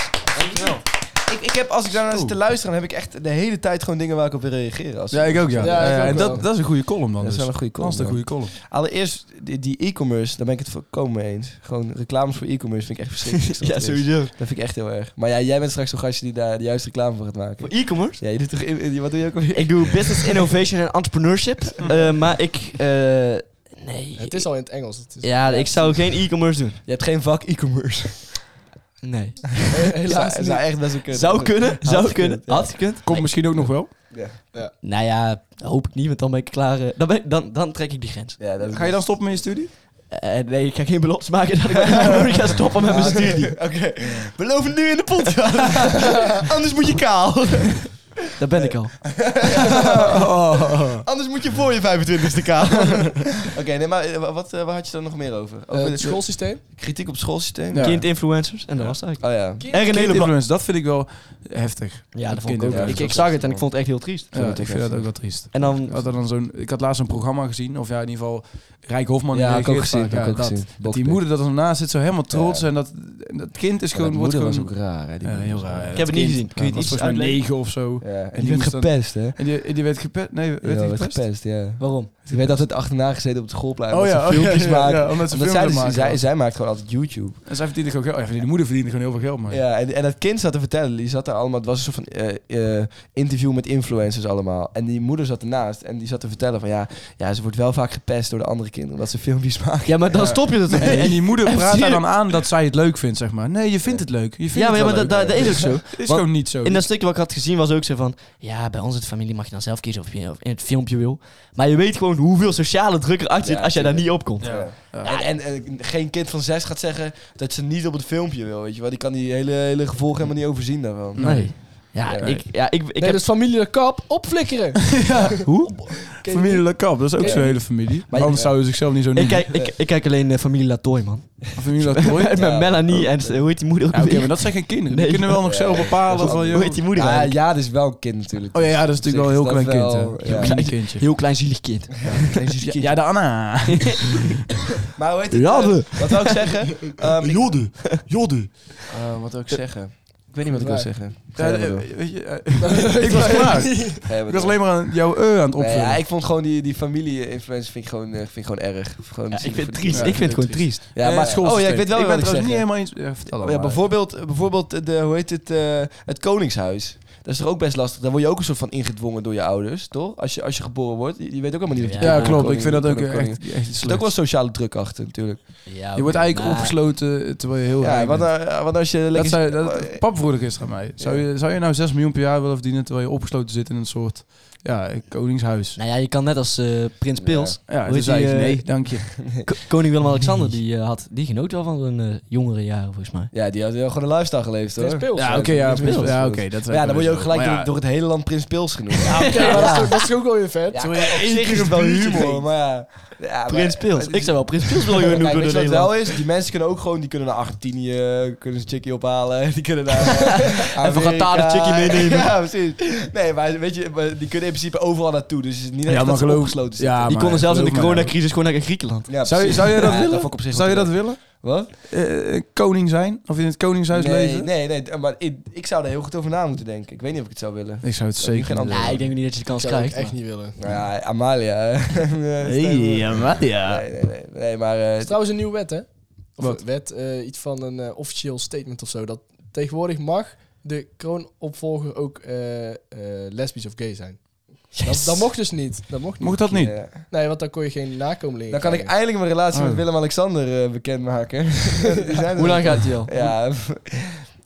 [SPEAKER 2] Ik, ik heb, als ik daarnaar zit te luisteren, dan heb ik echt de hele tijd gewoon dingen waar ik op wil reageren. Als
[SPEAKER 3] Ja, ik ook, ja.
[SPEAKER 4] Ja, ik
[SPEAKER 3] Ja, ja,
[SPEAKER 4] ook
[SPEAKER 3] en
[SPEAKER 4] wel.
[SPEAKER 3] dat, dat is een goede column dan.
[SPEAKER 2] Dat is
[SPEAKER 3] dus.
[SPEAKER 2] wel een goede
[SPEAKER 3] Dat is een
[SPEAKER 2] column,
[SPEAKER 3] goede column.
[SPEAKER 2] Allereerst, die die e-commerce, daar ben ik het volkomen mee eens. Gewoon reclames voor e-commerce vind ik echt verschrikkelijk.
[SPEAKER 5] Ja, sowieso.
[SPEAKER 2] Dat vind ik echt heel erg. Maar ja, jij bent straks zo'n gastje die daar de juiste reclame voor gaat maken.
[SPEAKER 5] Voor e-commerce?
[SPEAKER 2] Ja, je doet toch... in- in- Wat doe je ook alweer?
[SPEAKER 5] Ik doe business innovation en entrepreneurship. Eh, maar ik... eh, nee.
[SPEAKER 4] Het is al in het Engels. Het is
[SPEAKER 5] Ja, ik zou geen e-commerce doen.
[SPEAKER 2] Je hebt geen vak e-commerce.
[SPEAKER 5] Nee.
[SPEAKER 4] helaas
[SPEAKER 2] Zou-
[SPEAKER 4] niet.
[SPEAKER 2] zou Nou, echt best wel kunnen.
[SPEAKER 5] Zou kunnen, zou
[SPEAKER 2] gekund,
[SPEAKER 5] kunnen,
[SPEAKER 2] ja.
[SPEAKER 5] had gekund.
[SPEAKER 3] Komt misschien ook nog wel.
[SPEAKER 5] Nou ja, hoop ik niet, want dan ben ik klaar. eh, Dan, ben ik- dan, dan trek ik die grens.
[SPEAKER 2] Ja, dat is-
[SPEAKER 3] Ga je dan stoppen met je studie?
[SPEAKER 5] Eh, nee, ik ga geen beloftes maken dat ik met mijn ga stoppen met mijn studie.
[SPEAKER 2] Oké. Beloof het nu in de podcast. Anders moet je kaal.
[SPEAKER 5] Daar ben ik al.
[SPEAKER 3] Oh.
[SPEAKER 2] Anders moet je voor je 25ste kaal. Oké, nee, maar eh, wat, eh, waar had je dan nog meer over?
[SPEAKER 4] Eh,
[SPEAKER 2] Over
[SPEAKER 4] het schoolsysteem.
[SPEAKER 2] Kritiek op het schoolsysteem?
[SPEAKER 3] Ja.
[SPEAKER 5] Kind-influencers, en dat was het eigenlijk.
[SPEAKER 2] Oh ja.
[SPEAKER 5] En René de Blok.
[SPEAKER 3] influence, dat vind ik wel heftig.
[SPEAKER 5] Ja, dat vond ik ook.
[SPEAKER 3] Kinderen-
[SPEAKER 5] ik, ik zag het en ik vond het echt heel triest.
[SPEAKER 3] Ja, ik vind dat ook wel triest.
[SPEAKER 5] En dan,
[SPEAKER 3] Had er dan zo'n, ik had laatst zo'n programma gezien, of ja, in ieder geval Rijk Hofman.
[SPEAKER 2] Ja,
[SPEAKER 3] reageert
[SPEAKER 2] heb ik ook gezien.
[SPEAKER 3] vaak.
[SPEAKER 2] heb ik
[SPEAKER 3] Ja,
[SPEAKER 2] ook
[SPEAKER 3] dat.
[SPEAKER 2] gezien.
[SPEAKER 3] Dat die moeder dat ernaast zit, zo helemaal trots.
[SPEAKER 2] Ja.
[SPEAKER 3] En dat, en dat kind is
[SPEAKER 2] Maar
[SPEAKER 3] gewoon,
[SPEAKER 2] dat
[SPEAKER 3] wordt
[SPEAKER 2] moeder was
[SPEAKER 3] gewoon...
[SPEAKER 2] ook raar, hè? die
[SPEAKER 3] Ja,
[SPEAKER 2] moeder.
[SPEAKER 3] heel raar.
[SPEAKER 5] Ik heb het niet gezien. Kun je het
[SPEAKER 3] was
[SPEAKER 5] iets
[SPEAKER 3] volgens mij
[SPEAKER 5] uitleggen?
[SPEAKER 3] negen of zo.
[SPEAKER 2] Ja. En,
[SPEAKER 3] die
[SPEAKER 2] die werd
[SPEAKER 3] moest dan-
[SPEAKER 2] gepest, hè?
[SPEAKER 3] En die, die werd gepest. Nee, werd
[SPEAKER 2] Ja,
[SPEAKER 3] die
[SPEAKER 2] werd
[SPEAKER 3] gepest?
[SPEAKER 2] gepest, ja.
[SPEAKER 5] waarom?
[SPEAKER 2] Die werd altijd achterna gezeten op het schoolplein.
[SPEAKER 3] Oh ja,
[SPEAKER 2] ze filmpjes
[SPEAKER 3] oh ja, ja,
[SPEAKER 2] maken.
[SPEAKER 3] ja, omdat ze
[SPEAKER 2] Omdat zij,
[SPEAKER 3] filmpjes
[SPEAKER 2] dus-
[SPEAKER 3] maken.
[SPEAKER 2] zij, zij maakt gewoon altijd YouTube.
[SPEAKER 3] En zij verdiende gewoon geld. Ja, die moeder verdiende gewoon heel veel geld,
[SPEAKER 4] Oh
[SPEAKER 3] maar...
[SPEAKER 2] Ja, en, en dat kind zat te vertellen. Die zat daar allemaal. Het was een soort van eh, eh, interview met influencers allemaal. En die moeder zat ernaast. En die zat te vertellen van ja, ja ze wordt wel vaak gepest door de andere kinderen. Omdat ze filmpjes maken.
[SPEAKER 5] Ja, maar dan stop je het toch
[SPEAKER 3] En
[SPEAKER 5] niet?
[SPEAKER 3] die moeder praat daar dan aan dat zij het leuk vindt. zeg maar. Nee, je vindt het leuk. Je vindt
[SPEAKER 5] Ja, maar, ja,
[SPEAKER 3] het wel
[SPEAKER 5] maar dat, dat,
[SPEAKER 3] leuk.
[SPEAKER 5] dat is ook zo.
[SPEAKER 3] Het is
[SPEAKER 5] Want-
[SPEAKER 3] gewoon niet zo.
[SPEAKER 5] In dat stukje wat ik had gezien was ook zo van... Ja, bij ons in de familie mag je dan zelf kiezen of je of in het filmpje wil. Maar je weet gewoon hoeveel sociale druk erachter zit
[SPEAKER 2] Ja,
[SPEAKER 5] als jij daar niet
[SPEAKER 2] tuurlijk.
[SPEAKER 5] opkomt.
[SPEAKER 3] Ja.
[SPEAKER 2] En, en, en geen kind van zes gaat zeggen dat ze niet op het filmpje wil, weet je wel. Die kan die hele, hele gevolgen helemaal niet overzien daarvan.
[SPEAKER 5] Nee. Ja,
[SPEAKER 2] Nee.
[SPEAKER 5] ik, ja, ik, ik
[SPEAKER 4] nee,
[SPEAKER 5] heb...
[SPEAKER 4] dus familie de kap, opflikkeren.
[SPEAKER 3] Hoe? Familie Lacap, dat is ook
[SPEAKER 4] Ja.
[SPEAKER 3] zo'n hele familie.
[SPEAKER 2] Maar-
[SPEAKER 3] Anders zou je zichzelf niet zo
[SPEAKER 5] Ik
[SPEAKER 3] noemen.
[SPEAKER 5] kijk, ik, ik kijk alleen eh, Familie Latoy, man.
[SPEAKER 3] Familie Lacap.
[SPEAKER 5] Met
[SPEAKER 2] Ja.
[SPEAKER 5] Melanie en eh, hoe heet die moeder ook
[SPEAKER 3] Ja, oké,
[SPEAKER 5] weer?
[SPEAKER 3] maar dat zijn geen kinderen.
[SPEAKER 5] Nee.
[SPEAKER 3] Die kunnen wel nog zelf bepalen van...
[SPEAKER 5] Hoe
[SPEAKER 3] Joh.
[SPEAKER 5] heet die moeder
[SPEAKER 2] Ah,
[SPEAKER 5] eigenlijk?
[SPEAKER 2] ja, dat is wel een kind natuurlijk.
[SPEAKER 3] Oh ja, ja, dat is natuurlijk wel een heel
[SPEAKER 2] Op zich
[SPEAKER 3] klein
[SPEAKER 2] is dat
[SPEAKER 3] kind.
[SPEAKER 2] wel-
[SPEAKER 3] hè.
[SPEAKER 2] ja.
[SPEAKER 3] Heel klein kindje.
[SPEAKER 5] Heel klein zielig kind.
[SPEAKER 3] Ja, ja, de Anna.
[SPEAKER 4] Oh,
[SPEAKER 2] Maar hoe heet het?
[SPEAKER 3] Jadde.
[SPEAKER 2] eh, wat wil ik zeggen? Ehm, ik-
[SPEAKER 3] Jodde. Jodde.
[SPEAKER 2] eh, wat wil ik zeggen? Ik weet niet wat ik wil zeggen. Ga
[SPEAKER 3] Ja,
[SPEAKER 2] jij maar
[SPEAKER 3] eh,
[SPEAKER 2] door.
[SPEAKER 3] weet je, eh, ik was klaar.
[SPEAKER 2] Ga jij maar
[SPEAKER 3] Ik was
[SPEAKER 2] door.
[SPEAKER 3] alleen maar aan jouw e aan het
[SPEAKER 2] Nee,
[SPEAKER 3] opvullen.
[SPEAKER 2] ja, ik vond gewoon die, die familie-influencer vind ik gewoon, eh, vind ik gewoon erg. Gewoon
[SPEAKER 5] Ja, ik vind
[SPEAKER 2] zielig
[SPEAKER 5] het
[SPEAKER 2] voor die
[SPEAKER 5] triest.
[SPEAKER 2] kinderen.
[SPEAKER 5] ik vind het gewoon triest.
[SPEAKER 2] Ja,
[SPEAKER 3] Eh,
[SPEAKER 2] maar
[SPEAKER 3] school-
[SPEAKER 2] Oh ja, ik weet wel
[SPEAKER 3] ik
[SPEAKER 2] wat
[SPEAKER 3] ben
[SPEAKER 2] ik
[SPEAKER 3] trouwens niet
[SPEAKER 2] zeggen.
[SPEAKER 3] helemaal eens... Ja, vertel dan
[SPEAKER 2] Ja,
[SPEAKER 3] maar.
[SPEAKER 2] bijvoorbeeld, bijvoorbeeld de, hoe heet het, eh, het Koningshuis. Dat is toch ook best lastig. Daar word je ook een soort van ingedwongen door je ouders, toch? Als je, als je geboren wordt. Je, je weet ook helemaal niet of je
[SPEAKER 5] Ja,
[SPEAKER 3] Ja,
[SPEAKER 2] kinderen
[SPEAKER 3] klopt.
[SPEAKER 2] koning-
[SPEAKER 3] Ik vind dat ook
[SPEAKER 2] koning-
[SPEAKER 3] eh,
[SPEAKER 2] koning-
[SPEAKER 3] echt, echt
[SPEAKER 2] Er zit ook wel sociale druk achter, natuurlijk.
[SPEAKER 5] Ja,
[SPEAKER 3] Je wordt eigenlijk opgesloten terwijl je heel
[SPEAKER 2] Ja,
[SPEAKER 3] rijk
[SPEAKER 2] want,
[SPEAKER 3] bent.
[SPEAKER 2] eh, want als je
[SPEAKER 3] Dat
[SPEAKER 2] lekker... Oh,
[SPEAKER 3] zei, dat, pap vroeg ik gisteren aan mij. Zou je, zou je nou 6 miljoen per jaar willen verdienen terwijl je opgesloten zit in een soort ja, koningshuis?
[SPEAKER 5] Nou ja, je kan net als eh, Prins Pils.
[SPEAKER 3] Ja,
[SPEAKER 5] Hoe
[SPEAKER 3] toen
[SPEAKER 5] heet
[SPEAKER 3] zei
[SPEAKER 5] die,
[SPEAKER 3] ik
[SPEAKER 5] eh,
[SPEAKER 3] nee, dank je.
[SPEAKER 5] Ko- Koning Willem-Alexander, die, eh, had, die genoot wel van een jongere jaren, volgens mij.
[SPEAKER 2] Ja, die had wel gewoon een lifestyle geleefd, hoor.
[SPEAKER 4] Prins Pils.
[SPEAKER 3] Ja, oké, ja,
[SPEAKER 2] Prins Pils.
[SPEAKER 3] ja, oké, dat
[SPEAKER 2] Maar ja, dus- dan word je ook gelijk
[SPEAKER 3] Maar ja,
[SPEAKER 2] door, door het hele land Prins Pils genoemd.
[SPEAKER 4] Ja, oké, maar dat is toch- dat is ook wel weer vet.
[SPEAKER 2] Ja, op zich is het wel humor, maar ja. Ja, Ah, maar- eh,
[SPEAKER 5] Prins Pils. Ik zou wel Prins Pils willen
[SPEAKER 2] Kijk,
[SPEAKER 5] genoemd
[SPEAKER 2] weet je wat
[SPEAKER 5] door de
[SPEAKER 2] het wel
[SPEAKER 5] Nederland.
[SPEAKER 2] is? Die mensen kunnen ook gewoon, die kunnen naar Argentinië, kunnen ze een chickie ophalen, die kunnen naar
[SPEAKER 5] Even
[SPEAKER 2] Amerika.
[SPEAKER 5] gaan daar de chickie meenemen.
[SPEAKER 2] Ja, precies. Nee, maar weet je, maar die kunnen in principe overal naartoe, dus het is niet echt
[SPEAKER 3] Ja,
[SPEAKER 2] dat
[SPEAKER 3] maar
[SPEAKER 2] ze
[SPEAKER 3] geloof-
[SPEAKER 2] opgesloten zitten.
[SPEAKER 3] Ja,
[SPEAKER 5] Die
[SPEAKER 3] maar
[SPEAKER 5] konden zelfs in de
[SPEAKER 3] geloof me nou.
[SPEAKER 5] coronacrisis gewoon naar Griekenland.
[SPEAKER 2] Ja,
[SPEAKER 3] Zou je,
[SPEAKER 2] precies.
[SPEAKER 3] zou je dat
[SPEAKER 2] Ja,
[SPEAKER 3] willen?
[SPEAKER 2] vond ik op zich
[SPEAKER 3] zou je
[SPEAKER 2] wel
[SPEAKER 3] dat willen?
[SPEAKER 2] Wat?
[SPEAKER 3] Eh, koning zijn? Of in het koningshuis
[SPEAKER 2] Nee,
[SPEAKER 3] leven?
[SPEAKER 2] nee, nee, maar ik, ik zou er heel goed over na moeten denken. Ik weet niet of ik het zou willen.
[SPEAKER 3] Ik zou het
[SPEAKER 2] Dat heb ik
[SPEAKER 3] zeker
[SPEAKER 2] geen
[SPEAKER 3] niet
[SPEAKER 2] antwoord.
[SPEAKER 5] Nou, ik denk niet dat je de kans
[SPEAKER 4] Dat zou ik
[SPEAKER 5] krijgt.
[SPEAKER 4] echt
[SPEAKER 5] maar-
[SPEAKER 4] niet willen.
[SPEAKER 2] Nou ja, Amalia.
[SPEAKER 3] Hey, Amalia.
[SPEAKER 2] Nee, nee, nee, nee, maar...
[SPEAKER 4] Dat
[SPEAKER 2] eh,
[SPEAKER 4] is trouwens een nieuwe wet, hè? Of
[SPEAKER 3] Wat?
[SPEAKER 4] wet, eh, iets van een eh, officieel statement of zo. Dat tegenwoordig mag de kroonopvolger ook eh, eh, lesbisch of gay zijn. Dat, dat mocht dus niet. Dat mocht niet.
[SPEAKER 3] Mocht dat niet?
[SPEAKER 2] eh,
[SPEAKER 4] Nee, want dan kon je geen nakomelingen
[SPEAKER 2] Dan kan ik
[SPEAKER 4] krijgen.
[SPEAKER 2] eindelijk mijn relatie
[SPEAKER 3] Oh.
[SPEAKER 2] met Willem-Alexander eh, bekendmaken. Die zijn er
[SPEAKER 5] Hoe lang
[SPEAKER 2] nog.
[SPEAKER 5] gaat die al?
[SPEAKER 2] Ja,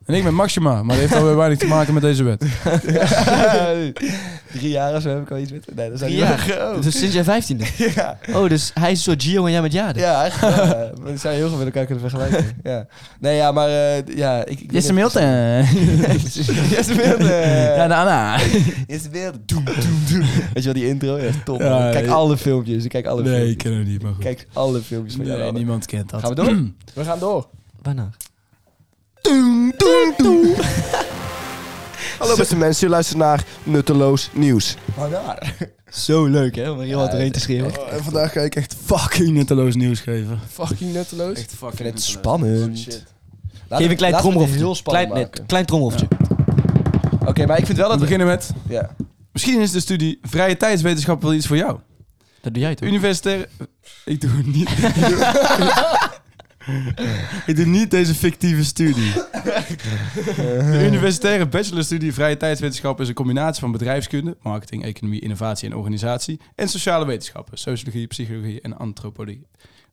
[SPEAKER 3] En ik ben Maxima, maar die heeft alweer weinig te maken met deze wet.
[SPEAKER 2] drie jaar of zo heb ik al iets met. Nee, dat zijn
[SPEAKER 5] Drie jaar. Dus sinds jij vijftiende.
[SPEAKER 2] Ja,
[SPEAKER 5] Oh, dus hij is een soort Gio en jij met Jade.
[SPEAKER 2] ja, echt wel, ja. Maar dat zou je heel goed met elkaar kunnen vergelijken. Ja. Nee, ja, maar eh, ja, ik... ik weet niet- Jesse Milton.
[SPEAKER 3] Ja, de Anna.
[SPEAKER 2] Jesse Milton. Doem, doem, doem. Weet je wel, die intro? Ja, top.
[SPEAKER 3] Ja,
[SPEAKER 2] man. Ik kijk
[SPEAKER 3] ja.
[SPEAKER 2] alle filmpjes. Ik kijk alle
[SPEAKER 3] Nee, ik
[SPEAKER 2] filmpjes.
[SPEAKER 3] ken hem niet, maar
[SPEAKER 2] Ik
[SPEAKER 3] goed.
[SPEAKER 2] kijk alle filmpjes van jou.
[SPEAKER 3] Nee, niemand kent dat.
[SPEAKER 2] Gaan we door?
[SPEAKER 4] We gaan door.
[SPEAKER 5] Waarna?
[SPEAKER 6] Hallo beste mensen, u luistert naar Nutteloos Nieuws.
[SPEAKER 2] Maar daar.
[SPEAKER 5] Zo leuk, hè? Om er heel hard
[SPEAKER 2] Ja,
[SPEAKER 5] doorheen te schreeuwen.
[SPEAKER 3] en vandaag ga ik echt fucking nutteloos nieuws geven.
[SPEAKER 4] Fucking nutteloos.
[SPEAKER 2] Ik vind het spannend.
[SPEAKER 5] Geef een klein
[SPEAKER 2] trommelhof.
[SPEAKER 5] trommelhofje.
[SPEAKER 2] heel spannend
[SPEAKER 5] klein,
[SPEAKER 2] maken.
[SPEAKER 5] nee, klein trommelhofje.
[SPEAKER 2] Oké, maar ik vind wel
[SPEAKER 3] We
[SPEAKER 2] dat we...
[SPEAKER 3] beginnen met...
[SPEAKER 2] Ja.
[SPEAKER 3] Misschien is de studie vrije tijdswetenschap wel iets voor jou.
[SPEAKER 5] Dat doe jij toch?
[SPEAKER 3] Universitair... Ik doe het niet. Ik doe- ik doe niet deze fictieve studie. De universitaire bachelorstudie vrije tijdswetenschap is een combinatie van bedrijfskunde, marketing, economie, innovatie en organisatie en sociale wetenschappen, sociologie, psychologie en antropologie.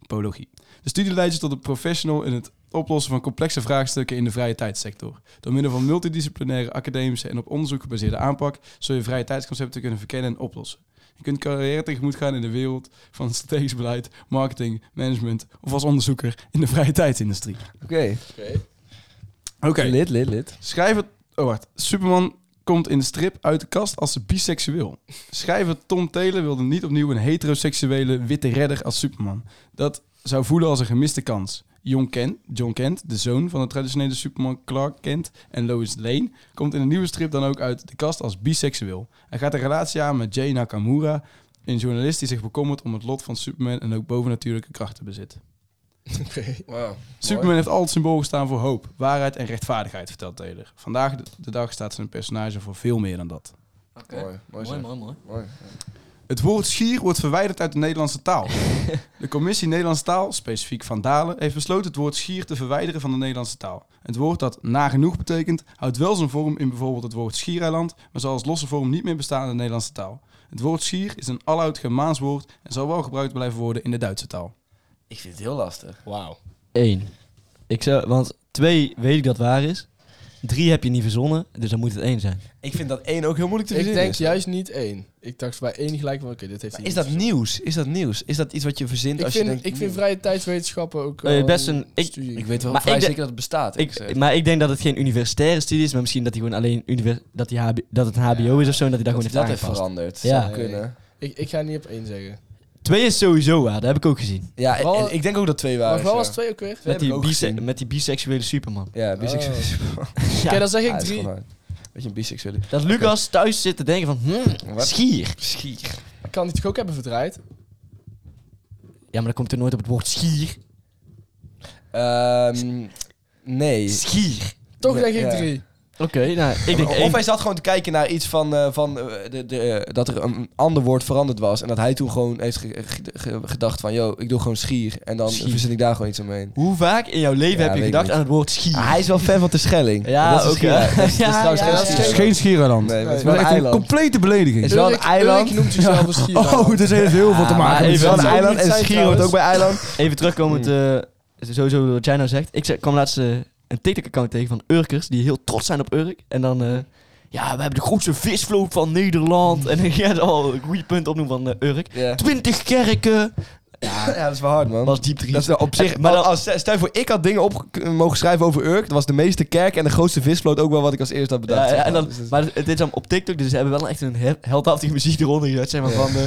[SPEAKER 3] Pologie. De studie leidt je tot een professional in het oplossen van complexe vraagstukken in de vrije tijdssector. Door middel van multidisciplinaire, academische en op onderzoek gebaseerde aanpak zul je vrije tijdsconcepten kunnen verkennen en oplossen. Je kunt carrière tegemoet gaan in de wereld van strategisch beleid, marketing, management of als onderzoeker in de vrije tijdsindustrie.
[SPEAKER 2] Oké.
[SPEAKER 3] Oké.
[SPEAKER 2] Lid, lid, lid.
[SPEAKER 3] Schrijver... Oh, wacht. Superman komt in de strip uit de kast als biseksueel. Schrijver Tom Taylor wilde niet opnieuw een heteroseksuele witte redder als Superman. Dat zou voelen als een gemiste kans. John Kent, John Kent, de zoon van de traditionele Superman Clark Kent en Lois Lane, komt in de nieuwe strip dan ook uit de kast als biseksueel. Hij gaat een relatie aan met Jay Nakamura, een journalist die zich bekommert om het lot van Superman en ook bovennatuurlijke krachten bezit. Superman heeft altijd symbool gestaan voor hoop, waarheid en rechtvaardigheid, vertelt Taylor. Vandaag de- de dag staat zijn personage voor veel meer dan dat.
[SPEAKER 2] Mooi, mooi,
[SPEAKER 5] Mooi,
[SPEAKER 2] zo.
[SPEAKER 5] mooi, mooi.
[SPEAKER 2] mooi.
[SPEAKER 3] Het woord schier wordt verwijderd uit de Nederlandse taal. De commissie Nederlandse taal, specifiek Van Dalen, heeft besloten het woord schier te verwijderen van de Nederlandse taal. Het woord dat nagenoeg betekent, houdt wel zijn vorm in bijvoorbeeld het woord schiereiland, maar zal als losse vorm niet meer bestaan in de Nederlandse taal. Het woord schier is een aloud Germaans woord en zal wel gebruikt blijven worden in de Duitse taal.
[SPEAKER 2] Ik vind het heel lastig.
[SPEAKER 4] Wauw.
[SPEAKER 5] Eén. Ik zou, want Twee, weet ik dat waar is. Drie heb je niet verzonnen, dus dan moet het één zijn.
[SPEAKER 2] Ik vind dat één ook heel moeilijk te
[SPEAKER 4] Ik
[SPEAKER 2] verzinnen.
[SPEAKER 4] denk
[SPEAKER 2] is.
[SPEAKER 4] juist niet één. Ik dacht bij één gelijk van, oké, dit heeft
[SPEAKER 2] Maar
[SPEAKER 4] hij
[SPEAKER 2] is
[SPEAKER 4] niet
[SPEAKER 2] dat nieuws? Is dat nieuws? Is dat iets wat je verzint
[SPEAKER 4] Ik
[SPEAKER 2] als
[SPEAKER 4] vind,
[SPEAKER 2] je denkt... "Hmm."
[SPEAKER 4] ik vind vrije tijdswetenschappen ook
[SPEAKER 5] Eh,
[SPEAKER 4] wel
[SPEAKER 5] best een- ik-
[SPEAKER 4] studie.
[SPEAKER 2] Ik weet wel
[SPEAKER 5] Maar
[SPEAKER 2] vrij
[SPEAKER 5] ik denk-
[SPEAKER 2] zeker dat het bestaat. eerlijk
[SPEAKER 5] Ik,
[SPEAKER 2] gezegd.
[SPEAKER 5] maar ik denk dat het geen universitaire studie is, maar misschien dat hij gewoon alleen univer- dat, hij HBO, dat het HBO is of zo en dat hij
[SPEAKER 2] dat dat
[SPEAKER 5] daar gewoon heeft
[SPEAKER 2] heeft
[SPEAKER 5] aangepast.
[SPEAKER 2] veranderd.
[SPEAKER 5] Ja.
[SPEAKER 2] Zou kunnen.
[SPEAKER 4] ik, ik ga niet op één zeggen.
[SPEAKER 5] Twee is sowieso waar, dat heb ik ook gezien.
[SPEAKER 2] Ja, en,
[SPEAKER 4] Vooral-
[SPEAKER 2] en ik denk ook dat twee waren. dus
[SPEAKER 4] maar wat
[SPEAKER 2] ja.
[SPEAKER 4] was twee ook weer?
[SPEAKER 2] Twee
[SPEAKER 5] Met
[SPEAKER 2] heb ik
[SPEAKER 5] die,
[SPEAKER 2] ook
[SPEAKER 5] bise-
[SPEAKER 2] gezien.
[SPEAKER 5] met die biseksuele Superman.
[SPEAKER 2] Ja, biseksueel.
[SPEAKER 4] Oké, dan zeg ik
[SPEAKER 2] Ah, dat is
[SPEAKER 4] drie.
[SPEAKER 2] gewoon hard. Beetje een biseksuele.
[SPEAKER 5] Dat Lucas thuis zit te denken van, hmm,
[SPEAKER 2] Wat?
[SPEAKER 5] schier.
[SPEAKER 2] Schier.
[SPEAKER 4] Kan hij toch ook hebben verdraaid?
[SPEAKER 5] Ja, maar dan komt er nooit op het woord schier.
[SPEAKER 2] Ehm, nee.
[SPEAKER 5] Schier.
[SPEAKER 4] Toch
[SPEAKER 2] Ja,
[SPEAKER 4] denk ik
[SPEAKER 2] ja.
[SPEAKER 4] drie.
[SPEAKER 5] Oké, nou, ik denk
[SPEAKER 2] Of
[SPEAKER 5] één.
[SPEAKER 2] hij zat gewoon te kijken naar iets van, eh, van eh, de, de, eh, dat er een ander woord veranderd was. En dat hij toen gewoon heeft ge- ge- ge- gedacht van, yo, ik doe gewoon schier. En dan
[SPEAKER 5] Schier.
[SPEAKER 2] verzin ik daar gewoon iets omheen.
[SPEAKER 5] Hoe vaak in jouw leven
[SPEAKER 2] Ja,
[SPEAKER 5] heb
[SPEAKER 2] weet
[SPEAKER 5] je
[SPEAKER 2] ik
[SPEAKER 5] gedacht
[SPEAKER 2] niet.
[SPEAKER 5] aan het woord schier?
[SPEAKER 2] Ah, hij is wel fan van de Schelling.
[SPEAKER 5] Ja,
[SPEAKER 2] dat is
[SPEAKER 5] ook,
[SPEAKER 2] schier.
[SPEAKER 5] ja.
[SPEAKER 2] Dat is, dat is
[SPEAKER 5] Ja,
[SPEAKER 2] trouwens
[SPEAKER 4] ja,
[SPEAKER 2] geen
[SPEAKER 4] dat is
[SPEAKER 2] schier.
[SPEAKER 3] Het is geen Schiereiland.
[SPEAKER 2] Nee, maar het is wel
[SPEAKER 3] dat is
[SPEAKER 2] een
[SPEAKER 3] echt een
[SPEAKER 2] eiland.
[SPEAKER 3] complete belediging.
[SPEAKER 2] Is wel een
[SPEAKER 4] Ulrik-
[SPEAKER 2] eiland.
[SPEAKER 4] Ulrik noemt zichzelf een schier.
[SPEAKER 3] Oh, dus heeft heel veel te
[SPEAKER 5] Ah, maar
[SPEAKER 3] maken
[SPEAKER 2] Het
[SPEAKER 3] met
[SPEAKER 2] is wel een
[SPEAKER 5] Zou
[SPEAKER 2] eiland
[SPEAKER 4] niet
[SPEAKER 2] en
[SPEAKER 4] zijn
[SPEAKER 2] schier hoort ook bij eiland. Hmm.
[SPEAKER 5] Even terugkomend, eh, sowieso wat jij nou zegt. Ik zei- kwam laatst eh, een TikTok-account tegen van Urkers, die heel trots zijn op Urk. En dan, eh, ja, we hebben de grootste visvloot van Nederland. En ik ga al een goede punt opnoemen van eh, Urk.
[SPEAKER 2] Ja.
[SPEAKER 5] Twintig kerken.
[SPEAKER 2] ja, dat is wel hard, man.
[SPEAKER 5] was diep triest.
[SPEAKER 2] Dat is wel op zich.
[SPEAKER 5] Maar
[SPEAKER 2] Maar
[SPEAKER 5] dat-
[SPEAKER 2] als, stel je voor, ik had dingen op mogen schrijven over Urk. Dat was de meeste kerk en de grootste visvloot ook wel wat ik als eerste had bedacht.
[SPEAKER 5] Ja, ja, en dan,
[SPEAKER 2] Dus dat is-
[SPEAKER 5] maar het is dan op TikTok, dus ze hebben wel echt een he- heldhaftige muziek eronder gezet. Zeg maar,
[SPEAKER 2] Ja.
[SPEAKER 5] van, eh,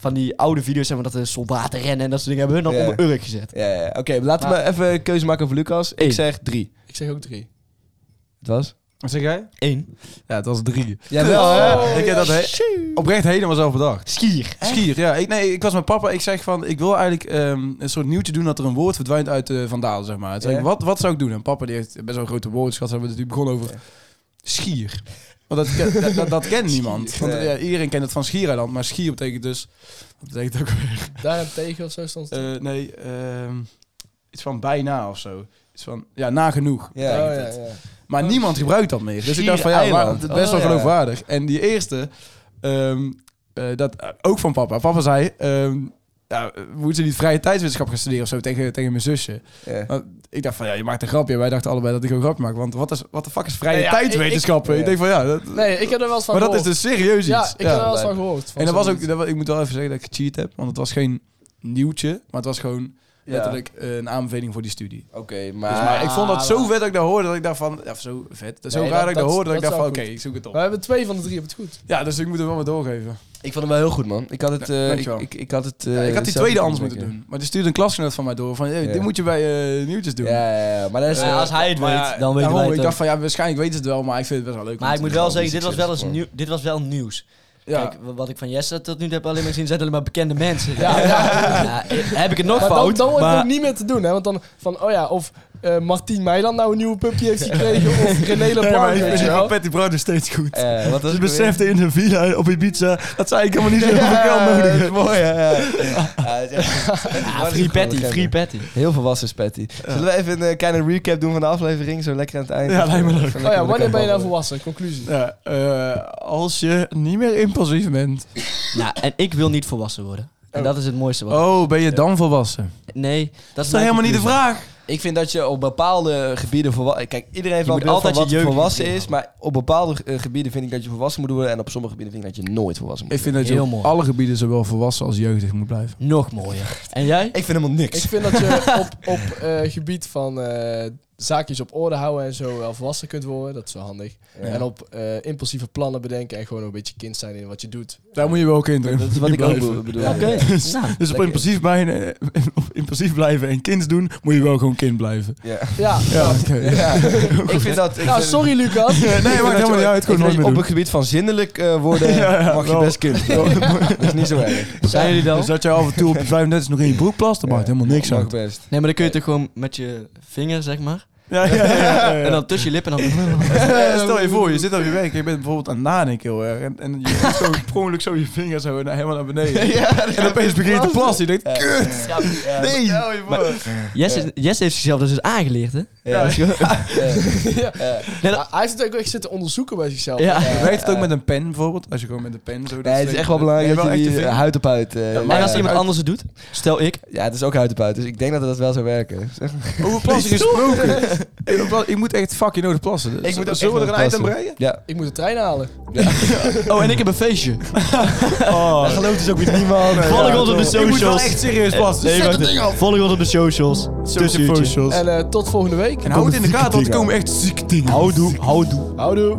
[SPEAKER 5] van die oude video's, zeg maar, dat de soldaten rennen en dat soort dingen, hebben hun dan
[SPEAKER 2] Ja.
[SPEAKER 5] onder Urk gezet.
[SPEAKER 2] ja, ja. Oké, laten we maar even een keuze maken voor Lucas. Ik
[SPEAKER 5] Eén.
[SPEAKER 2] zeg drie.
[SPEAKER 4] Ik zeg ook drie.
[SPEAKER 2] Het was?
[SPEAKER 3] Wat zeg jij? Oh,
[SPEAKER 5] Eén.
[SPEAKER 3] Ja, het was drie.
[SPEAKER 2] Jawel, hè?
[SPEAKER 3] ik heb dat he- oprecht helemaal zelf bedacht.
[SPEAKER 5] Schier.
[SPEAKER 3] Schier, ja. Ik, nee, ik was met papa. Ik zeg van, ik wil eigenlijk ehm, een soort nieuwtje doen dat er een woord verdwijnt uit de Vandalen, zeg maar. Toen zei ik,
[SPEAKER 2] Ja.
[SPEAKER 3] wat, wat zou ik doen? En papa die heeft best wel een grote woordenschat. Ze hebben het natuurlijk begonnen over schier. Want dat, ken- dat, dat, dat kent niemand. Want
[SPEAKER 2] nee.
[SPEAKER 3] ja, iedereen kent het van schiereiland. Maar schier betekent dus... Dat betekent ook weer...
[SPEAKER 4] Daarentegen of zo stond het.
[SPEAKER 3] eh, nee, ehm, iets van bijna of zo. Iets van, ja, nagenoeg.
[SPEAKER 2] Ja,
[SPEAKER 4] Oh,
[SPEAKER 3] betekent
[SPEAKER 4] ja,
[SPEAKER 3] het.
[SPEAKER 4] ja.
[SPEAKER 3] Maar
[SPEAKER 4] Oh,
[SPEAKER 3] niemand gebruikt dat meer. Dus ik
[SPEAKER 2] Schier
[SPEAKER 3] dacht van ja, maar
[SPEAKER 2] eiland.
[SPEAKER 3] het is best wel
[SPEAKER 2] Oh, ja.
[SPEAKER 3] geloofwaardig. En die eerste, ehm, eh, dat eh, ook van papa. Papa zei, ehm ja, moeten ze niet vrije tijdswetenschap gaan studeren of zo tegen, tegen mijn zusje.
[SPEAKER 2] Ja.
[SPEAKER 3] Maar ik dacht van ja, je maakt een grapje. Wij dachten allebei dat ik een grap maak. Want wat is, wat de fuck is vrije
[SPEAKER 4] Ja, ja,
[SPEAKER 3] tijdswetenschappen? Ik,
[SPEAKER 2] ik-
[SPEAKER 3] denk van ja, dat,
[SPEAKER 4] Nee, ik heb er wel eens van
[SPEAKER 3] maar dat is
[SPEAKER 4] gehoord.
[SPEAKER 3] dus serieus iets.
[SPEAKER 4] Ja, ik heb er wel eens
[SPEAKER 2] blijkbaar.
[SPEAKER 4] van gehoord. van
[SPEAKER 3] En dat was ook,
[SPEAKER 4] zoiets.
[SPEAKER 3] dat, was- ik moet wel even zeggen dat ik gecheat heb. Want het was geen nieuwtje, maar het was gewoon letterlijk eh, een aanbeveling voor die studie.
[SPEAKER 2] Oké,
[SPEAKER 3] Dus, maar ik vond dat zo vet dat ik dat hoorde, dat ik dacht van... Ja, zo vet. Zo raar dat
[SPEAKER 4] Nee, dat-
[SPEAKER 3] ik dat
[SPEAKER 4] dat-
[SPEAKER 3] hoorde, dat,
[SPEAKER 4] dat
[SPEAKER 3] ik dacht
[SPEAKER 4] is
[SPEAKER 3] van,
[SPEAKER 4] wel
[SPEAKER 3] oké,
[SPEAKER 4] goed.
[SPEAKER 3] ik zoek het op.
[SPEAKER 4] We hebben twee van de drie op het goed.
[SPEAKER 3] Ja, dus ik moet hem wel maar doorgeven.
[SPEAKER 2] Ik vond hem wel heel goed, man. Ik had het... eh, ik,
[SPEAKER 3] dankjewel.
[SPEAKER 2] ik, ik had het eh,
[SPEAKER 3] Ja, ik had die
[SPEAKER 2] zelf
[SPEAKER 3] tweede
[SPEAKER 2] niet
[SPEAKER 3] anders moeten
[SPEAKER 2] bedenken.
[SPEAKER 3] doen. Maar die stuurde een klasgenoot van mij door, van, hey,
[SPEAKER 2] Ja.
[SPEAKER 3] dit moet je bij eh, nieuwtjes doen.
[SPEAKER 2] Ja, ja, ja. Maar dat is...
[SPEAKER 5] Ja, als hij het
[SPEAKER 3] Maar ja,
[SPEAKER 5] weet, dan weten
[SPEAKER 3] daarom,
[SPEAKER 5] wij het
[SPEAKER 3] Ik
[SPEAKER 5] ook.
[SPEAKER 3] dacht van, ja, waarschijnlijk weten ze het wel, maar ik vind het best wel leuk. om
[SPEAKER 5] Maar ik
[SPEAKER 3] te
[SPEAKER 5] moet
[SPEAKER 3] doen.
[SPEAKER 5] wel
[SPEAKER 2] wel
[SPEAKER 5] zeggen,
[SPEAKER 2] die
[SPEAKER 5] dit was wel, eens
[SPEAKER 2] succes,
[SPEAKER 5] nieuw, dit was wel nieuws.
[SPEAKER 3] Ja.
[SPEAKER 5] Kijk, w- wat ik van Jesse tot nu toe heb alleen maar gezien, zijn alleen maar bekende mensen. Ja,
[SPEAKER 4] Ja,
[SPEAKER 5] eh, heb ik het nog
[SPEAKER 4] Maar dan,
[SPEAKER 5] fout?
[SPEAKER 4] dan wordt het
[SPEAKER 5] maar-
[SPEAKER 4] ook niet meer te doen, hè? Want dan van, oh ja, of eh Martien Meiland nou een nieuwe puppy heeft gekregen, of René
[SPEAKER 3] Nee, maar
[SPEAKER 4] Leblanc,
[SPEAKER 3] ik
[SPEAKER 4] weet
[SPEAKER 3] vind
[SPEAKER 4] je
[SPEAKER 3] die
[SPEAKER 4] wel.
[SPEAKER 3] van Patty Brown nog steeds goed.
[SPEAKER 2] eh, wat was
[SPEAKER 3] Ze
[SPEAKER 2] het ook
[SPEAKER 3] besefte in hun villa op Ibiza dat ze eigenlijk helemaal niet
[SPEAKER 2] alweer?
[SPEAKER 3] zoveel geld nodig
[SPEAKER 2] dat
[SPEAKER 3] heeft.
[SPEAKER 2] is mooi, ja. ja. Ja, het is echt-
[SPEAKER 5] Ah,
[SPEAKER 2] Maar
[SPEAKER 5] free
[SPEAKER 2] dat is
[SPEAKER 5] Patty,
[SPEAKER 2] gewoon
[SPEAKER 5] free
[SPEAKER 2] legende.
[SPEAKER 5] Patty.
[SPEAKER 2] Heel volwassen is Patty. Zullen we even een eh, kleine recap doen van de aflevering? Zo lekker aan het eind.
[SPEAKER 3] Ja, lijkt me leuk.
[SPEAKER 2] Even
[SPEAKER 4] Oh
[SPEAKER 2] lekker
[SPEAKER 4] ja,
[SPEAKER 2] met
[SPEAKER 4] wanneer ben
[SPEAKER 2] elkaar
[SPEAKER 4] je nou volwassen? Conclusie.
[SPEAKER 3] Ja, eh, als je niet meer impulsief bent.
[SPEAKER 5] Nou, en ik wil niet volwassen worden. En dat is het mooiste wat.
[SPEAKER 3] Oh, ben je dan volwassen?
[SPEAKER 5] Nee, dat is
[SPEAKER 3] Dat is nou
[SPEAKER 5] mijn
[SPEAKER 3] helemaal niet de
[SPEAKER 5] conclusie.
[SPEAKER 3] vraag.
[SPEAKER 2] Ik vind dat je op bepaalde gebieden volwassen... Kijk, iedereen heeft
[SPEAKER 5] Je
[SPEAKER 2] wel
[SPEAKER 5] moet
[SPEAKER 2] een beeld van
[SPEAKER 5] altijd je
[SPEAKER 2] wat
[SPEAKER 5] jeugd
[SPEAKER 2] volwassen
[SPEAKER 5] niet
[SPEAKER 2] is. Maar op bepaalde eh, gebieden vind ik dat je volwassen moet worden. En op sommige gebieden vind ik dat je nooit volwassen moet
[SPEAKER 3] Ik
[SPEAKER 2] worden.
[SPEAKER 3] vind dat je
[SPEAKER 5] Heel
[SPEAKER 3] op
[SPEAKER 5] mooi.
[SPEAKER 3] alle gebieden zowel volwassen als jeugdig moet blijven.
[SPEAKER 5] Nog mooier. En jij?
[SPEAKER 2] Ik vind helemaal
[SPEAKER 4] Ik
[SPEAKER 2] niks.
[SPEAKER 4] vind dat je op, op eh, gebied van eh, zaakjes op orde houden en zo wel volwassen kunt worden. Dat is wel handig. En op eh, impulsieve plannen bedenken en gewoon een beetje kind zijn in wat je doet.
[SPEAKER 3] Daar moet je wel kind in.
[SPEAKER 2] Dat is wat ik ook
[SPEAKER 3] blijven.
[SPEAKER 2] be- bedoel.
[SPEAKER 5] Oké. Nou,
[SPEAKER 3] Dus op impulsief, bij, op impulsief blijven en kind doen, moet je wel gewoon kind blijven.
[SPEAKER 2] Ja.
[SPEAKER 4] Ja,
[SPEAKER 3] Ja,
[SPEAKER 4] nou,
[SPEAKER 3] oké.
[SPEAKER 2] Ja. ik vind dat... ik
[SPEAKER 4] nou,
[SPEAKER 2] vind-
[SPEAKER 4] sorry Lucas.
[SPEAKER 3] Nee,
[SPEAKER 2] ik vind
[SPEAKER 3] maakt
[SPEAKER 2] dat
[SPEAKER 3] helemaal
[SPEAKER 2] je-
[SPEAKER 3] niet uit.
[SPEAKER 2] ik
[SPEAKER 3] Gewoon nooit
[SPEAKER 2] vind
[SPEAKER 3] meer
[SPEAKER 2] dat je
[SPEAKER 3] doen.
[SPEAKER 2] Op het gebied van zinnelijk eh, worden
[SPEAKER 3] Ja, ja,
[SPEAKER 2] mag je
[SPEAKER 3] wel.
[SPEAKER 2] best kind. dat is niet zo erg.
[SPEAKER 5] zijn jullie dan?
[SPEAKER 3] Dus dat je af en toe op je 35 nog in je broek plast, dat maakt helemaal niks
[SPEAKER 2] mag
[SPEAKER 3] uit.
[SPEAKER 2] best.
[SPEAKER 5] Nee, maar dan kun je toch gewoon met je vinger, zeg maar.
[SPEAKER 3] Ja, ja, ja, ja, ja.
[SPEAKER 5] En dan tussen je lippen en dan...
[SPEAKER 3] Eh, Stel je voor, je zit op je werk en je bent bijvoorbeeld aan het nadenken heel erg. En, en je doet zo per ongeluk zo je vinger zo naar, helemaal naar beneden. en opeens begin je te plassen. Je denkt, kut, nee.
[SPEAKER 5] Jesse, Jesse heeft zichzelf dus eens aangeleerd, hè?
[SPEAKER 2] Ja, dat is goed.
[SPEAKER 4] ja.
[SPEAKER 5] Nee, dat-
[SPEAKER 4] Ah, Hij heeft het ook echt zitten onderzoeken bij zichzelf.
[SPEAKER 5] Ja.
[SPEAKER 4] Eh,
[SPEAKER 3] Werkt het ook met een pen bijvoorbeeld? Als je gewoon met een pen zo... dat
[SPEAKER 2] Nee, het is
[SPEAKER 3] steekt-
[SPEAKER 2] echt Dus wel belangrijk
[SPEAKER 3] Nee,
[SPEAKER 2] dat je
[SPEAKER 3] echt
[SPEAKER 2] die
[SPEAKER 3] de
[SPEAKER 2] eh,
[SPEAKER 3] vinger-
[SPEAKER 2] huid op huid... eh,
[SPEAKER 5] En
[SPEAKER 2] ja.
[SPEAKER 5] als iemand anders het doet, stel ik.
[SPEAKER 2] Ja, het is ook huid op huid, dus ik denk dat dat wel zou werken.
[SPEAKER 3] Over plassen gesproken. ik, wil pla- ik moet echt fucking nodig plassen. Dus.
[SPEAKER 2] moet ook
[SPEAKER 3] Zullen we
[SPEAKER 2] echt
[SPEAKER 3] er een
[SPEAKER 2] nodig
[SPEAKER 3] item
[SPEAKER 2] plassen.
[SPEAKER 3] breien?
[SPEAKER 2] Ja.
[SPEAKER 4] Ik moet de trein halen.
[SPEAKER 5] Oh, en ik heb een feestje.
[SPEAKER 2] Dat gelooft dus ook weer niemand.
[SPEAKER 5] Volg ons op de
[SPEAKER 3] Ik moet wel
[SPEAKER 5] socials.
[SPEAKER 3] echt serieus plassen.
[SPEAKER 5] Nee,
[SPEAKER 3] Zet
[SPEAKER 5] wacht.
[SPEAKER 3] het ding af.
[SPEAKER 5] Volg ons op de socials. Tussenuurtje.
[SPEAKER 3] socials.
[SPEAKER 4] En eh, tot volgende week.
[SPEAKER 3] En hou het in de gaten, want er komen echt zieke dingen. Houdoe, houdoe.
[SPEAKER 4] Houdoe.